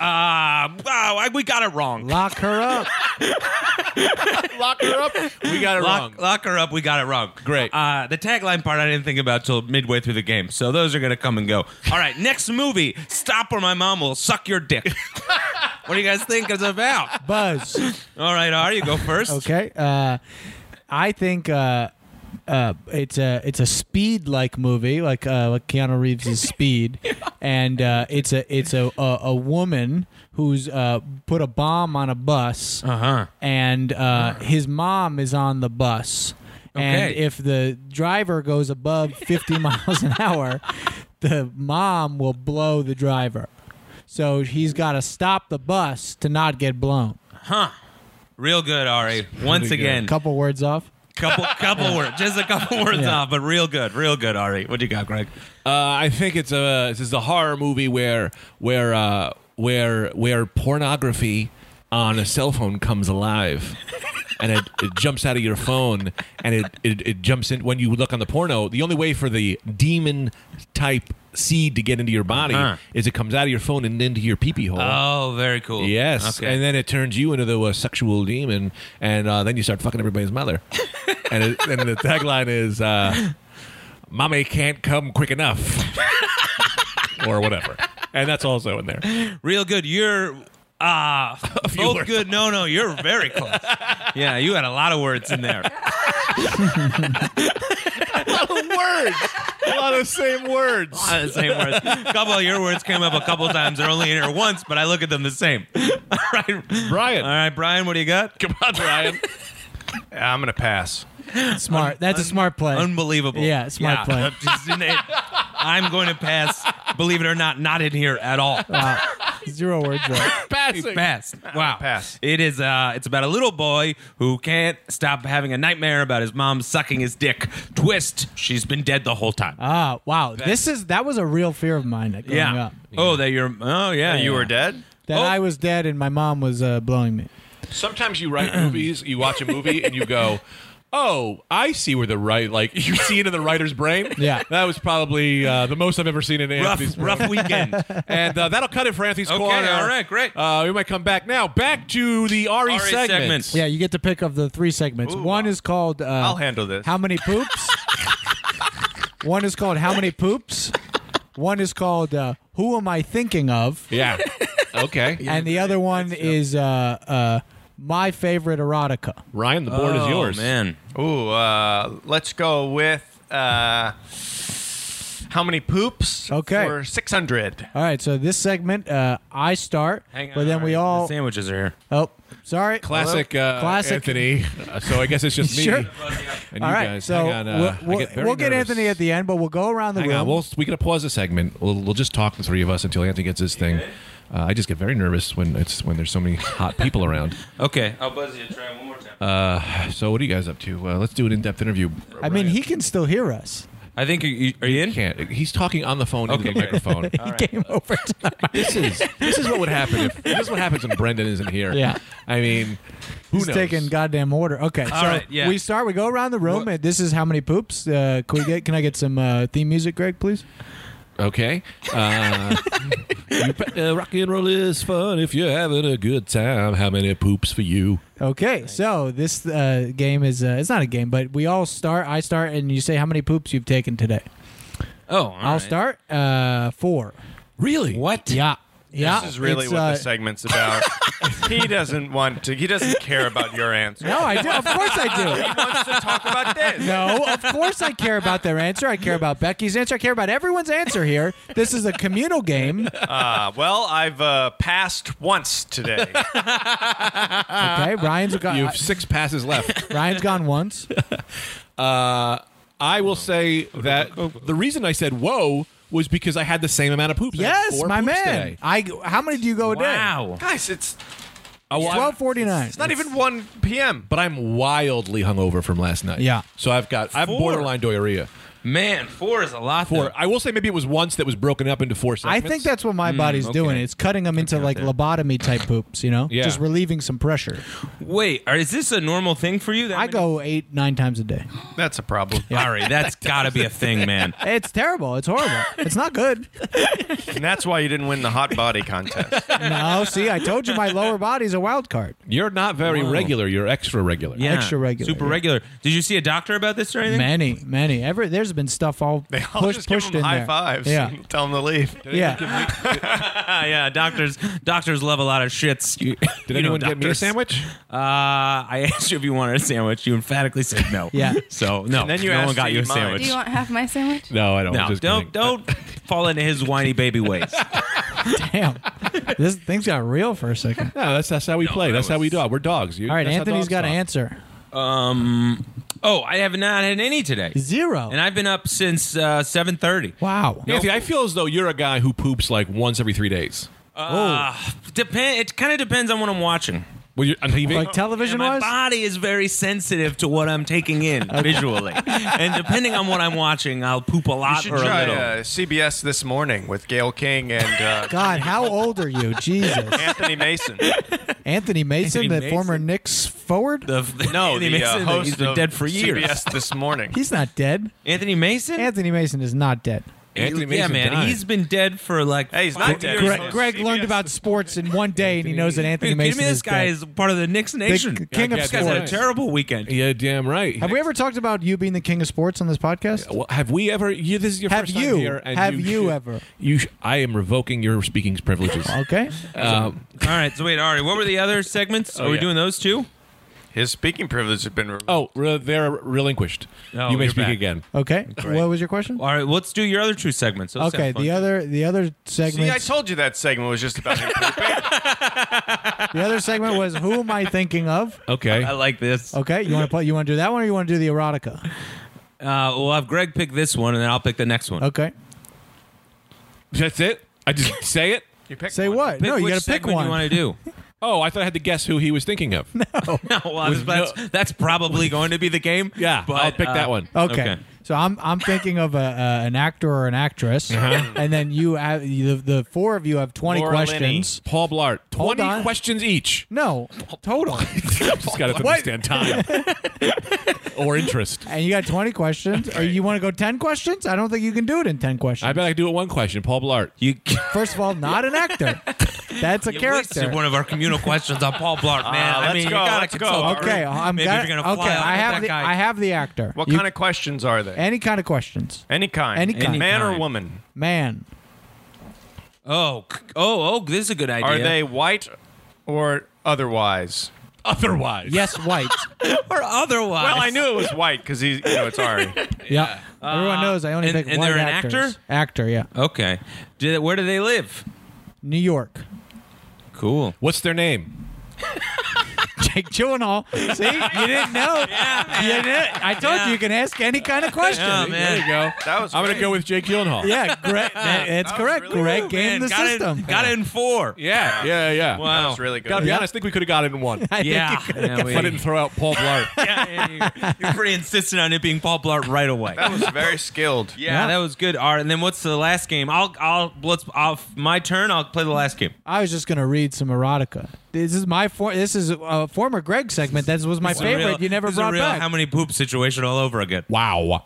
[SPEAKER 2] wow, I, we got it wrong.
[SPEAKER 3] lock her up.
[SPEAKER 1] Lock her up. We got it wrong.
[SPEAKER 2] Lock, lock her up. We got it wrong.
[SPEAKER 1] Great.
[SPEAKER 2] Uh, the tagline part I didn't think about till midway through the game, so those are gonna come and go. All right, next movie. Stop or my mom will suck your dick. what do you guys think it's about?
[SPEAKER 3] Buzz.
[SPEAKER 2] All right, Ari, you go first.
[SPEAKER 3] Okay. Uh, I think. Uh, uh, it's a it's a speed like movie like uh, like Keanu Reeves' Speed, and uh, it's a it's a, a a woman who's uh, put a bomb on a bus,
[SPEAKER 2] Uh huh.
[SPEAKER 3] and uh, his mom is on the bus. And
[SPEAKER 2] Okay.
[SPEAKER 3] if the driver goes above 50 miles an hour, the mom will blow the driver. So he's got to stop the bus to not get blown.
[SPEAKER 2] Real good, Ari. Once again,
[SPEAKER 3] Couple words off.
[SPEAKER 2] couple couple words, just a couple words
[SPEAKER 3] Yeah.
[SPEAKER 2] off, but real good, real good, Ari. What do you got, Greg?
[SPEAKER 1] Uh, I think it's a this is a horror movie where where uh, where where pornography on a cell phone comes alive. And it, it jumps out of your phone, and it, it, it jumps in when you look on the porno. The only way for the demon type seed to get into your body
[SPEAKER 2] Uh-huh.
[SPEAKER 1] is it comes out of your phone and into your pee pee hole.
[SPEAKER 2] Oh, very cool.
[SPEAKER 1] Yes,
[SPEAKER 2] Okay.
[SPEAKER 1] and then it turns you into the uh, sexual demon, and uh, then you start fucking everybody's mother. and, it, and the tagline is, uh, "Mommy can't come quick enough," or whatever. And that's also in there.
[SPEAKER 2] real good. You're uh
[SPEAKER 1] few
[SPEAKER 2] both
[SPEAKER 1] words.
[SPEAKER 2] good. No, no, you're very close. yeah, you had a lot of words in there.
[SPEAKER 1] words, a lot of same words.
[SPEAKER 2] Uh, same words. A couple of your words came up a couple times. They're only in here once, but I look at them the same. All right.
[SPEAKER 1] Brian,
[SPEAKER 2] All right, Brian, what do you got?
[SPEAKER 1] come on, Brian.
[SPEAKER 4] I'm gonna pass.
[SPEAKER 3] Smart. That's a smart play.
[SPEAKER 2] Unbelievable.
[SPEAKER 3] Yeah, smart play.
[SPEAKER 2] Just in it. I'm going to pass, believe it or not, not in here at all.
[SPEAKER 3] Zero words off.
[SPEAKER 1] Passing.
[SPEAKER 2] Pass. Wow.
[SPEAKER 4] Pass.
[SPEAKER 2] It is uh it's about a little boy who can't stop having a nightmare about his mom sucking his dick. Twist, she's been dead the whole time.
[SPEAKER 3] Ah, wow. This is that was a real fear of mine growing
[SPEAKER 2] yeah.
[SPEAKER 3] up.
[SPEAKER 2] Oh, that you're oh yeah.
[SPEAKER 4] You were dead.
[SPEAKER 3] That
[SPEAKER 2] Oh.
[SPEAKER 3] I was dead and my mom was uh, blowing me.
[SPEAKER 1] Sometimes you write movies, you watch a movie, and you go. Oh, I see where the right like you see it in the writer's brain.
[SPEAKER 3] Yeah.
[SPEAKER 1] that was probably uh, the most I've ever seen in Anthony's
[SPEAKER 2] rough rough weekend.
[SPEAKER 1] And uh, that'll cut it for Anthony's
[SPEAKER 2] Okay,
[SPEAKER 1] corner.
[SPEAKER 2] all right, great.
[SPEAKER 1] Uh, we might come back now. Back to the E Ari,
[SPEAKER 2] Ari segments.
[SPEAKER 3] Yeah, you get to pick of the three segments. One is called uh,
[SPEAKER 4] I'll handle this.
[SPEAKER 3] How many poops? One is called How many poops? One is called uh, Who am I thinking of?
[SPEAKER 1] Yeah. Okay.
[SPEAKER 3] And the other one is uh, uh, My favorite erotica.
[SPEAKER 1] Ryan, the board is yours.
[SPEAKER 2] Oh, man.
[SPEAKER 4] Ooh, uh, let's go with uh, how many poops?
[SPEAKER 3] Okay.
[SPEAKER 4] For 600.
[SPEAKER 3] All right, so this segment uh, I start, but then we all.
[SPEAKER 2] sandwiches are here.
[SPEAKER 3] Oh, sorry.
[SPEAKER 1] Classic, uh,
[SPEAKER 3] Classic.
[SPEAKER 1] Anthony. Uh, so I guess it's just me
[SPEAKER 3] Sure.
[SPEAKER 1] and you
[SPEAKER 3] All right,
[SPEAKER 1] guys.
[SPEAKER 3] so
[SPEAKER 1] Hang on, uh,
[SPEAKER 3] we'll,
[SPEAKER 1] I
[SPEAKER 3] we'll,
[SPEAKER 1] get very
[SPEAKER 3] we'll get
[SPEAKER 1] nervous.
[SPEAKER 3] Anthony at the end, but we'll go around the
[SPEAKER 1] Hang
[SPEAKER 3] room.
[SPEAKER 1] on, we'll, we gotta pause the segment. We'll, we'll just talk the three of us until Anthony gets his thing. Uh, I just get very nervous when it's when there's so many hot people around.
[SPEAKER 2] Okay, I'll buzz you. Try one more time.
[SPEAKER 1] So what are you guys up to? Uh, let's do an in-depth interview.
[SPEAKER 3] I mean, he can still hear us.
[SPEAKER 2] I think you- you, are you in?
[SPEAKER 1] can't. He's talking on the phone into
[SPEAKER 2] Okay,
[SPEAKER 1] the
[SPEAKER 2] great.
[SPEAKER 1] microphone.
[SPEAKER 3] He came over to
[SPEAKER 1] this is this is what would happen if this is what happens when Brendan isn't here.
[SPEAKER 3] Yeah.
[SPEAKER 1] I mean, who
[SPEAKER 3] He's
[SPEAKER 1] knows?
[SPEAKER 3] taking goddamn order. Okay, so
[SPEAKER 2] right, yeah.
[SPEAKER 3] we start. We go around the room. and This is how many poops. Uh, can we get? Can I get some uh, theme music, Greg, please?
[SPEAKER 1] Okay. Uh, you, pe- uh, rock and roll is fun if you're having a good time. How many poops for you?
[SPEAKER 3] Okay, so this uh, game is uh, it's not a game, but we all start. I start, and you say how many poops you've taken today.
[SPEAKER 2] Oh, all
[SPEAKER 3] I'll
[SPEAKER 2] right.
[SPEAKER 3] start. Uh, four.
[SPEAKER 1] Really?
[SPEAKER 2] What?
[SPEAKER 3] Yeah. Yeah.
[SPEAKER 4] This is really
[SPEAKER 3] it's,
[SPEAKER 4] what
[SPEAKER 3] uh,
[SPEAKER 4] the segment's about. he doesn't want to. He doesn't care about your answer.
[SPEAKER 3] No, I do. Of course I do.
[SPEAKER 4] wants to talk about this.
[SPEAKER 3] No, of course I care about their answer. I care about Becky's answer. I care about everyone's answer here. This is a communal game.
[SPEAKER 4] Uh, well, I've uh, passed once today.
[SPEAKER 3] Okay, Ryan's got
[SPEAKER 1] You have six passes left.
[SPEAKER 3] Ryan's gone once.
[SPEAKER 1] I will say that the reason I said whoa was because I had the same amount of poops. I had
[SPEAKER 3] Yes,
[SPEAKER 1] four
[SPEAKER 3] my
[SPEAKER 1] poops
[SPEAKER 3] man.
[SPEAKER 1] today.
[SPEAKER 3] I how many do you go a day?
[SPEAKER 2] Wow.
[SPEAKER 4] Guys, it's
[SPEAKER 1] Oh, well, I'm-
[SPEAKER 3] Twelve forty nine.
[SPEAKER 4] it's not even 1 p.m.
[SPEAKER 1] But I'm wildly hungover from last night.
[SPEAKER 3] Yeah.
[SPEAKER 1] So I've got I'm
[SPEAKER 2] Four.
[SPEAKER 1] borderline diarrhea.
[SPEAKER 2] Man, four is a lot.
[SPEAKER 1] Four.
[SPEAKER 2] though.
[SPEAKER 1] I will say maybe it was once that was broken up into four
[SPEAKER 3] I
[SPEAKER 1] segments.
[SPEAKER 3] think that's what my body's doing. It's cutting them into like lobotomy type poops, you know,
[SPEAKER 1] Yeah.
[SPEAKER 3] just relieving some pressure.
[SPEAKER 2] Wait, are, is this a normal thing for you? That
[SPEAKER 3] I
[SPEAKER 2] many-
[SPEAKER 3] go eight nine times a day.
[SPEAKER 4] That's a problem.
[SPEAKER 2] Sorry, that's got to be a thing, man.
[SPEAKER 3] It's terrible. It's horrible. It's not good.
[SPEAKER 4] And that's why you didn't win the hot body contest.
[SPEAKER 3] No, see, I told you my lower body's a wild card.
[SPEAKER 1] You're not very regular. You're extra regular.
[SPEAKER 2] Yeah,
[SPEAKER 3] Extra regular,
[SPEAKER 2] super
[SPEAKER 3] yeah.
[SPEAKER 2] regular. Did you see a doctor about this or anything?
[SPEAKER 3] Many, many. Every there's been stuff all,
[SPEAKER 4] They all
[SPEAKER 3] push,
[SPEAKER 4] just give
[SPEAKER 3] pushed
[SPEAKER 4] him
[SPEAKER 3] in
[SPEAKER 4] high
[SPEAKER 3] there.
[SPEAKER 4] fives
[SPEAKER 3] Yeah,
[SPEAKER 4] and tell him to leave.
[SPEAKER 3] yeah.
[SPEAKER 2] Ah, yeah, doctors. Doctors love a lot of shits. You-
[SPEAKER 1] Did
[SPEAKER 2] you know
[SPEAKER 1] anyone get me a
[SPEAKER 2] doctors.
[SPEAKER 1] sandwich?
[SPEAKER 2] Uh, I asked you if you wanted a sandwich. You emphatically said no.
[SPEAKER 3] Yeah.
[SPEAKER 2] So no.
[SPEAKER 4] then you
[SPEAKER 2] no one
[SPEAKER 4] asked
[SPEAKER 2] got
[SPEAKER 4] to
[SPEAKER 2] you a
[SPEAKER 4] eat mine.
[SPEAKER 5] Do
[SPEAKER 2] sandwich.
[SPEAKER 5] you want half my sandwich?
[SPEAKER 1] No, I don't.
[SPEAKER 2] no,
[SPEAKER 1] Just
[SPEAKER 2] don't
[SPEAKER 1] kidding.
[SPEAKER 2] don't fall into his whiny baby ways.
[SPEAKER 3] Damn, this things got real for a second.
[SPEAKER 1] No, that's that's how we play. That's
[SPEAKER 2] that
[SPEAKER 1] how we
[SPEAKER 2] was-
[SPEAKER 1] do. it. We're dogs. You,
[SPEAKER 3] All right,
[SPEAKER 1] that's how
[SPEAKER 3] Anthony's
[SPEAKER 1] dogs
[SPEAKER 3] got to
[SPEAKER 1] talk.
[SPEAKER 3] answer.
[SPEAKER 2] Um. Oh, I have not had any today,
[SPEAKER 3] Zero.
[SPEAKER 2] and I've been up since uh, seven thirty.
[SPEAKER 3] wow.
[SPEAKER 1] Anthony, I feel as though you're a guy who poops like once every three days.
[SPEAKER 2] Uh, depend. It kind of depends on what I'm watching.
[SPEAKER 1] Well, you're on TV.
[SPEAKER 3] Like
[SPEAKER 2] And
[SPEAKER 3] television
[SPEAKER 2] my
[SPEAKER 3] wise.
[SPEAKER 2] body is very sensitive to what I'm taking in visually, and depending on what I'm watching, I'll poop a
[SPEAKER 4] You
[SPEAKER 2] lot
[SPEAKER 4] should
[SPEAKER 2] or a
[SPEAKER 4] try
[SPEAKER 2] little.
[SPEAKER 4] uh, CBS This Morning with Gail King and uh,
[SPEAKER 3] God, how old are you? Jesus.
[SPEAKER 4] Anthony Mason.
[SPEAKER 3] Anthony Mason,
[SPEAKER 2] Anthony
[SPEAKER 3] the
[SPEAKER 2] Mason?
[SPEAKER 3] former Knicks forward.
[SPEAKER 2] The-
[SPEAKER 4] No,
[SPEAKER 2] Anthony
[SPEAKER 4] the uh,
[SPEAKER 2] Mason,
[SPEAKER 4] host
[SPEAKER 2] he's been
[SPEAKER 4] of
[SPEAKER 2] dead for years.
[SPEAKER 4] CBS This Morning.
[SPEAKER 3] He's not dead.
[SPEAKER 2] Anthony Mason.
[SPEAKER 3] Anthony Mason is not dead.
[SPEAKER 1] Anthony
[SPEAKER 2] yeah,
[SPEAKER 1] Mason
[SPEAKER 2] man,
[SPEAKER 1] died.
[SPEAKER 2] he's been dead for like.
[SPEAKER 4] Hey, he's
[SPEAKER 2] five
[SPEAKER 4] not dead.
[SPEAKER 2] years.
[SPEAKER 4] He's
[SPEAKER 3] Greg, Greg learned about sports in one day, and he knows that
[SPEAKER 2] Are
[SPEAKER 3] Anthony
[SPEAKER 2] you kidding
[SPEAKER 3] Mason
[SPEAKER 2] me? This
[SPEAKER 3] is
[SPEAKER 2] guy
[SPEAKER 3] dead.
[SPEAKER 2] is part of the Knicks nation.
[SPEAKER 3] the king of
[SPEAKER 1] Yeah,
[SPEAKER 2] this guy's had a
[SPEAKER 1] Nice.
[SPEAKER 3] sports.
[SPEAKER 2] terrible weekend.
[SPEAKER 1] yeah, damn right.
[SPEAKER 3] Have we ever talked about you being the king of sports on this podcast?
[SPEAKER 1] Well, have we ever? You, this is your
[SPEAKER 3] Have
[SPEAKER 1] first time
[SPEAKER 3] you?
[SPEAKER 1] here. And
[SPEAKER 3] Have you
[SPEAKER 1] should-
[SPEAKER 3] ever?
[SPEAKER 1] You. Sh- I am revoking your speaking privileges.
[SPEAKER 3] Okay.
[SPEAKER 1] Um,
[SPEAKER 2] All right, so wait, Ari, what were the other segments? Are we
[SPEAKER 1] yeah.
[SPEAKER 2] doing those too?
[SPEAKER 4] His speaking privilege had been. revoked.
[SPEAKER 1] oh, re- they're relinquished.
[SPEAKER 2] Oh,
[SPEAKER 1] you may
[SPEAKER 2] you're
[SPEAKER 1] speak
[SPEAKER 2] back.
[SPEAKER 1] again.
[SPEAKER 3] Okay. What was your question?
[SPEAKER 2] All right, let's do your other two segments. Those
[SPEAKER 3] Okay.
[SPEAKER 2] sound fun.
[SPEAKER 3] The other the other
[SPEAKER 4] See, I
[SPEAKER 3] segment
[SPEAKER 4] told you that segment was just about him pooping.
[SPEAKER 3] the other segment was who am I thinking of?
[SPEAKER 1] Okay.
[SPEAKER 2] I like this. Uh,
[SPEAKER 3] Okay. You want to play? You want to do that one, or you want to do the erotica?
[SPEAKER 2] Uh, we'll have Greg pick this one, and then I'll pick the next one.
[SPEAKER 3] Okay.
[SPEAKER 1] That's it. I just say it.
[SPEAKER 4] You picked
[SPEAKER 3] Say
[SPEAKER 4] one.
[SPEAKER 3] what?
[SPEAKER 2] Pick
[SPEAKER 3] no, you
[SPEAKER 2] which
[SPEAKER 3] got to pick
[SPEAKER 2] segment
[SPEAKER 3] one.
[SPEAKER 2] you want to do.
[SPEAKER 1] Oh, I thought I had to guess who he was thinking of.
[SPEAKER 2] no, well,
[SPEAKER 1] With
[SPEAKER 2] that's,
[SPEAKER 1] no-
[SPEAKER 2] that's probably going to be the game.
[SPEAKER 1] Yeah,
[SPEAKER 2] but
[SPEAKER 1] I'll pick
[SPEAKER 2] uh,
[SPEAKER 1] that one.
[SPEAKER 3] Okay.
[SPEAKER 2] Okay.
[SPEAKER 3] So I'm I'm thinking of a, a an actor or an actress, and then you have the, the four of you have twenty
[SPEAKER 4] Laura
[SPEAKER 3] questions.
[SPEAKER 1] Paul Blart.
[SPEAKER 3] Hold
[SPEAKER 1] Twenty
[SPEAKER 3] on.
[SPEAKER 1] questions each.
[SPEAKER 3] No, total.
[SPEAKER 1] just got to understand time or interest.
[SPEAKER 3] and you got twenty questions, or you want to go ten questions? I don't think you can do it in ten questions.
[SPEAKER 1] I bet I could do it one question. Paul Blart.
[SPEAKER 2] You,
[SPEAKER 3] First of all, not an actor. That's a
[SPEAKER 2] you
[SPEAKER 3] character.
[SPEAKER 2] wasted one of our communal questions on Paul Blart, man.
[SPEAKER 4] Ah,
[SPEAKER 2] I
[SPEAKER 4] let's
[SPEAKER 2] mean, you
[SPEAKER 4] go,
[SPEAKER 2] gotta
[SPEAKER 4] let's go,
[SPEAKER 2] consult
[SPEAKER 4] Ari.
[SPEAKER 2] Greg.
[SPEAKER 3] okay, I'm
[SPEAKER 2] Maybe
[SPEAKER 3] gonna,
[SPEAKER 2] if you're gonna fly
[SPEAKER 3] okay.
[SPEAKER 2] out
[SPEAKER 3] I
[SPEAKER 2] with
[SPEAKER 3] have
[SPEAKER 2] that
[SPEAKER 3] the
[SPEAKER 2] guy.
[SPEAKER 3] I have the actor.
[SPEAKER 4] What
[SPEAKER 3] You-
[SPEAKER 4] kind of questions are they?
[SPEAKER 3] any kind of questions?
[SPEAKER 4] Any kind.
[SPEAKER 3] Any kind.
[SPEAKER 4] Man or
[SPEAKER 2] kind.
[SPEAKER 4] woman?
[SPEAKER 3] Man,
[SPEAKER 2] Oh, c- oh, oh! This is a good idea.
[SPEAKER 4] Are they white or otherwise?
[SPEAKER 1] Otherwise,
[SPEAKER 3] yes, white.
[SPEAKER 2] or otherwise?
[SPEAKER 4] Well, I knew it was white because he's, you know, it's Ari.
[SPEAKER 3] yeah, everyone knows I only
[SPEAKER 2] and-
[SPEAKER 3] pick
[SPEAKER 2] and
[SPEAKER 3] white
[SPEAKER 2] they're an
[SPEAKER 3] actors.
[SPEAKER 2] actor?
[SPEAKER 3] Actor, yeah.
[SPEAKER 2] Okay. Did, where do they live?
[SPEAKER 3] New York.
[SPEAKER 2] Cool.
[SPEAKER 1] What's their name?
[SPEAKER 3] Jake Gyllenhaal. See, you didn't know. yeah, you didn't- I told you you can ask any kind of question.
[SPEAKER 2] Yeah, Oh,
[SPEAKER 1] There
[SPEAKER 2] man.
[SPEAKER 1] you go.
[SPEAKER 4] That was
[SPEAKER 1] I'm going
[SPEAKER 4] great.
[SPEAKER 1] to go with Jake Gyllenhaal.
[SPEAKER 3] Yeah, Greg. that- that's
[SPEAKER 4] was
[SPEAKER 3] correct.
[SPEAKER 4] really
[SPEAKER 3] Greg
[SPEAKER 4] good,
[SPEAKER 3] gamed
[SPEAKER 2] Man,
[SPEAKER 3] the
[SPEAKER 2] got
[SPEAKER 3] system.
[SPEAKER 2] It, got it in four.
[SPEAKER 1] Yeah, yeah, yeah.
[SPEAKER 2] Wow.
[SPEAKER 4] That was really good.
[SPEAKER 1] Gotta be honest, I think we could have got it in one. If
[SPEAKER 2] Yeah. yeah, we-
[SPEAKER 1] I didn't throw out Paul Blart.
[SPEAKER 2] yeah, yeah, you- you're pretty insistent on it being Paul Blart right away.
[SPEAKER 4] That was very skilled.
[SPEAKER 2] Yeah, that was good. All right, and then what's the last game? I'll, I'll, let's, I'll, my turn. I'll play the last game.
[SPEAKER 3] I was just gonna read some erotica. This is my for. This is a former Greg segment. That was my
[SPEAKER 2] This is a
[SPEAKER 3] favorite.
[SPEAKER 2] real-
[SPEAKER 3] you never
[SPEAKER 2] this is a
[SPEAKER 3] brought
[SPEAKER 2] real
[SPEAKER 3] back.
[SPEAKER 2] How many poop situation all over again?
[SPEAKER 1] Wow.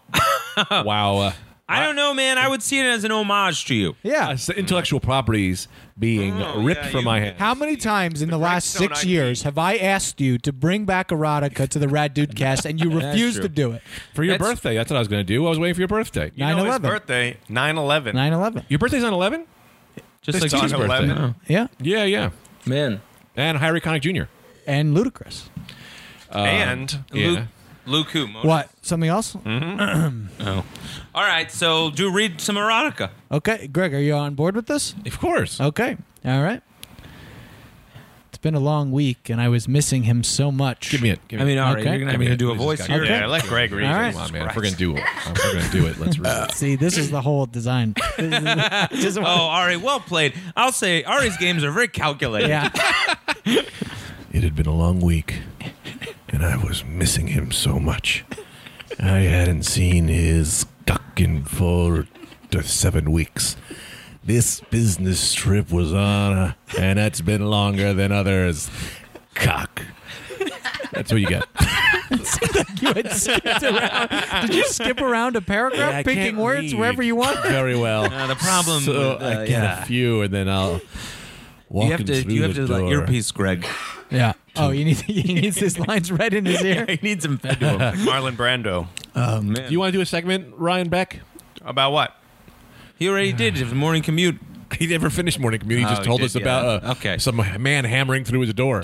[SPEAKER 1] wow. Uh,
[SPEAKER 2] I don't know, man. I would see it as an homage to you.
[SPEAKER 3] yeah.
[SPEAKER 1] uh, intellectual properties being ripped from my hands.
[SPEAKER 3] How many times in the, last
[SPEAKER 4] Blackstone
[SPEAKER 3] six
[SPEAKER 4] IP.
[SPEAKER 3] years have I asked you to bring back erotica to the Rad Dude cast and you refuse
[SPEAKER 2] true.
[SPEAKER 3] to do it?
[SPEAKER 1] For your
[SPEAKER 2] That's-
[SPEAKER 1] birthday. That's what I was going to do. I was waiting for your birthday.
[SPEAKER 4] You know, his
[SPEAKER 3] 9/11.
[SPEAKER 4] birthday, 9/11.
[SPEAKER 3] 9 11.
[SPEAKER 1] Your birthday's on 11?
[SPEAKER 2] Just
[SPEAKER 1] That's
[SPEAKER 2] like
[SPEAKER 1] T's
[SPEAKER 2] on
[SPEAKER 1] birthday.
[SPEAKER 2] eleven.
[SPEAKER 4] No.
[SPEAKER 3] Yeah.
[SPEAKER 1] Yeah, yeah.
[SPEAKER 2] man.
[SPEAKER 1] And Harry Connick Jr.
[SPEAKER 3] And ludicrous.
[SPEAKER 4] and
[SPEAKER 1] Yeah.
[SPEAKER 2] Luke, who? Mona?
[SPEAKER 3] What? Something else?
[SPEAKER 2] All right, so do read some erotica.
[SPEAKER 3] Okay. Greg, are you on board with this?
[SPEAKER 1] Of course.
[SPEAKER 3] Okay. All right. It's been a long week and I was missing him so much.
[SPEAKER 1] Give me it. Give me
[SPEAKER 2] I mean,
[SPEAKER 1] it.
[SPEAKER 2] all right,
[SPEAKER 3] Okay.
[SPEAKER 2] you're gonna
[SPEAKER 1] Give
[SPEAKER 2] have
[SPEAKER 1] me
[SPEAKER 2] to
[SPEAKER 1] it.
[SPEAKER 2] do a
[SPEAKER 1] Please,
[SPEAKER 2] voice
[SPEAKER 1] just
[SPEAKER 2] here.
[SPEAKER 1] gotta-
[SPEAKER 4] yeah, let Greg read.
[SPEAKER 3] All right.
[SPEAKER 1] Come on, man. If we're going to do it, if we're going to do it. Let's read it.
[SPEAKER 3] See, this is the whole design. This is- this is what-
[SPEAKER 2] Oh, Ari, well played. I'll say Ari's games are very calculated.
[SPEAKER 3] Yeah.
[SPEAKER 1] It had been a long week, and I was missing him so much. I hadn't seen his cock in four to seven weeks. This business trip was on, uh, and that's been longer than others. Cock. That's what you got.
[SPEAKER 3] you had skipped around. Did you skip around a paragraph, picking words wherever you want?
[SPEAKER 1] Very well.
[SPEAKER 2] Uh, the problem.
[SPEAKER 1] So
[SPEAKER 2] with, uh,
[SPEAKER 1] I get
[SPEAKER 2] yeah.
[SPEAKER 1] a few, and then I'll walk
[SPEAKER 2] You have to.
[SPEAKER 1] through
[SPEAKER 2] You have
[SPEAKER 1] the
[SPEAKER 2] to like
[SPEAKER 1] door.
[SPEAKER 2] earpiece, Greg.
[SPEAKER 3] Yeah. Oh, you need he needs his lines right in his ear.
[SPEAKER 2] he needs some fed to him.
[SPEAKER 4] Marlon Brando.
[SPEAKER 1] Do you want to do a segment, Ryan Beck?
[SPEAKER 4] About what?
[SPEAKER 2] He already did. It was morning commute.
[SPEAKER 1] He never finished morning commute. He
[SPEAKER 2] Oh,
[SPEAKER 1] just
[SPEAKER 2] he
[SPEAKER 1] told
[SPEAKER 2] did,
[SPEAKER 1] us about
[SPEAKER 2] yeah.
[SPEAKER 1] uh,
[SPEAKER 2] Okay.
[SPEAKER 1] some man hammering through his door.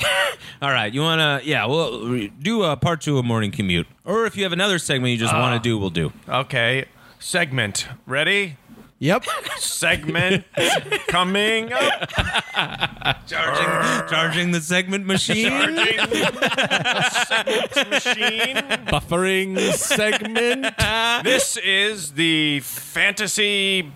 [SPEAKER 2] All right, you wanna? Yeah, well, re- do a part two of morning commute, or if you have another segment you just want to do, we'll do.
[SPEAKER 4] Okay. Segment. Ready?
[SPEAKER 3] Yep.
[SPEAKER 4] Segment coming up.
[SPEAKER 2] Charging, charging the segment machine.
[SPEAKER 4] Segment machine.
[SPEAKER 1] Buffering segment.
[SPEAKER 4] This is the fantasy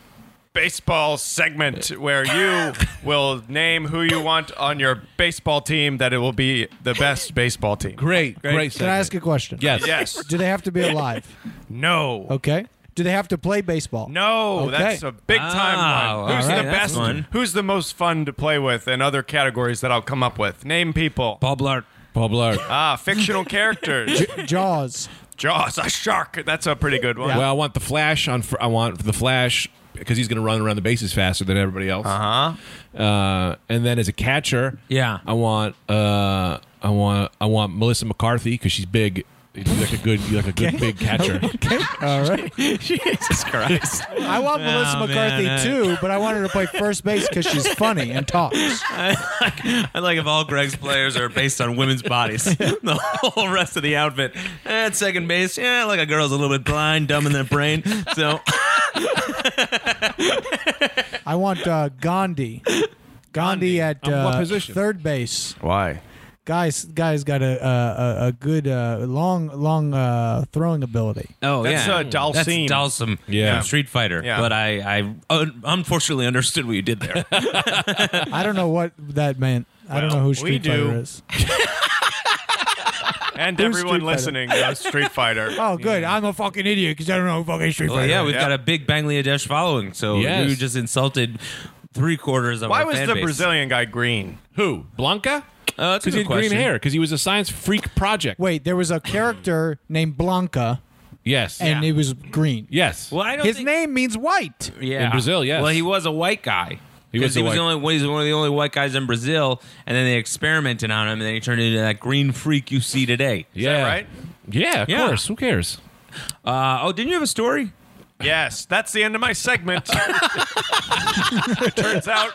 [SPEAKER 4] baseball segment where you will name who you want on your baseball team that it will be the best baseball team.
[SPEAKER 1] Great, great. segment.
[SPEAKER 3] Can I ask a question?
[SPEAKER 1] Yes.
[SPEAKER 4] Yes.
[SPEAKER 3] Do they have to be alive?
[SPEAKER 4] No.
[SPEAKER 3] Okay. Do they have to play baseball?
[SPEAKER 4] No,
[SPEAKER 3] Okay.
[SPEAKER 4] that's a big time
[SPEAKER 2] Ah,
[SPEAKER 4] one. Who's
[SPEAKER 2] all right,
[SPEAKER 4] the
[SPEAKER 2] that's
[SPEAKER 4] best?
[SPEAKER 2] fun.
[SPEAKER 4] Who's the most fun to play with and other categories that I'll come up with? Name people.
[SPEAKER 2] Paul Blart. Uh,
[SPEAKER 1] Paul Blart.
[SPEAKER 4] Ah, fictional characters.
[SPEAKER 3] Jaws.
[SPEAKER 4] Jaws, a shark. That's a pretty good one.
[SPEAKER 1] Well, I want the Flash on. fr- I want the Flash because he's going to run around the bases faster than everybody else.
[SPEAKER 4] Uh-huh.
[SPEAKER 1] Uh, and then as a catcher,
[SPEAKER 2] Yeah.
[SPEAKER 1] I want. Uh, I want. I want Melissa McCarthy because she's big. She's like a good. You're like a good big catcher.
[SPEAKER 3] Okay. All right.
[SPEAKER 2] Jesus Christ.
[SPEAKER 3] I want Melissa
[SPEAKER 2] man,
[SPEAKER 3] McCarthy
[SPEAKER 2] I-
[SPEAKER 3] too, but I want her to play first base because she's funny and talks.
[SPEAKER 2] I like if all Greg's players are based on women's bodies. the whole rest of the outfit. At second base, yeah, like a girl's a little bit blind, dumb in their brain. So
[SPEAKER 3] I want uh, Gandhi. Gandhi at
[SPEAKER 1] On what
[SPEAKER 3] uh,
[SPEAKER 1] position?
[SPEAKER 3] third base.
[SPEAKER 4] Why?
[SPEAKER 3] Guys, guys got a a, a- a good uh, long long uh, throwing ability.
[SPEAKER 2] Oh
[SPEAKER 4] That's,
[SPEAKER 2] yeah,
[SPEAKER 4] uh, Dalsim.
[SPEAKER 2] That's Dalsim.
[SPEAKER 1] Yeah.
[SPEAKER 2] from Street Fighter.
[SPEAKER 4] Yeah.
[SPEAKER 2] But I, I un- unfortunately understood what you did there.
[SPEAKER 3] I don't know what that meant. I don't
[SPEAKER 4] Well,
[SPEAKER 3] know who
[SPEAKER 4] we
[SPEAKER 3] Street
[SPEAKER 4] do.
[SPEAKER 3] Fighter is.
[SPEAKER 4] And
[SPEAKER 3] Who's
[SPEAKER 4] everyone
[SPEAKER 3] Street Fighter?
[SPEAKER 4] listening knows Street Fighter.
[SPEAKER 3] Oh, good. I'm a fucking idiot because I don't know who fucking Street
[SPEAKER 2] well,
[SPEAKER 3] Fighter.
[SPEAKER 2] yeah,
[SPEAKER 3] is.
[SPEAKER 2] we've
[SPEAKER 4] Yeah.
[SPEAKER 2] got a big Bangladesh following, so
[SPEAKER 1] Yes.
[SPEAKER 2] you just insulted three quarters of
[SPEAKER 4] Why
[SPEAKER 2] our
[SPEAKER 4] was
[SPEAKER 2] fan
[SPEAKER 4] the
[SPEAKER 2] base.
[SPEAKER 4] Brazilian guy green?
[SPEAKER 1] Who? Blanca?
[SPEAKER 2] Uh,
[SPEAKER 1] Because
[SPEAKER 2] that's a
[SPEAKER 1] he
[SPEAKER 2] good
[SPEAKER 1] had green
[SPEAKER 2] question.
[SPEAKER 1] hair. Because he was a science freak project.
[SPEAKER 3] Wait, there was a character named Blanca,
[SPEAKER 1] Yes.
[SPEAKER 3] and it was green.
[SPEAKER 1] yes.
[SPEAKER 2] Well, I don't
[SPEAKER 3] His
[SPEAKER 2] think-
[SPEAKER 3] name means white.
[SPEAKER 2] yeah.
[SPEAKER 1] In Brazil, yes.
[SPEAKER 2] Well, he was a white guy.
[SPEAKER 1] He
[SPEAKER 2] 'Cause
[SPEAKER 1] was a
[SPEAKER 2] he was the
[SPEAKER 1] white-
[SPEAKER 2] only one. He's one of the only white guys in Brazil, and then they experimented on him, and then he turned into that green freak you see today.
[SPEAKER 1] yeah.
[SPEAKER 4] right?
[SPEAKER 1] Yeah. Of
[SPEAKER 2] Yeah.
[SPEAKER 1] course. Who cares?
[SPEAKER 2] Uh, oh, didn't you have a story?
[SPEAKER 4] Yes, that's the end of my segment. it turns out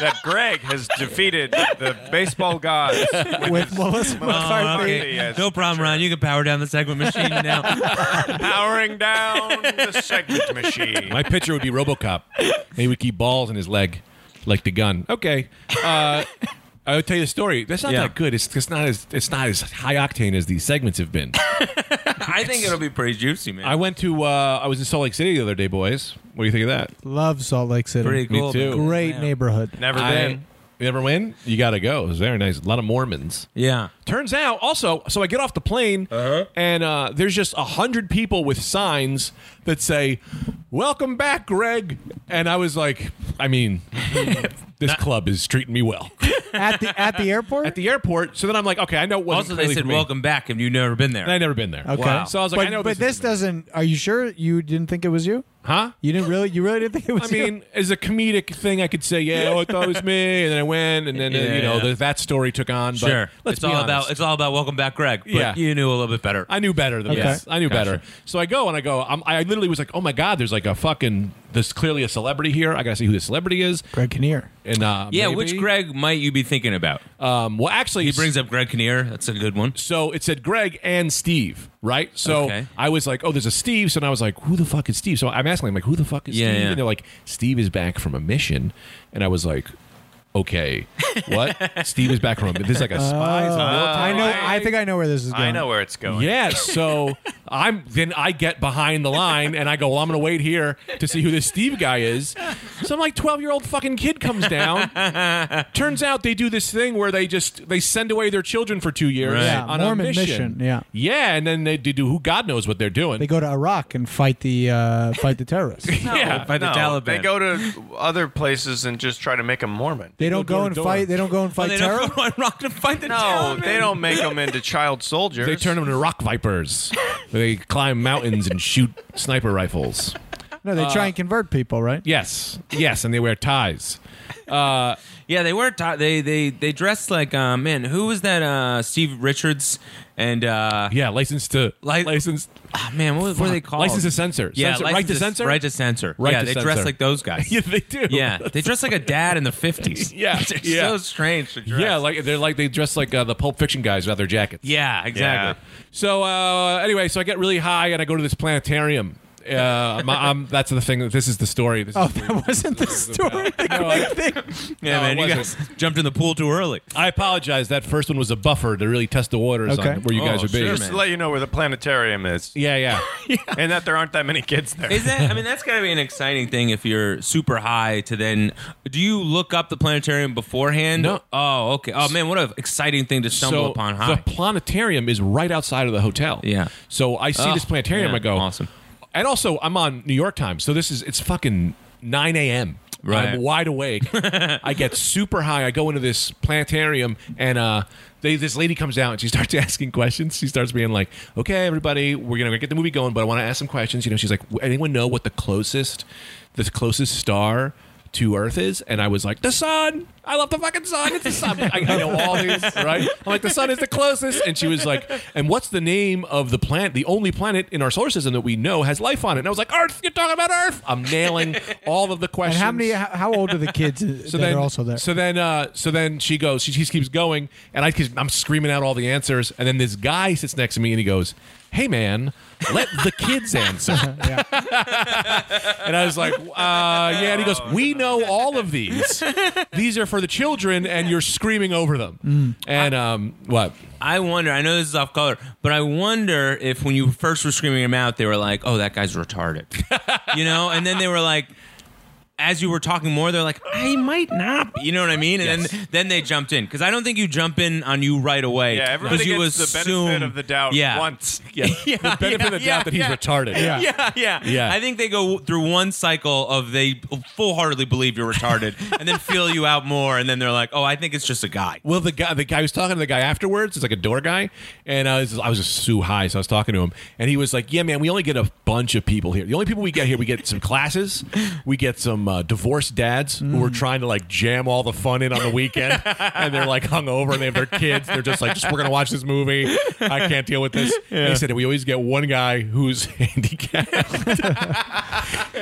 [SPEAKER 4] that Greg has defeated the baseball gods.
[SPEAKER 3] With Melissa
[SPEAKER 1] Oh,
[SPEAKER 3] McCarthy.
[SPEAKER 4] Yes.
[SPEAKER 2] Oh, No problem, Ron. You can power down the segment machine now.
[SPEAKER 4] Powering down the segment machine.
[SPEAKER 1] My pitcher would be RoboCop. He would keep balls in his leg, like the gun. Okay. Uh, I will tell you the story. That's not
[SPEAKER 2] Yeah.
[SPEAKER 1] that good. It's just not as it's not as high octane as these segments have been.
[SPEAKER 2] I think it'll be pretty juicy, man.
[SPEAKER 1] I went to uh, I was in Salt Lake City the other day, boys. What do you think of that?
[SPEAKER 3] Love Salt Lake City.
[SPEAKER 2] pretty
[SPEAKER 1] me
[SPEAKER 2] cool.
[SPEAKER 1] too.
[SPEAKER 2] man.
[SPEAKER 3] Great
[SPEAKER 2] Yeah.
[SPEAKER 3] neighborhood.
[SPEAKER 4] Never
[SPEAKER 1] I,
[SPEAKER 4] been.
[SPEAKER 1] you ever win? You got to go. It was very nice. A lot of Mormons.
[SPEAKER 2] Yeah.
[SPEAKER 1] Turns out, also, so I get off the plane, and uh, there's just a hundred people with signs that say, "Welcome back, Greg." And I was like, I mean, this club is treating me well
[SPEAKER 3] At the at the airport?
[SPEAKER 1] at the airport. So then I'm like, okay, I know. It wasn't
[SPEAKER 2] Also, they
[SPEAKER 1] clearly
[SPEAKER 2] said
[SPEAKER 1] for me.
[SPEAKER 2] welcome back, and you've never been there.
[SPEAKER 1] And I'd never been there.
[SPEAKER 3] Okay.
[SPEAKER 2] Wow.
[SPEAKER 1] So I was like,
[SPEAKER 3] but
[SPEAKER 1] I know.
[SPEAKER 3] but
[SPEAKER 1] this,
[SPEAKER 3] this,
[SPEAKER 1] isn't-
[SPEAKER 3] doesn't are you sure you didn't think it was you?
[SPEAKER 1] huh?
[SPEAKER 3] You didn't really you really didn't think it
[SPEAKER 1] I
[SPEAKER 3] was you?
[SPEAKER 1] mean, as a comedic thing, I could say, yeah, oh, I thought it was me, and then I went, and then uh,
[SPEAKER 2] Yeah,
[SPEAKER 1] you know
[SPEAKER 2] yeah.
[SPEAKER 1] the, that story took on. But
[SPEAKER 2] sure.
[SPEAKER 1] let's
[SPEAKER 2] it's
[SPEAKER 1] be
[SPEAKER 2] all
[SPEAKER 1] honest.
[SPEAKER 2] about it's all about welcome back, Greg. But
[SPEAKER 1] Yeah.
[SPEAKER 2] you knew a little bit better.
[SPEAKER 1] I knew better than
[SPEAKER 3] Okay.
[SPEAKER 1] this. I knew better. So I go and I go. I'm, I literally was like, "Oh my god, there's like a fucking there's clearly a celebrity here. I gotta see who the celebrity is."
[SPEAKER 3] Greg Kinnear.
[SPEAKER 1] And uh,
[SPEAKER 2] yeah,
[SPEAKER 1] maybe-
[SPEAKER 2] which Greg might you be thinking about?
[SPEAKER 1] Um, well, actually,
[SPEAKER 2] He brings up Greg Kinnear. That's a good one.
[SPEAKER 1] So it said Greg and Steve, right? So
[SPEAKER 2] Okay.
[SPEAKER 1] I was like, "Oh, there's a Steve." So then I was like, "Who the fuck is Steve?" So I'm asking, I'm like, "Who the fuck is
[SPEAKER 2] Yeah,
[SPEAKER 1] Steve?"
[SPEAKER 2] yeah.
[SPEAKER 1] And they're like, "Steve is back from a mission," and I was like. Okay, what? Steve is back from. This is like
[SPEAKER 2] Oh.
[SPEAKER 1] a spy.
[SPEAKER 3] I know I think I know where this is going.
[SPEAKER 8] I know where it's going.
[SPEAKER 1] Yeah, so I'm then I get behind the line and I go, well, I'm gonna wait here to see who this Steve guy is. Some like twelve year old fucking kid comes down. Turns out they do this thing where they just they send away their children for two years
[SPEAKER 2] Right.
[SPEAKER 3] Yeah,
[SPEAKER 1] on
[SPEAKER 3] Mormon
[SPEAKER 1] a mission.
[SPEAKER 3] mission, yeah.
[SPEAKER 1] yeah, and then they do who God knows what they're doing.
[SPEAKER 3] They go to Iraq and fight the uh, fight the terrorists.
[SPEAKER 1] yeah,
[SPEAKER 2] By the
[SPEAKER 8] No,
[SPEAKER 2] Taliban.
[SPEAKER 8] They go to other places and just try to make them Mormon.
[SPEAKER 3] They don't
[SPEAKER 1] go
[SPEAKER 3] go
[SPEAKER 1] to
[SPEAKER 3] and
[SPEAKER 1] door.
[SPEAKER 3] fight. They don't go and
[SPEAKER 2] Oh,
[SPEAKER 3] fight
[SPEAKER 2] they
[SPEAKER 3] terror.
[SPEAKER 2] don't go on rock to fight the
[SPEAKER 8] No,
[SPEAKER 2] Taliban.
[SPEAKER 8] they don't make them into child soldiers.
[SPEAKER 1] they turn them into rock vipers. they climb mountains and shoot sniper rifles.
[SPEAKER 3] No, they
[SPEAKER 1] Uh.
[SPEAKER 3] try and convert people, right?
[SPEAKER 1] Yes, yes, and they wear ties.
[SPEAKER 2] Yeah, they were. T- they they they dressed like uh, man. Who was that? Uh, Steve Richards and uh,
[SPEAKER 1] Yeah, licensed to
[SPEAKER 2] Li-
[SPEAKER 1] licensed
[SPEAKER 2] ah, man, what, what are they called?
[SPEAKER 1] License to censor.
[SPEAKER 2] Yeah,
[SPEAKER 1] Censor-
[SPEAKER 2] license
[SPEAKER 1] right to censor?
[SPEAKER 2] Right to censor.
[SPEAKER 1] Right
[SPEAKER 2] yeah,
[SPEAKER 1] to
[SPEAKER 2] they
[SPEAKER 1] censor.
[SPEAKER 2] dress like those guys.
[SPEAKER 1] Yeah, they do.
[SPEAKER 2] Yeah, they dress like a dad in the fifties.
[SPEAKER 1] Yeah,
[SPEAKER 2] They're
[SPEAKER 1] yeah.
[SPEAKER 2] so strange to dress.
[SPEAKER 1] Yeah, like they're like they dress like uh, the Pulp Fiction guys without their jackets.
[SPEAKER 2] yeah, exactly.
[SPEAKER 1] So uh, anyway, so I get really high and I go to this planetarium. Uh, my, I'm, that's the thing. This is the story. This is
[SPEAKER 3] Oh, that wasn't the story. The
[SPEAKER 1] No,
[SPEAKER 3] Greg
[SPEAKER 1] I-
[SPEAKER 3] thing.
[SPEAKER 2] Yeah,
[SPEAKER 1] No, it
[SPEAKER 2] man, you guys
[SPEAKER 1] wasn't.
[SPEAKER 2] jumped in the pool too early.
[SPEAKER 1] I apologize. That first one was a buffer to really test the waters
[SPEAKER 3] Okay.
[SPEAKER 1] on where you guys
[SPEAKER 2] Oh,
[SPEAKER 1] would be.
[SPEAKER 2] sure,
[SPEAKER 8] Just to let you know where the planetarium is,
[SPEAKER 1] Yeah, yeah.
[SPEAKER 8] and that there aren't that many kids there.
[SPEAKER 2] Is that? I mean, that's got to be an exciting thing if you're super high to then. Do you look up the planetarium beforand?
[SPEAKER 1] No.
[SPEAKER 2] Oh, okay. Oh man, what an exciting thing to stumble
[SPEAKER 1] so
[SPEAKER 2] upon high.
[SPEAKER 1] the planetarium is right outside of the hotel.
[SPEAKER 2] Yeah.
[SPEAKER 1] So I see
[SPEAKER 2] Oh,
[SPEAKER 1] this planetarium.
[SPEAKER 2] yeah,
[SPEAKER 1] I go
[SPEAKER 2] awesome.
[SPEAKER 1] And also, I'm on New York time, so this is it's fucking 9 a.m.
[SPEAKER 2] Right.
[SPEAKER 1] I'm wide awake. I get super high. I go into this planetarium, and uh, they, this lady comes out and she starts asking questions. She starts being like, "Okay, everybody, we're gonna get the movie going, but I want to ask some questions." You know, she's like, "Anyone know what the closest, the closest star?" To Earth is, and I was like, the sun. I love the fucking sun. It's the sun. I, I know all these, right? I'm like, the sun is the closest. And she was like, and what's the name of the planet? The only planet in our solar system that we know has life on it. And I was like, Earth. You're talking about Earth. I'm nailing all of the
[SPEAKER 3] And
[SPEAKER 1] questions
[SPEAKER 3] how many? How, how old are the kids that
[SPEAKER 1] so then,
[SPEAKER 3] are also there?
[SPEAKER 1] So then, uh, so then she goes. She, she keeps going, and I keep, I'm screaming out all the answers. And then this guy sits next to me, and he goes, "Hey, man, let the kids answer."
[SPEAKER 3] Yeah.
[SPEAKER 1] And I was like, uh, "Yeah." And he goes, "We know all of these. These are for the children, and you're screaming over them."
[SPEAKER 3] Mm.
[SPEAKER 1] And um, what?
[SPEAKER 2] I wonder. I know this is off color, but I wonder if when you first were screaming him out, they were like, "Oh, that guy's retarded," you know, and then they were like. As you were talking more, they're like, "I might not," be," you know what I mean? And then, then they jumped in because I don't think you jump in on you right away.
[SPEAKER 8] Yeah, everybody
[SPEAKER 2] 'cause you
[SPEAKER 8] gets the benefit
[SPEAKER 2] assume-
[SPEAKER 8] of the doubt
[SPEAKER 2] yeah.
[SPEAKER 8] once.
[SPEAKER 1] Yeah, the benefit of the
[SPEAKER 2] yeah,
[SPEAKER 1] doubt that he's
[SPEAKER 2] yeah.
[SPEAKER 1] retarded.
[SPEAKER 3] Yeah.
[SPEAKER 2] Yeah, yeah,
[SPEAKER 1] Yeah.
[SPEAKER 2] I think they go through one cycle of they full heartedly believe you're retarded, and then feel you out more, and then they're like, "Oh, I think it's just a guy."
[SPEAKER 1] Well, the guy, the guy I was talking to the guy afterwards. It's like a door guy, and I was, I was just so high, so I was talking to him, and he was like, "Yeah, man, we only get a bunch of people here. The only people we get here, we get some classes, we get some uh, divorced dads who are trying to like jam all the fun in on the weekend, and they're like hungover and they have their kids. They're just like, just, we're gonna watch this movie. I can't deal with this." And he said, "We always get one guy who's handicapped."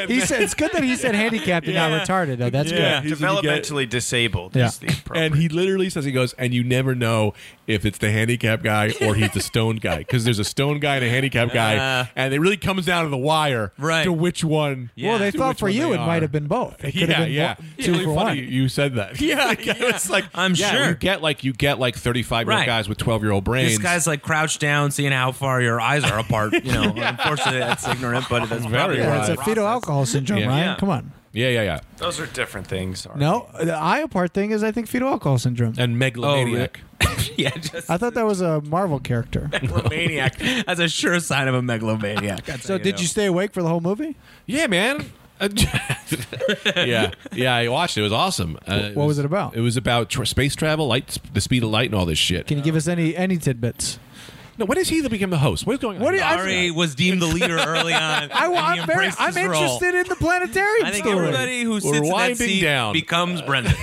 [SPEAKER 3] He said it's good that he said handicapped and not retarded. Though that's
[SPEAKER 1] Yeah.
[SPEAKER 3] good.
[SPEAKER 1] He's- you get-
[SPEAKER 8] Developmentally disabled
[SPEAKER 3] Yeah.
[SPEAKER 8] is the appropriate.
[SPEAKER 1] And he literally says, he goes, and you never know if it's the handicap guy or he's the stone guy. Because there's a stone guy and a handicap guy.
[SPEAKER 2] Uh.
[SPEAKER 1] and it really comes down to the wire
[SPEAKER 2] Right.
[SPEAKER 1] to which one.
[SPEAKER 2] Yeah.
[SPEAKER 3] Well, they
[SPEAKER 1] to
[SPEAKER 3] thought
[SPEAKER 1] which
[SPEAKER 3] for
[SPEAKER 1] one
[SPEAKER 3] you
[SPEAKER 1] they
[SPEAKER 3] it
[SPEAKER 1] are.
[SPEAKER 3] might have been both. It could
[SPEAKER 1] yeah,
[SPEAKER 3] have been
[SPEAKER 1] yeah.
[SPEAKER 3] one-
[SPEAKER 1] It's
[SPEAKER 3] two
[SPEAKER 1] really
[SPEAKER 3] for
[SPEAKER 1] funny
[SPEAKER 3] one.
[SPEAKER 1] you said that. Yeah, it's like
[SPEAKER 2] I'm
[SPEAKER 1] yeah,
[SPEAKER 2] sure.
[SPEAKER 1] you get like you get like 35 year old
[SPEAKER 2] Right.
[SPEAKER 1] guys with 12 year old brains.
[SPEAKER 2] This guy's like crouched down, seeing how far your eyes are apart. You know, unfortunately, that's ignorant, but that's
[SPEAKER 1] Very
[SPEAKER 2] probably
[SPEAKER 1] right.
[SPEAKER 3] Yeah, it's a fetal alcohol syndrome,
[SPEAKER 1] Yeah.
[SPEAKER 3] Ryan.
[SPEAKER 2] Yeah.
[SPEAKER 3] Come on.
[SPEAKER 1] yeah, yeah, yeah,
[SPEAKER 4] Those are different things. Ari.
[SPEAKER 3] No, the iopart thing is I think fetal alcohol syndrome.
[SPEAKER 1] and
[SPEAKER 2] Oh,
[SPEAKER 1] megalomaniac.
[SPEAKER 2] yeah, just
[SPEAKER 3] I thought that was a Marvel character.
[SPEAKER 2] megalomaniac. That's a sure sign of a megalomaniac. That's
[SPEAKER 3] so
[SPEAKER 2] how
[SPEAKER 3] did you stay awake for the whole movie?
[SPEAKER 1] yeah, man. Uh, yeah, yeah. I watched it. It was awesome. Uh,
[SPEAKER 3] What was it about?
[SPEAKER 1] It was about tr space travel, light, the speed of light, and all this shit.
[SPEAKER 3] Can you give us any any tidbits?
[SPEAKER 1] no, when is he that became the host? What is going on?
[SPEAKER 3] What do
[SPEAKER 1] here?
[SPEAKER 3] you-
[SPEAKER 2] know. Ari was deemed the leader early on.
[SPEAKER 3] I,
[SPEAKER 2] and he
[SPEAKER 3] am very,
[SPEAKER 2] embraced
[SPEAKER 3] I'm
[SPEAKER 2] his role.
[SPEAKER 3] interested in the planetarium
[SPEAKER 2] I think
[SPEAKER 3] story.
[SPEAKER 2] everybody who
[SPEAKER 1] We're
[SPEAKER 2] sits in that
[SPEAKER 1] winding
[SPEAKER 2] seat
[SPEAKER 1] down.
[SPEAKER 2] becomes Brendan.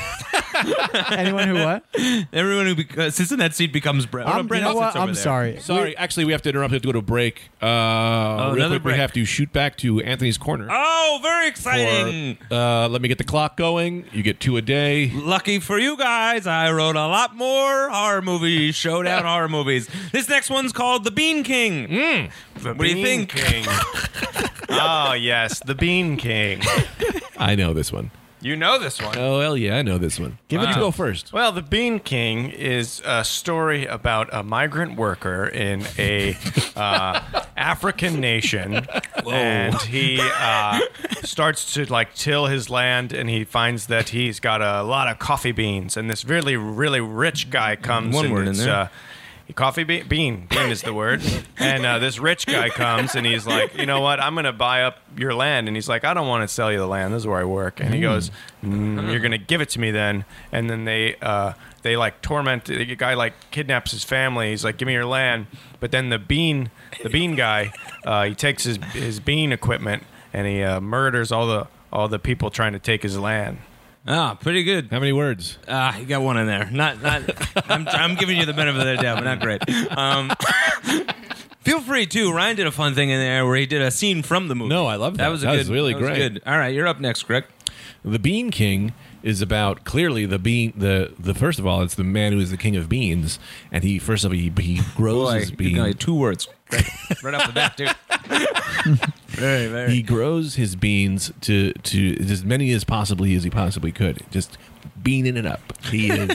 [SPEAKER 3] Anyone who what?
[SPEAKER 2] Everyone who bec- sits in that seat becomes Brendan.
[SPEAKER 3] I'm, you know what? I'm sorry.
[SPEAKER 1] Sorry, actually, we have to interrupt. We have to go to a break. Uh, real
[SPEAKER 2] another
[SPEAKER 1] quick,
[SPEAKER 2] break.
[SPEAKER 1] We have to shoot back to Anthony's corner.
[SPEAKER 2] Oh, very
[SPEAKER 1] Or,
[SPEAKER 2] exciting!
[SPEAKER 1] uh, let me get the clock going. You get two a day.
[SPEAKER 2] Lucky for you guys, I wrote a lot more horror movies, showdown horror movies. This next onene's called The Bean King. Hmm?
[SPEAKER 4] The
[SPEAKER 2] What do you
[SPEAKER 4] Bean
[SPEAKER 2] think?
[SPEAKER 4] King. oh yes, the Bean King.
[SPEAKER 1] I know this one.
[SPEAKER 4] You know this one.
[SPEAKER 1] Oh hell yeah, I know this one. Give
[SPEAKER 2] it
[SPEAKER 1] it
[SPEAKER 2] to-
[SPEAKER 1] to go first.
[SPEAKER 4] Well, The Bean King is a story about a migrant worker in a uh, African nation, and he uh, starts to like till his land, and he finds that he's got a lot of coffee beans, and this really, really rich guy comes.
[SPEAKER 2] One
[SPEAKER 4] and
[SPEAKER 2] word in
[SPEAKER 4] it's,
[SPEAKER 2] there.
[SPEAKER 4] Uh, Coffee bean, bean, bean is the word. And uh, this rich guy comes and he's like, you know what? I'm gonna buy up your land. And he's like, I don't want to sell you the land. This is where I work. And he goes, mm, you're gonna give it to me then. And then they uh, they like torment the guy like kidnaps his family. He's like, give me your land. But then the bean, the bean guy, uh, he takes his his bean equipment and he uh, murders all the all the people trying to take his land.
[SPEAKER 2] Ah, pretty good.
[SPEAKER 1] How many words?
[SPEAKER 2] Ah, you got one in there. Not, not. I'm, I'm giving you the benefit of the doubt, but not great. Um, feel free too. Ryan did a fun thing in there where he did a scene from the movie.
[SPEAKER 1] No, I love that.
[SPEAKER 2] was a
[SPEAKER 1] That
[SPEAKER 2] good.
[SPEAKER 1] was really
[SPEAKER 2] that was
[SPEAKER 1] great.
[SPEAKER 2] Good. All right, you're up next, Greg.
[SPEAKER 1] The Bean King is about clearly the bean. The the first of all, it's the man who is the king of beans, and he first of all he, he grows
[SPEAKER 2] Boy,
[SPEAKER 1] his
[SPEAKER 2] you got
[SPEAKER 1] bean.
[SPEAKER 2] like two words right, right off the bat, dude. very, very.
[SPEAKER 1] He grows his beans to to as many as possibly as he possibly could. Just beaning it up. He is.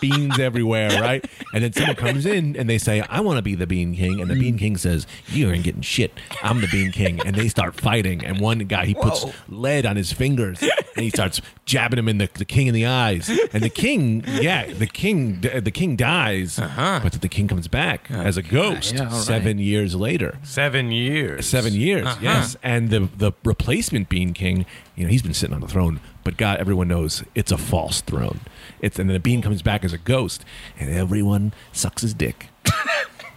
[SPEAKER 1] Beans everywhere, right? And then someone comes in and they say, I want to be the Bean King. And the Bean King says, You ain't getting shit. I'm the Bean King. And they start fighting. And one guy, he puts lead on his fingers and he starts jabbing him in the, the king in the eyes. And the king, yeah, the king, the king dies. But the king comes back as a ghost seven years later
[SPEAKER 4] Seven years.
[SPEAKER 1] seven years.
[SPEAKER 2] Uh-huh.
[SPEAKER 1] Yes, and the the replacement Bean King, you know, he's been sitting on the throne, but God, everyone knows it's a false throne. It's and then the Bean comes back as a ghost, and everyone sucks his dick.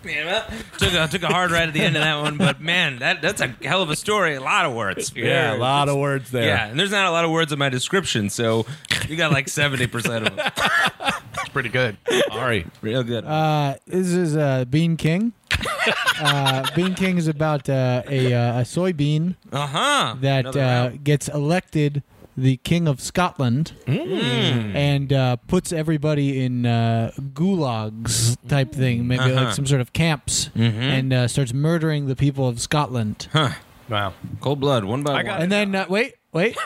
[SPEAKER 2] Damn it. Took a, took a hard ride at the end of that one, but man, that that's a hell of a story. A lot of words.
[SPEAKER 1] Yeah, a lot of words there.
[SPEAKER 2] Yeah, and there's not a lot of words in my description, so you got like 70% of them.
[SPEAKER 4] It's pretty good.
[SPEAKER 1] Ari,
[SPEAKER 2] Real good.
[SPEAKER 3] Uh, this is uh, Bean King. uh, Bean King is about uh, a, uh, a soybean
[SPEAKER 2] Uh huh.
[SPEAKER 3] that uh, gets elected the king of Scotland
[SPEAKER 2] Mm.
[SPEAKER 3] and uh, puts everybody in uh, gulags type thing, maybe
[SPEAKER 2] Uh-huh. Mm-hmm.
[SPEAKER 3] like some sort of camps, and uh, starts murdering the people of Scotland.
[SPEAKER 4] Wow.
[SPEAKER 2] Cold blood, one by
[SPEAKER 4] I
[SPEAKER 2] one.
[SPEAKER 4] got-
[SPEAKER 3] And then uh, wait, wait,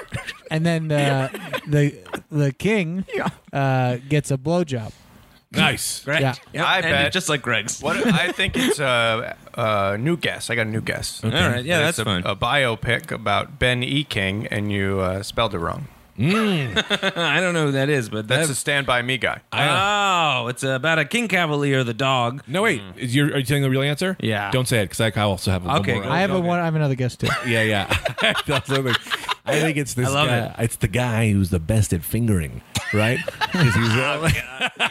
[SPEAKER 3] and then uh, the the king uh, gets a blowjob.
[SPEAKER 1] nice.
[SPEAKER 2] Greg.
[SPEAKER 3] Yeah.
[SPEAKER 2] Yep,
[SPEAKER 4] I
[SPEAKER 2] ended
[SPEAKER 4] bet.
[SPEAKER 2] Just like Greg's.
[SPEAKER 4] What I think it's a, a new guess. I got a new guess.
[SPEAKER 2] All right, yeah, that's
[SPEAKER 4] it's a,
[SPEAKER 2] fine.
[SPEAKER 4] a biopic about Ben E. King, and you uh, spelled it wrong.
[SPEAKER 2] I don't know who that is, but
[SPEAKER 4] That's
[SPEAKER 2] that's.
[SPEAKER 4] a Stand By Me guy.
[SPEAKER 2] oh, it's about a King Cavalier, the dog.
[SPEAKER 1] No wait, is your, are you telling the real answer?
[SPEAKER 2] Yeah.
[SPEAKER 1] Don't say it because I also have a
[SPEAKER 2] Okay,
[SPEAKER 1] One more.
[SPEAKER 2] go.
[SPEAKER 3] I have a
[SPEAKER 2] Okay.
[SPEAKER 3] one. I have another guess too.
[SPEAKER 1] yeah, yeah. That's what I think. I think it's this
[SPEAKER 2] I love
[SPEAKER 1] guy.
[SPEAKER 2] it.
[SPEAKER 1] It's the guy who's the best at fingering, right? 'Cause he's, uh,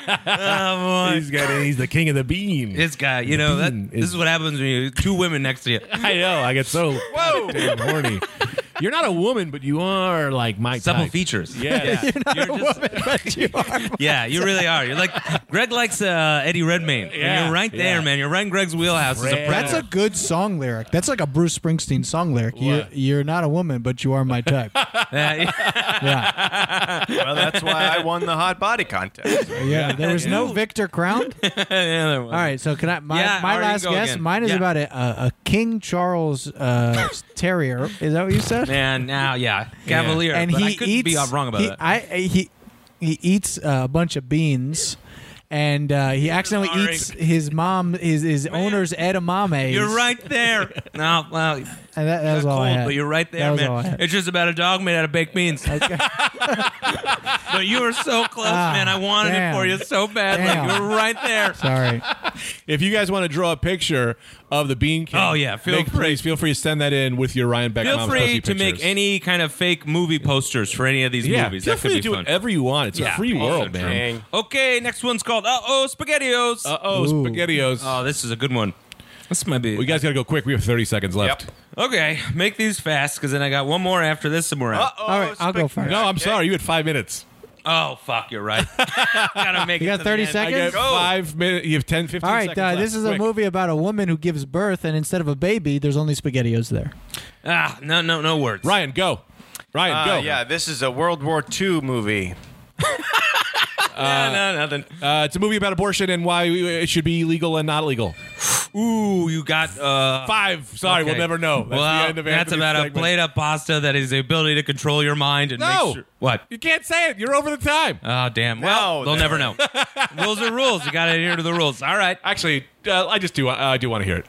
[SPEAKER 2] Oh, boy.
[SPEAKER 1] he's got he's the king of the bean.
[SPEAKER 2] This guy, you know, that,
[SPEAKER 1] Bean
[SPEAKER 2] this
[SPEAKER 1] is-
[SPEAKER 2] is what happens when you two women next to you.
[SPEAKER 1] I know. I get so damn horny. You're not a woman, but you are like my
[SPEAKER 2] Supple
[SPEAKER 1] type.
[SPEAKER 2] features.
[SPEAKER 1] Yeah.
[SPEAKER 2] You're just- yeah, you really are. You're like Greg likes uh, Eddie Redmayne.
[SPEAKER 1] Yeah.
[SPEAKER 2] And you're right there,
[SPEAKER 1] Yeah.
[SPEAKER 2] man. You're right in Greg's wheelhouse. As a
[SPEAKER 1] Fred.
[SPEAKER 3] That's a good song lyric. That's like a Bruce Springsteen song lyric. You,
[SPEAKER 1] What?
[SPEAKER 3] you're not a woman, but you are my type.
[SPEAKER 2] predator.
[SPEAKER 3] Yeah,
[SPEAKER 4] Well, that's why I won the hot body contest.
[SPEAKER 3] yeah. There was no Victor crowned.
[SPEAKER 2] Yeah, there was.
[SPEAKER 3] All right, so can I? My,
[SPEAKER 2] Yeah,
[SPEAKER 3] my
[SPEAKER 2] Ari, you
[SPEAKER 3] last
[SPEAKER 2] go
[SPEAKER 3] guess.
[SPEAKER 2] again.
[SPEAKER 3] Mine is
[SPEAKER 2] Yeah.
[SPEAKER 3] about a, a, a King Charles uh, terrier. Is that what you said?
[SPEAKER 2] man. Now, yeah, Cavalier.
[SPEAKER 3] and
[SPEAKER 2] but
[SPEAKER 3] he
[SPEAKER 2] I could
[SPEAKER 3] eats.
[SPEAKER 2] be wrong about
[SPEAKER 3] he,
[SPEAKER 2] that.
[SPEAKER 3] I he he eats uh, a bunch of beans. And uh, he accidentally
[SPEAKER 2] Sorry.
[SPEAKER 3] eats his mom, his his owner's edamame.
[SPEAKER 2] You're right there. No, well,
[SPEAKER 3] And that, that was
[SPEAKER 2] cold,
[SPEAKER 3] all I had.
[SPEAKER 2] but you're right there,
[SPEAKER 3] That was
[SPEAKER 2] man.
[SPEAKER 3] all I had.
[SPEAKER 2] It's just about a dog made out of baked beans. but you were so close,
[SPEAKER 3] Ah,
[SPEAKER 2] man. I wanted
[SPEAKER 3] damn.
[SPEAKER 2] it for you so bad.
[SPEAKER 3] Damn.
[SPEAKER 2] Like, you were right there.
[SPEAKER 3] Sorry.
[SPEAKER 1] If you guys want to draw a picture of the Bean King,
[SPEAKER 2] Oh, yeah, feel
[SPEAKER 1] make-
[SPEAKER 2] free.
[SPEAKER 1] please feel free to send that in with your Ryan Beck.
[SPEAKER 2] Feel
[SPEAKER 1] Mom's
[SPEAKER 2] free
[SPEAKER 1] Pussy
[SPEAKER 2] to make
[SPEAKER 1] pictures.
[SPEAKER 2] any kind of fake movie posters for any of these
[SPEAKER 1] yeah.
[SPEAKER 2] movies.
[SPEAKER 1] Feel
[SPEAKER 2] that
[SPEAKER 1] free
[SPEAKER 2] could
[SPEAKER 1] to
[SPEAKER 2] be
[SPEAKER 1] do
[SPEAKER 2] fun.
[SPEAKER 1] whatever you want. It's
[SPEAKER 2] Yeah.
[SPEAKER 1] a free world,
[SPEAKER 2] Awesome,
[SPEAKER 1] man.
[SPEAKER 2] Okay, next one's called Uh Oh Spaghettios.
[SPEAKER 1] Uh oh,
[SPEAKER 3] Ooh.
[SPEAKER 1] spaghettios.
[SPEAKER 3] Uh,
[SPEAKER 2] oh, this is a good one. This might be.
[SPEAKER 1] we guys got to go quick. We have 30 seconds left.
[SPEAKER 2] okay, make these fast because then I got one more after this and we're
[SPEAKER 1] Uh.
[SPEAKER 2] out.
[SPEAKER 3] All right, I'll go first.
[SPEAKER 1] No, I'm sorry. You had five minutes.
[SPEAKER 2] Oh fuck, you're right. Gotta make
[SPEAKER 3] You
[SPEAKER 2] it
[SPEAKER 3] got
[SPEAKER 2] to the
[SPEAKER 3] 30
[SPEAKER 2] end.
[SPEAKER 1] I
[SPEAKER 3] seconds?
[SPEAKER 1] got
[SPEAKER 2] Go.
[SPEAKER 1] five minutes. You have 10, 15
[SPEAKER 3] All right,
[SPEAKER 1] seconds
[SPEAKER 3] uh,
[SPEAKER 1] left.
[SPEAKER 3] this is a
[SPEAKER 1] Quick.
[SPEAKER 3] movie about a woman who gives birth, and instead of a baby, there's only SpaghettiOs there.
[SPEAKER 2] Ah, no, no, no words.
[SPEAKER 1] Ryan, go. Ryan,
[SPEAKER 8] Uh,
[SPEAKER 1] go.
[SPEAKER 8] yeah, this is a World War II movie.
[SPEAKER 2] No, no, nothing.
[SPEAKER 1] Uh, it's a movie about abortion and why we- it should be legal and not legal.
[SPEAKER 2] Ooh, you got uh.
[SPEAKER 1] Five. Sorry,
[SPEAKER 2] okay.
[SPEAKER 1] we'll never know. That's
[SPEAKER 2] well,
[SPEAKER 1] the end of
[SPEAKER 2] that's
[SPEAKER 1] Anthony's
[SPEAKER 2] about
[SPEAKER 1] segment.
[SPEAKER 2] a plate of pasta that is the ability to control your mind and
[SPEAKER 1] No.
[SPEAKER 2] make sure. What?
[SPEAKER 1] You can't say it. You're over the time.
[SPEAKER 2] Oh damn! Well,
[SPEAKER 8] No,
[SPEAKER 2] they'll never know. rules are rules. You gotta adhere to the rules. All right.
[SPEAKER 1] Actually, uh, I just do. Uh, I do want to hear it.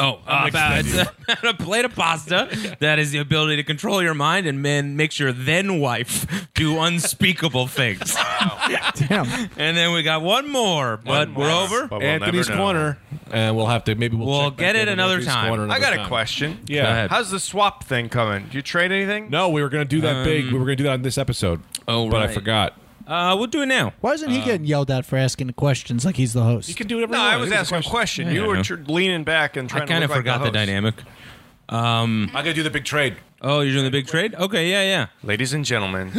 [SPEAKER 2] Oh, uh, about, it's a, a plate of pasta that is the ability to control your mind and men makes your then wife do unspeakable things.
[SPEAKER 3] Damn.
[SPEAKER 2] And then we got one more, but we're over.
[SPEAKER 8] But we'll
[SPEAKER 1] Anthony's
[SPEAKER 8] never know.
[SPEAKER 1] corner, and we'll have to maybe we'll,
[SPEAKER 2] We'll
[SPEAKER 1] check
[SPEAKER 2] get
[SPEAKER 1] back
[SPEAKER 2] it
[SPEAKER 1] in on
[SPEAKER 2] another
[SPEAKER 1] Anthony's
[SPEAKER 2] time.
[SPEAKER 1] Corner
[SPEAKER 8] I
[SPEAKER 1] another
[SPEAKER 8] got a
[SPEAKER 1] time.
[SPEAKER 8] question.
[SPEAKER 1] Yeah.
[SPEAKER 2] Go ahead.
[SPEAKER 8] How's the swap thing coming? Do you trade anything?
[SPEAKER 1] No, we were gonna do that big. We were gonna do that on this episode.
[SPEAKER 2] oh,
[SPEAKER 1] but I
[SPEAKER 2] Um, right.
[SPEAKER 1] forgot.
[SPEAKER 2] Uh, we'll do it now.
[SPEAKER 3] Why isn't he getting yelled at for asking the questions like he's the host?
[SPEAKER 1] Um, You can do whatever.
[SPEAKER 8] No,
[SPEAKER 1] you want.
[SPEAKER 8] I was
[SPEAKER 1] It a
[SPEAKER 8] asking a question.
[SPEAKER 2] Yeah,
[SPEAKER 8] you
[SPEAKER 2] I
[SPEAKER 8] were
[SPEAKER 2] know.
[SPEAKER 8] tr- leaning back and trying
[SPEAKER 2] I
[SPEAKER 8] to
[SPEAKER 2] kind of
[SPEAKER 8] look like
[SPEAKER 2] forgot the,
[SPEAKER 8] host.
[SPEAKER 2] dynamic.
[SPEAKER 1] I'm gonna do the big trade.
[SPEAKER 2] Oh, you're doing the big trade? Okay, yeah, yeah.
[SPEAKER 8] Ladies and gentlemen.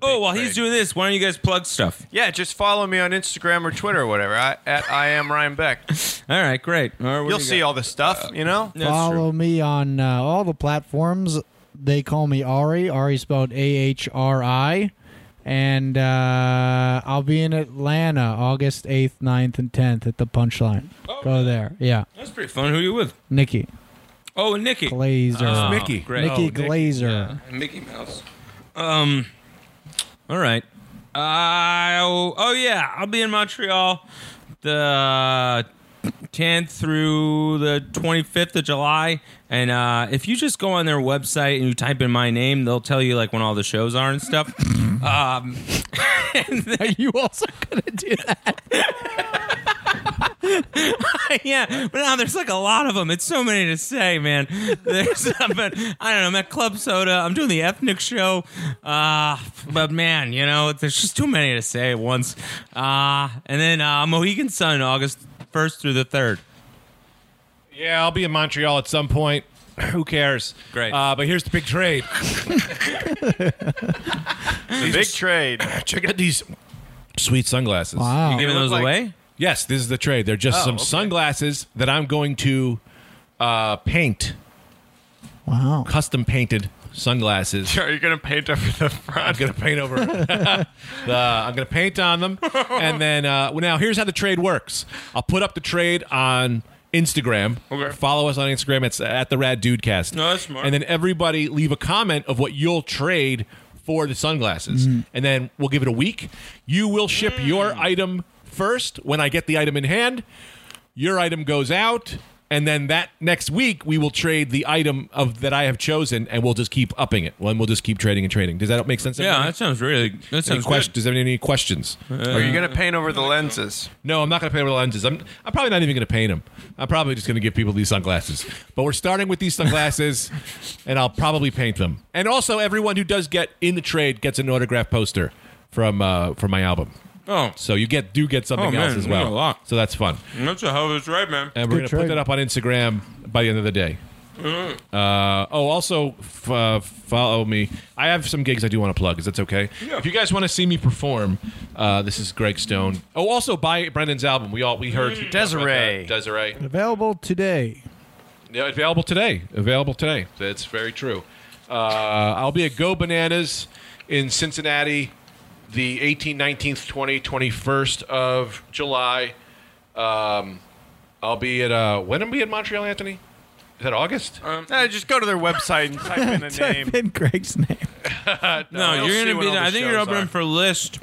[SPEAKER 2] Oh, while he's doing this, why don't you guys plug stuff?
[SPEAKER 8] yeah, just follow me on Instagram or Twitter or whatever. I, at I am Ryan Beck.
[SPEAKER 2] All right, great. All right, what
[SPEAKER 8] You'll
[SPEAKER 2] do you
[SPEAKER 8] see
[SPEAKER 2] got?
[SPEAKER 8] all the stuff, you know?
[SPEAKER 2] That's
[SPEAKER 3] Follow me on uh, all the platforms. They call me Ari. Ari spelled A H R I. And uh, I'll be in Atlanta August 8th, 9th, and 10th at the Punchline.
[SPEAKER 1] Oh.
[SPEAKER 3] Go there. Yeah.
[SPEAKER 2] That's pretty fun. Who are you with?
[SPEAKER 3] Nikki
[SPEAKER 2] Oh, and Nikki.
[SPEAKER 3] Glazer.
[SPEAKER 2] Oh,
[SPEAKER 1] Mickey.
[SPEAKER 2] Great.
[SPEAKER 3] Nikki
[SPEAKER 2] Oh, Nick-
[SPEAKER 3] Glazer.
[SPEAKER 2] and Mickey Mouse. Um. All right. Uh, oh, oh yeah, I'll be in Montreal the 10th through the 25th of July. And uh, if you just go on their website and you type in my name, they'll tell you like when all the shows are and stuff. um, and then-
[SPEAKER 3] You also going to do that?
[SPEAKER 2] yeah, but now there's like a lot of them. It's so many to say, man. There's, uh, but I don't know. I'm at Club Soda. I'm doing the ethnic show. Uh, but man, you know, there's just too many to say at once. Uh, and then uh, Mohegan Sun, August first through the third.
[SPEAKER 1] Yeah, I'll be in Montreal at some point. Who cares?
[SPEAKER 2] Great.
[SPEAKER 1] Uh, but here's the big trade.
[SPEAKER 8] The big trade.
[SPEAKER 1] Check out these sweet sunglasses.
[SPEAKER 3] Wow.
[SPEAKER 2] Giving those
[SPEAKER 8] like-
[SPEAKER 2] away.
[SPEAKER 1] Yes, this is the trade. They're
[SPEAKER 2] Oh,
[SPEAKER 1] just some
[SPEAKER 8] okay.
[SPEAKER 1] sunglasses that I'm going to uh, paint,
[SPEAKER 3] Wow.
[SPEAKER 1] custom painted sunglasses.
[SPEAKER 8] Are you going to paint over the front?
[SPEAKER 1] I'm gonna paint over. the, I'm gonna paint on them, and then uh, well, now here's how the trade works. I'll put up the trade on Instagram.
[SPEAKER 8] Okay.
[SPEAKER 1] Follow us on Instagram. It's at the Rad Dudecast.
[SPEAKER 2] No, that's smart.
[SPEAKER 1] And then everybody leave a comment of what you'll trade for the sunglasses, and then we'll give it a week. You will ship your
[SPEAKER 2] Mm.
[SPEAKER 1] item first when I get the item in hand. Your item goes out. And then that next week we will trade the item of that I have chosen, and we'll just keep upping it. And we'll just keep trading and trading. Does that make sense?
[SPEAKER 2] Yeah,
[SPEAKER 1] everyone?
[SPEAKER 2] that sounds really. That
[SPEAKER 1] Any
[SPEAKER 2] sounds
[SPEAKER 1] question?
[SPEAKER 2] good.
[SPEAKER 1] Does anyone have any questions?
[SPEAKER 8] Are you going to paint over the lenses?
[SPEAKER 1] No, I'm not going to paint with lenses. I'm, I'm probably not even going to paint them. I'm probably just going to give people these sunglasses. But we're starting with these sunglasses, and I'll probably paint them. And also, everyone who does get in the trade gets an autograph poster from uh, from my album.
[SPEAKER 2] Oh,
[SPEAKER 1] So you get do get something
[SPEAKER 2] Oh, man,
[SPEAKER 1] else as
[SPEAKER 2] we got a
[SPEAKER 1] well.
[SPEAKER 2] lot.
[SPEAKER 1] So that's fun.
[SPEAKER 2] that's a hell of a trade, man.
[SPEAKER 1] And we're going to
[SPEAKER 3] Good
[SPEAKER 1] put
[SPEAKER 3] trade.
[SPEAKER 1] that up on Instagram by the end of the day. Uh, oh, also f- uh, follow me. I have some gigs I do want to plug. Is that's okay? If you guys want to see me perform, uh, this is Greg Stone. Oh, also buy Brendan's album. We all we heard you talked about
[SPEAKER 8] Desiree.
[SPEAKER 1] that. Desiree,
[SPEAKER 3] Available today.
[SPEAKER 1] yeah, available today. Available today. That's very true. Uh, I'll be at Go Bananas in Cincinnati, the 18th, 19th, 20th, 21st of July. Um, I'll be at uh, when am I in Montreal, Anthony?
[SPEAKER 4] Is that August?
[SPEAKER 8] Eh, just go to their website and type in a name.
[SPEAKER 3] Type in Greg's name.
[SPEAKER 2] No,
[SPEAKER 8] you'll
[SPEAKER 2] you're
[SPEAKER 8] see
[SPEAKER 2] gonna
[SPEAKER 8] when
[SPEAKER 2] be.
[SPEAKER 8] all the
[SPEAKER 2] I think you're
[SPEAKER 8] shows
[SPEAKER 2] opening
[SPEAKER 8] are.
[SPEAKER 2] for list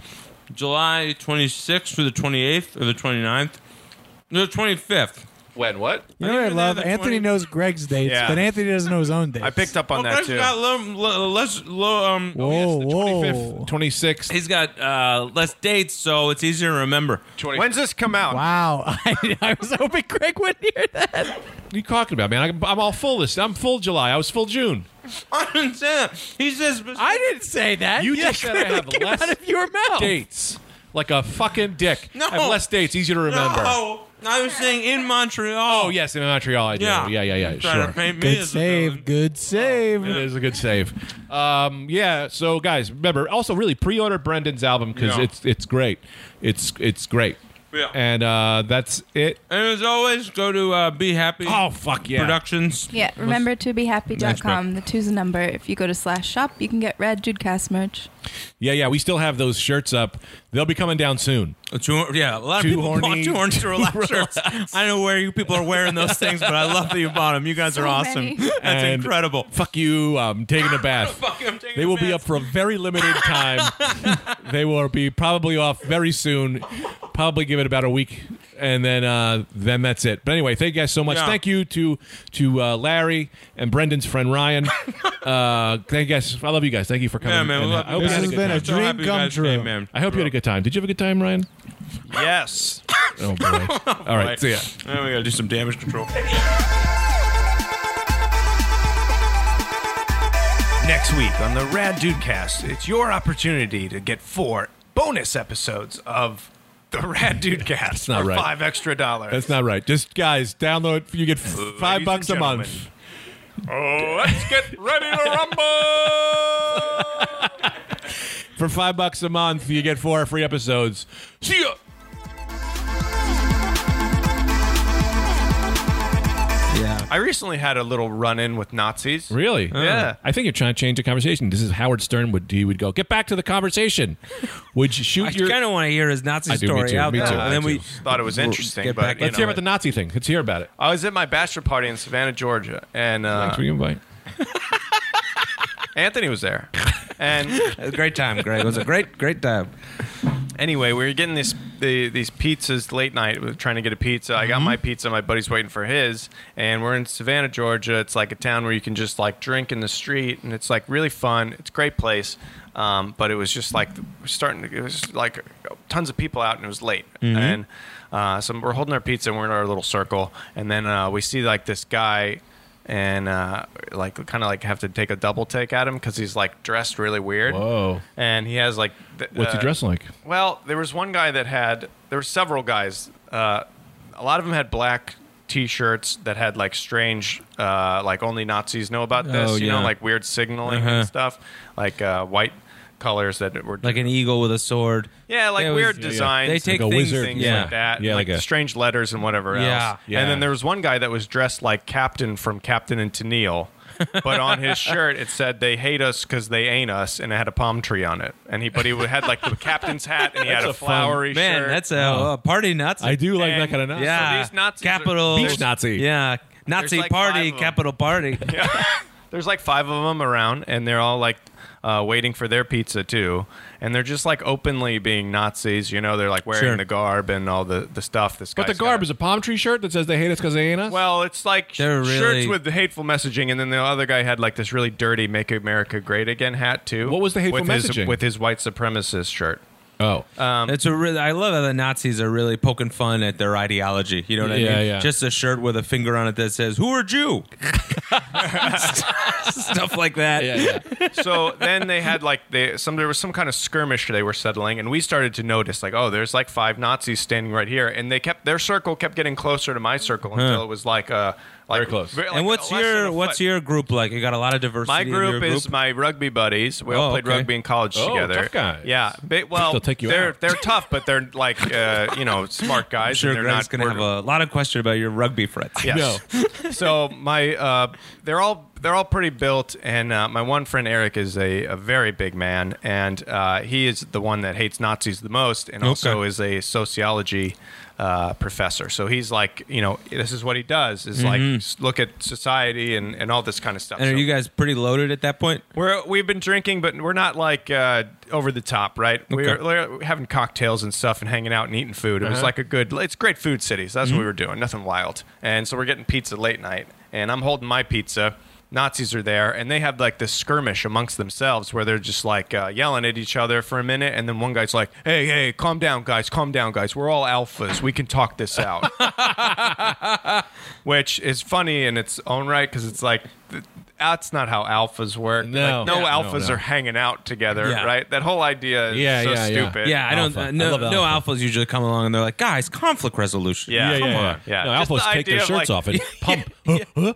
[SPEAKER 2] July 26th through the 28th or the 29th, the 25th.
[SPEAKER 4] When? What?
[SPEAKER 3] You know what I
[SPEAKER 2] even know
[SPEAKER 3] love?
[SPEAKER 2] the
[SPEAKER 3] Anthony
[SPEAKER 2] 20
[SPEAKER 3] knows Greg's dates,
[SPEAKER 8] Yeah.
[SPEAKER 3] but Anthony doesn't know his own dates.
[SPEAKER 8] I picked up on
[SPEAKER 2] Oh,
[SPEAKER 8] that
[SPEAKER 2] Greg's
[SPEAKER 8] too.
[SPEAKER 2] got low, low, less low. Um,
[SPEAKER 1] Oh,
[SPEAKER 3] Whoa, Oh, whoa!
[SPEAKER 1] 25th, 26th.
[SPEAKER 2] he's got uh, less dates, so it's easier to remember.
[SPEAKER 4] 20.
[SPEAKER 8] When's this come out?
[SPEAKER 3] Wow, I, I was hoping Greg would hear that.
[SPEAKER 1] What are you talking about, man? I, I'm all full this. I'm full July. I was full June.
[SPEAKER 2] I didn't say that. He says
[SPEAKER 3] I didn't say that.
[SPEAKER 1] You
[SPEAKER 3] Yeah,
[SPEAKER 1] just said I have
[SPEAKER 3] came
[SPEAKER 1] less
[SPEAKER 3] out of your mouth.
[SPEAKER 1] Dates. Like a fucking dick.
[SPEAKER 2] No.
[SPEAKER 1] I have less dates. Easier to remember.
[SPEAKER 2] No, I was saying in Montreal.
[SPEAKER 1] Oh, yes, in Montreal I do.
[SPEAKER 2] Yeah.
[SPEAKER 1] Yeah, yeah, yeah.
[SPEAKER 2] Trying
[SPEAKER 1] sure.
[SPEAKER 2] to paint me
[SPEAKER 3] Good
[SPEAKER 2] as a
[SPEAKER 3] save.
[SPEAKER 2] villain.
[SPEAKER 1] Oh,
[SPEAKER 3] Good save.
[SPEAKER 1] It is a good save. Um, yeah. So guys, remember also really pre-order Brendan's album because
[SPEAKER 2] Yeah.
[SPEAKER 1] it's it's great. It's it's great.
[SPEAKER 2] Yeah.
[SPEAKER 1] And uh, that's it.
[SPEAKER 2] And as always, go to uh, Be Happy
[SPEAKER 1] Oh fuck yeah!
[SPEAKER 2] Productions.
[SPEAKER 5] Yeah, remember to be happy.com. The two's a number. If you go to slash shop, you can get red Judecast merch.
[SPEAKER 1] Yeah, yeah. We still have those shirts up. They'll be coming down soon.
[SPEAKER 2] Uh, Too, yeah, a lot
[SPEAKER 1] Too
[SPEAKER 2] of people bought
[SPEAKER 1] horny.
[SPEAKER 2] too horny to relax shirts. I don't know where you people are wearing those things, but I love that you bought them. You guys
[SPEAKER 5] So
[SPEAKER 2] are awesome.
[SPEAKER 5] many.
[SPEAKER 2] That's
[SPEAKER 1] And
[SPEAKER 2] incredible.
[SPEAKER 1] Fuck you. I'm taking a bath.
[SPEAKER 2] Fuck, I'm taking
[SPEAKER 1] They
[SPEAKER 2] a
[SPEAKER 1] will be
[SPEAKER 2] bath.
[SPEAKER 1] up for a very limited time. they will be probably off very soon. Probably give it about a week, and then uh, then that's it. But anyway, thank you guys so much.
[SPEAKER 2] Yeah.
[SPEAKER 1] Thank you to to uh, Larry and Brendan's friend Ryan. uh, thank you guys. I love you guys. Thank you for coming.
[SPEAKER 2] Yeah, man.
[SPEAKER 1] And,
[SPEAKER 2] we
[SPEAKER 1] uh,
[SPEAKER 2] love
[SPEAKER 1] I hope, you
[SPEAKER 2] you
[SPEAKER 3] This
[SPEAKER 1] had a
[SPEAKER 3] has
[SPEAKER 1] good
[SPEAKER 3] been a
[SPEAKER 1] time.
[SPEAKER 3] dream
[SPEAKER 2] happy you
[SPEAKER 3] come
[SPEAKER 2] guys
[SPEAKER 3] true.
[SPEAKER 2] came, man.
[SPEAKER 1] I hope you had a good time. Did you have a good time, Ryan?
[SPEAKER 8] Yes.
[SPEAKER 1] Oh boy. All right. See ya.
[SPEAKER 2] Now we gotta do some damage control.
[SPEAKER 8] Next week on the Rad Dudecast, it's your opportunity to get four bonus episodes of the Rad Dudecast
[SPEAKER 1] not
[SPEAKER 8] for
[SPEAKER 1] right.
[SPEAKER 8] five extra dollars.
[SPEAKER 1] That's not right. Just guys, download. You get f- five
[SPEAKER 8] and
[SPEAKER 1] bucks a
[SPEAKER 8] gentlemen.
[SPEAKER 1] month.
[SPEAKER 8] oh, let's get ready to rumble!
[SPEAKER 1] For five bucks a month, you get four free episodes. See ya.
[SPEAKER 8] I recently had a little run-in with Nazis.
[SPEAKER 1] Really?
[SPEAKER 8] Yeah.
[SPEAKER 1] I think you're trying to change the conversation. This is Howard Stern would he would go get back to the conversation. Would you shoot
[SPEAKER 2] I
[SPEAKER 1] your?
[SPEAKER 2] kind of want to hear his Nazi
[SPEAKER 1] I do, me
[SPEAKER 2] story
[SPEAKER 1] too,
[SPEAKER 2] out
[SPEAKER 1] me
[SPEAKER 2] there.
[SPEAKER 1] too,
[SPEAKER 2] and
[SPEAKER 1] I
[SPEAKER 2] then
[SPEAKER 1] do.
[SPEAKER 2] we
[SPEAKER 8] Thought it was interesting,
[SPEAKER 2] get
[SPEAKER 8] but
[SPEAKER 2] back-
[SPEAKER 8] you
[SPEAKER 1] Let's
[SPEAKER 8] know,
[SPEAKER 1] hear about the Nazi thing. Let's hear about it.
[SPEAKER 8] I was at my bachelor party in Savannah, Georgia, and uh,
[SPEAKER 1] Thanks for the invite.
[SPEAKER 8] Anthony was there. And
[SPEAKER 2] a uh, great time, Greg. It was a great, great time.
[SPEAKER 8] anyway, we were getting this the, these pizzas late night. We were trying to get a pizza. I got
[SPEAKER 1] Mm-hmm.
[SPEAKER 8] my pizza. My buddy's waiting for his. And we're in Savannah, Georgia. It's like a town where you can just like drink in the street, and it's like really fun. It's a great place. Um, but it was just like we're starting. To, it was like tons of people out, and it was late.
[SPEAKER 1] Mm-hmm.
[SPEAKER 8] And uh, so we're holding our pizza, and we're in our little circle. And then uh, we see like this guy and uh, like kind of like have to take a double take at him because he's like dressed really weird.
[SPEAKER 1] Whoa.
[SPEAKER 8] And he has like th-
[SPEAKER 1] What's he
[SPEAKER 8] uh,
[SPEAKER 1] dressed like?
[SPEAKER 8] Well, there was one guy that had there were several guys. Uh, a lot of them had black T-shirts that had like strange, uh, like only Nazis know about this.
[SPEAKER 2] Oh,
[SPEAKER 8] you know,
[SPEAKER 2] yeah.
[SPEAKER 8] like weird signaling
[SPEAKER 2] Uh-huh.
[SPEAKER 8] and stuff, like uh, white colors that were
[SPEAKER 2] Like an eagle with a sword.
[SPEAKER 8] yeah, like
[SPEAKER 2] That was-
[SPEAKER 8] weird
[SPEAKER 2] yeah, yeah.
[SPEAKER 8] designs.
[SPEAKER 2] They
[SPEAKER 8] and
[SPEAKER 2] take
[SPEAKER 1] Like a
[SPEAKER 2] things,
[SPEAKER 1] wizard,
[SPEAKER 8] things
[SPEAKER 2] yeah.
[SPEAKER 8] like that.
[SPEAKER 1] Yeah,
[SPEAKER 8] Yeah, like,
[SPEAKER 1] like a-
[SPEAKER 8] strange letters and whatever
[SPEAKER 2] Yeah.
[SPEAKER 8] else.
[SPEAKER 1] Yeah.
[SPEAKER 8] And then there was one guy that was dressed like Captain from Captain and Tennille, but on his shirt it said "They hate us because they ain't us," and it had a palm tree on it. And he, but he had like the captain's hat and he had a,
[SPEAKER 1] a fun-
[SPEAKER 8] flowery
[SPEAKER 2] Man,
[SPEAKER 8] shirt.
[SPEAKER 2] that's a uh, party Nazi.
[SPEAKER 1] I do like
[SPEAKER 8] And-
[SPEAKER 1] that kind of Nazi.
[SPEAKER 2] Yeah.
[SPEAKER 8] these Nazis are-
[SPEAKER 2] capital
[SPEAKER 1] Beach Nazi.
[SPEAKER 2] Yeah. Nazi
[SPEAKER 8] like five
[SPEAKER 2] party,
[SPEAKER 8] of 'em.
[SPEAKER 2] capital party.
[SPEAKER 8] There's like five of them around, and they're all like uh, waiting for their pizza too. And they're just like openly being Nazis. You know, they're like wearing
[SPEAKER 2] Sure.
[SPEAKER 8] the garb and all the the stuff. This
[SPEAKER 1] But the
[SPEAKER 8] guy's got.
[SPEAKER 1] garb is a palm tree shirt that says they hate us because they ain't us.
[SPEAKER 8] Well, it's like sh-
[SPEAKER 2] They're really-
[SPEAKER 8] shirts with the hateful messaging, and then the other guy had like this really dirty "Make America Great Again" hat too.
[SPEAKER 1] What was the hateful
[SPEAKER 8] with
[SPEAKER 1] messaging?
[SPEAKER 8] His, with his white supremacist shirt.
[SPEAKER 1] oh,
[SPEAKER 8] uh,
[SPEAKER 2] it's a really. I love how the Nazis are really poking fun at their ideology. You know what
[SPEAKER 1] Yeah,
[SPEAKER 2] I mean?
[SPEAKER 1] yeah.
[SPEAKER 2] Just a shirt with a finger on it that says "Who are Jew?" Stuff like that.
[SPEAKER 1] yeah, yeah.
[SPEAKER 8] So then they had like they some there was some kind of skirmish they were settling, and we started to notice like oh there's like five Nazis standing right here, and they kept their circle kept getting closer to my circle until it was like uh like
[SPEAKER 1] Very close.
[SPEAKER 8] ve- like
[SPEAKER 2] and what's
[SPEAKER 8] less than
[SPEAKER 2] your
[SPEAKER 8] a
[SPEAKER 2] what's
[SPEAKER 8] foot.
[SPEAKER 2] your group like? You got a lot of diversity.
[SPEAKER 8] my
[SPEAKER 2] in
[SPEAKER 8] group,
[SPEAKER 2] your
[SPEAKER 8] is my rugby buddies. We all
[SPEAKER 2] Oh,
[SPEAKER 8] played
[SPEAKER 2] okay.
[SPEAKER 8] rugby in college
[SPEAKER 1] Oh,
[SPEAKER 8] together.
[SPEAKER 1] tough guys.
[SPEAKER 8] Yeah, they, well,
[SPEAKER 1] They'll take you
[SPEAKER 8] are
[SPEAKER 1] out.
[SPEAKER 8] they're tough, but they're like uh, you know smart guys.
[SPEAKER 2] I'm sure
[SPEAKER 8] and they're
[SPEAKER 2] Greg's
[SPEAKER 8] not
[SPEAKER 2] gonna
[SPEAKER 8] we're-
[SPEAKER 2] have a lot of question about your rugby friends.
[SPEAKER 8] Yes. So my uh, they're all they're all pretty built, and uh, my one friend Eric is a, a very big man, and uh, he is the one that hates Nazis the most, and also
[SPEAKER 2] Okay.
[SPEAKER 8] is a sociology uh, professor. So he's like, you know, this is what he does is like s- look at society and, and all this kind of stuff.
[SPEAKER 2] Mm-hmm. And
[SPEAKER 8] So
[SPEAKER 2] are you guys pretty loaded at that point?
[SPEAKER 8] we're we've been drinking, but we're not like uh, over the top, right? We're,
[SPEAKER 2] Okay.
[SPEAKER 8] we're having cocktails and stuff and hanging out and eating food. It was like a good, it's great food city. So that's what we were doing, nothing wild. And so we're getting pizza late night, and I'm holding my pizza. Nazis are there, and they have like this skirmish amongst themselves where they're just like uh, yelling at each other for a minute, and then one guy's like, "Hey, hey, calm down, guys, calm down, guys. We're all alphas. We can talk this out." Which is funny in its own right because it's like. th- That's not how alphas work.
[SPEAKER 1] No.
[SPEAKER 8] Like, no
[SPEAKER 1] Yeah.
[SPEAKER 8] alphas
[SPEAKER 1] No, no.
[SPEAKER 8] are hanging out together,
[SPEAKER 2] Yeah.
[SPEAKER 8] right? That whole idea is
[SPEAKER 1] Yeah,
[SPEAKER 8] so
[SPEAKER 1] yeah, yeah.
[SPEAKER 8] stupid.
[SPEAKER 2] Yeah, I don't.
[SPEAKER 1] Alpha.
[SPEAKER 2] uh, no,
[SPEAKER 1] I love
[SPEAKER 2] no
[SPEAKER 1] alpha.
[SPEAKER 2] alphas usually come along and they're like, guys, conflict resolution.
[SPEAKER 8] Yeah,
[SPEAKER 1] yeah,
[SPEAKER 8] come
[SPEAKER 1] yeah,
[SPEAKER 8] on. Yeah.
[SPEAKER 1] No,
[SPEAKER 8] Just
[SPEAKER 1] alphas take
[SPEAKER 8] the
[SPEAKER 1] their
[SPEAKER 8] idea of,
[SPEAKER 1] shirts
[SPEAKER 8] like-
[SPEAKER 1] off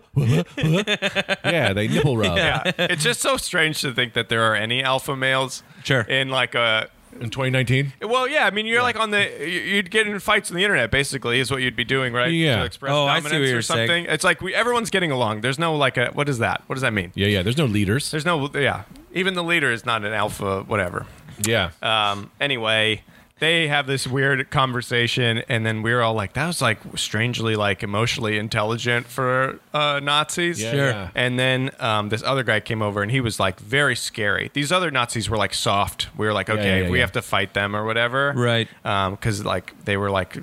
[SPEAKER 1] and pump. yeah, they nipple rub.
[SPEAKER 8] Yeah. it's just so strange to think that there are any alpha males
[SPEAKER 2] Sure.
[SPEAKER 8] in like a
[SPEAKER 1] In 2019,
[SPEAKER 8] well, yeah. I mean, you're like on the you- you'd get in fights on the internet. Basically, is what you'd be doing, right?
[SPEAKER 1] Yeah.
[SPEAKER 8] To express
[SPEAKER 2] Oh, I see
[SPEAKER 8] dominance
[SPEAKER 2] what you're
[SPEAKER 8] or something.
[SPEAKER 2] saying.
[SPEAKER 8] It's like we, everyone's getting along. There's no like a what is that? What does that mean?
[SPEAKER 1] yeah, yeah. There's no leaders.
[SPEAKER 8] There's no yeah. Even the leader is not an alpha. Whatever.
[SPEAKER 1] yeah,
[SPEAKER 8] Um, anyway, they have this weird conversation, and then we are all like, "That was like strangely like emotionally intelligent for uh, Nazis."
[SPEAKER 1] Yeah, Sure. yeah.
[SPEAKER 8] And then um, this other guy came over, and he was like very scary. These other Nazis were like soft. We were like, "Okay,
[SPEAKER 1] yeah,
[SPEAKER 8] we
[SPEAKER 1] yeah.
[SPEAKER 8] have to fight them or whatever,"
[SPEAKER 2] Right.
[SPEAKER 8] Because Um, like they were like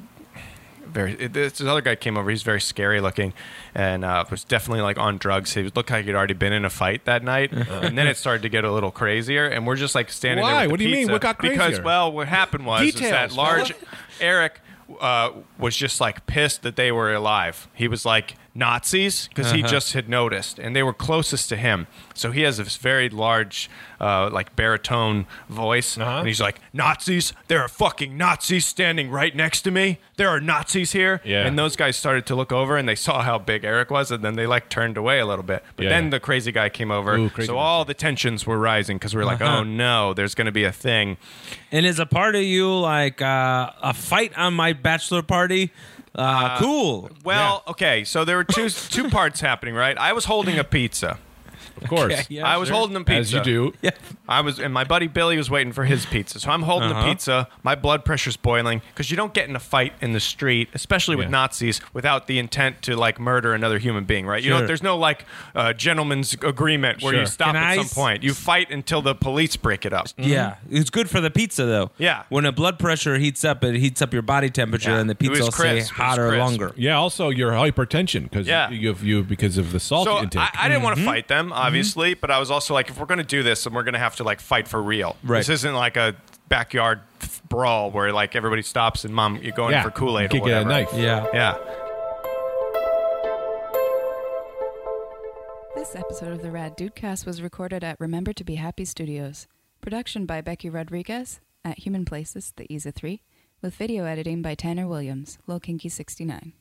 [SPEAKER 8] very. it- This other guy came over. He's very scary looking, and uh, was definitely like on drugs. He looked like he'd already been in a fight that night, and then it started to get a little crazier. And we're just like standing there.
[SPEAKER 1] Uh-huh. Why?
[SPEAKER 8] with
[SPEAKER 1] What do
[SPEAKER 8] the
[SPEAKER 1] you mean?
[SPEAKER 8] pizza.
[SPEAKER 1] What got
[SPEAKER 8] Because
[SPEAKER 1] crazier?
[SPEAKER 8] well, what happened was is that
[SPEAKER 1] Details.
[SPEAKER 8] large Eric uh, was just like pissed that they were alive. He was like Nazis because
[SPEAKER 1] Uh-huh.
[SPEAKER 8] he just had noticed, and they were closest to him. So he has this very large, uh, like baritone voice,
[SPEAKER 1] Uh-huh.
[SPEAKER 8] and he's like, "Nazis! There are fucking Nazis standing right next to me. There are Nazis here."
[SPEAKER 1] Yeah.
[SPEAKER 8] And those guys started to look over, and they saw how big Eric was, and then they like turned away a little bit. But
[SPEAKER 1] Yeah,
[SPEAKER 8] then
[SPEAKER 1] yeah.
[SPEAKER 8] the crazy guy came over,
[SPEAKER 1] Ooh, crazy
[SPEAKER 8] so
[SPEAKER 1] guy.
[SPEAKER 8] all the tensions were rising because we were like,
[SPEAKER 2] Uh-huh.
[SPEAKER 8] "Oh no, there's going to be a thing."
[SPEAKER 2] And is a part of you like uh, a fight on my bachelor party? Uh, cool.
[SPEAKER 8] Well, okay, so there were two two parts happening, right? I was holding a pizza.
[SPEAKER 1] of course.
[SPEAKER 2] Yeah,
[SPEAKER 8] I was
[SPEAKER 2] sure.
[SPEAKER 8] holding a pizza.
[SPEAKER 1] As you do.
[SPEAKER 2] Yeah.
[SPEAKER 1] Mm-hmm.
[SPEAKER 8] I
[SPEAKER 1] Uh-huh.
[SPEAKER 8] was, and my buddy Billy was waiting for his pizza. So I'm holding the pizza. My blood pressure's boiling because you don't get in a fight in the street, especially with
[SPEAKER 1] Yeah.
[SPEAKER 8] Nazis, without the intent to like murder another human being, right? You know,
[SPEAKER 2] Sure.
[SPEAKER 8] there's no like uh, gentleman's agreement where you
[SPEAKER 1] Sure.
[SPEAKER 8] stop
[SPEAKER 2] Can
[SPEAKER 8] at
[SPEAKER 2] I
[SPEAKER 8] some
[SPEAKER 2] s-
[SPEAKER 8] point. You fight until the police break it up.
[SPEAKER 2] Yeah, it's good for the pizza though.
[SPEAKER 8] Yeah.
[SPEAKER 2] when the blood pressure heats up, it heats up your body temperature,
[SPEAKER 8] Yeah.
[SPEAKER 2] and the
[SPEAKER 8] It was
[SPEAKER 2] pizza will stay
[SPEAKER 8] crisp. It was
[SPEAKER 2] hotter
[SPEAKER 8] crisp.
[SPEAKER 2] longer.
[SPEAKER 1] Yeah, also your hypertension because
[SPEAKER 8] Yeah.
[SPEAKER 1] you, you because of the salt
[SPEAKER 8] So
[SPEAKER 1] intake.
[SPEAKER 8] I, I didn't want to fight them, obviously, but I was also like, if we're going to do this, then we're going to have to like fight for real.
[SPEAKER 2] Right.
[SPEAKER 8] This isn't like a backyard brawl where like everybody stops and mom, you're going
[SPEAKER 1] yeah,
[SPEAKER 8] for Kool Aid or
[SPEAKER 1] You could get
[SPEAKER 8] whatever.
[SPEAKER 1] a knife.
[SPEAKER 2] Yeah,
[SPEAKER 8] Yeah.
[SPEAKER 5] This episode of the Rad Dudecast was recorded at Remember to Be Happy Studios. Production by Becky Rodriguez at Human Places, the EZA 3, with video editing by Tanner Williams, Low Kinky 69.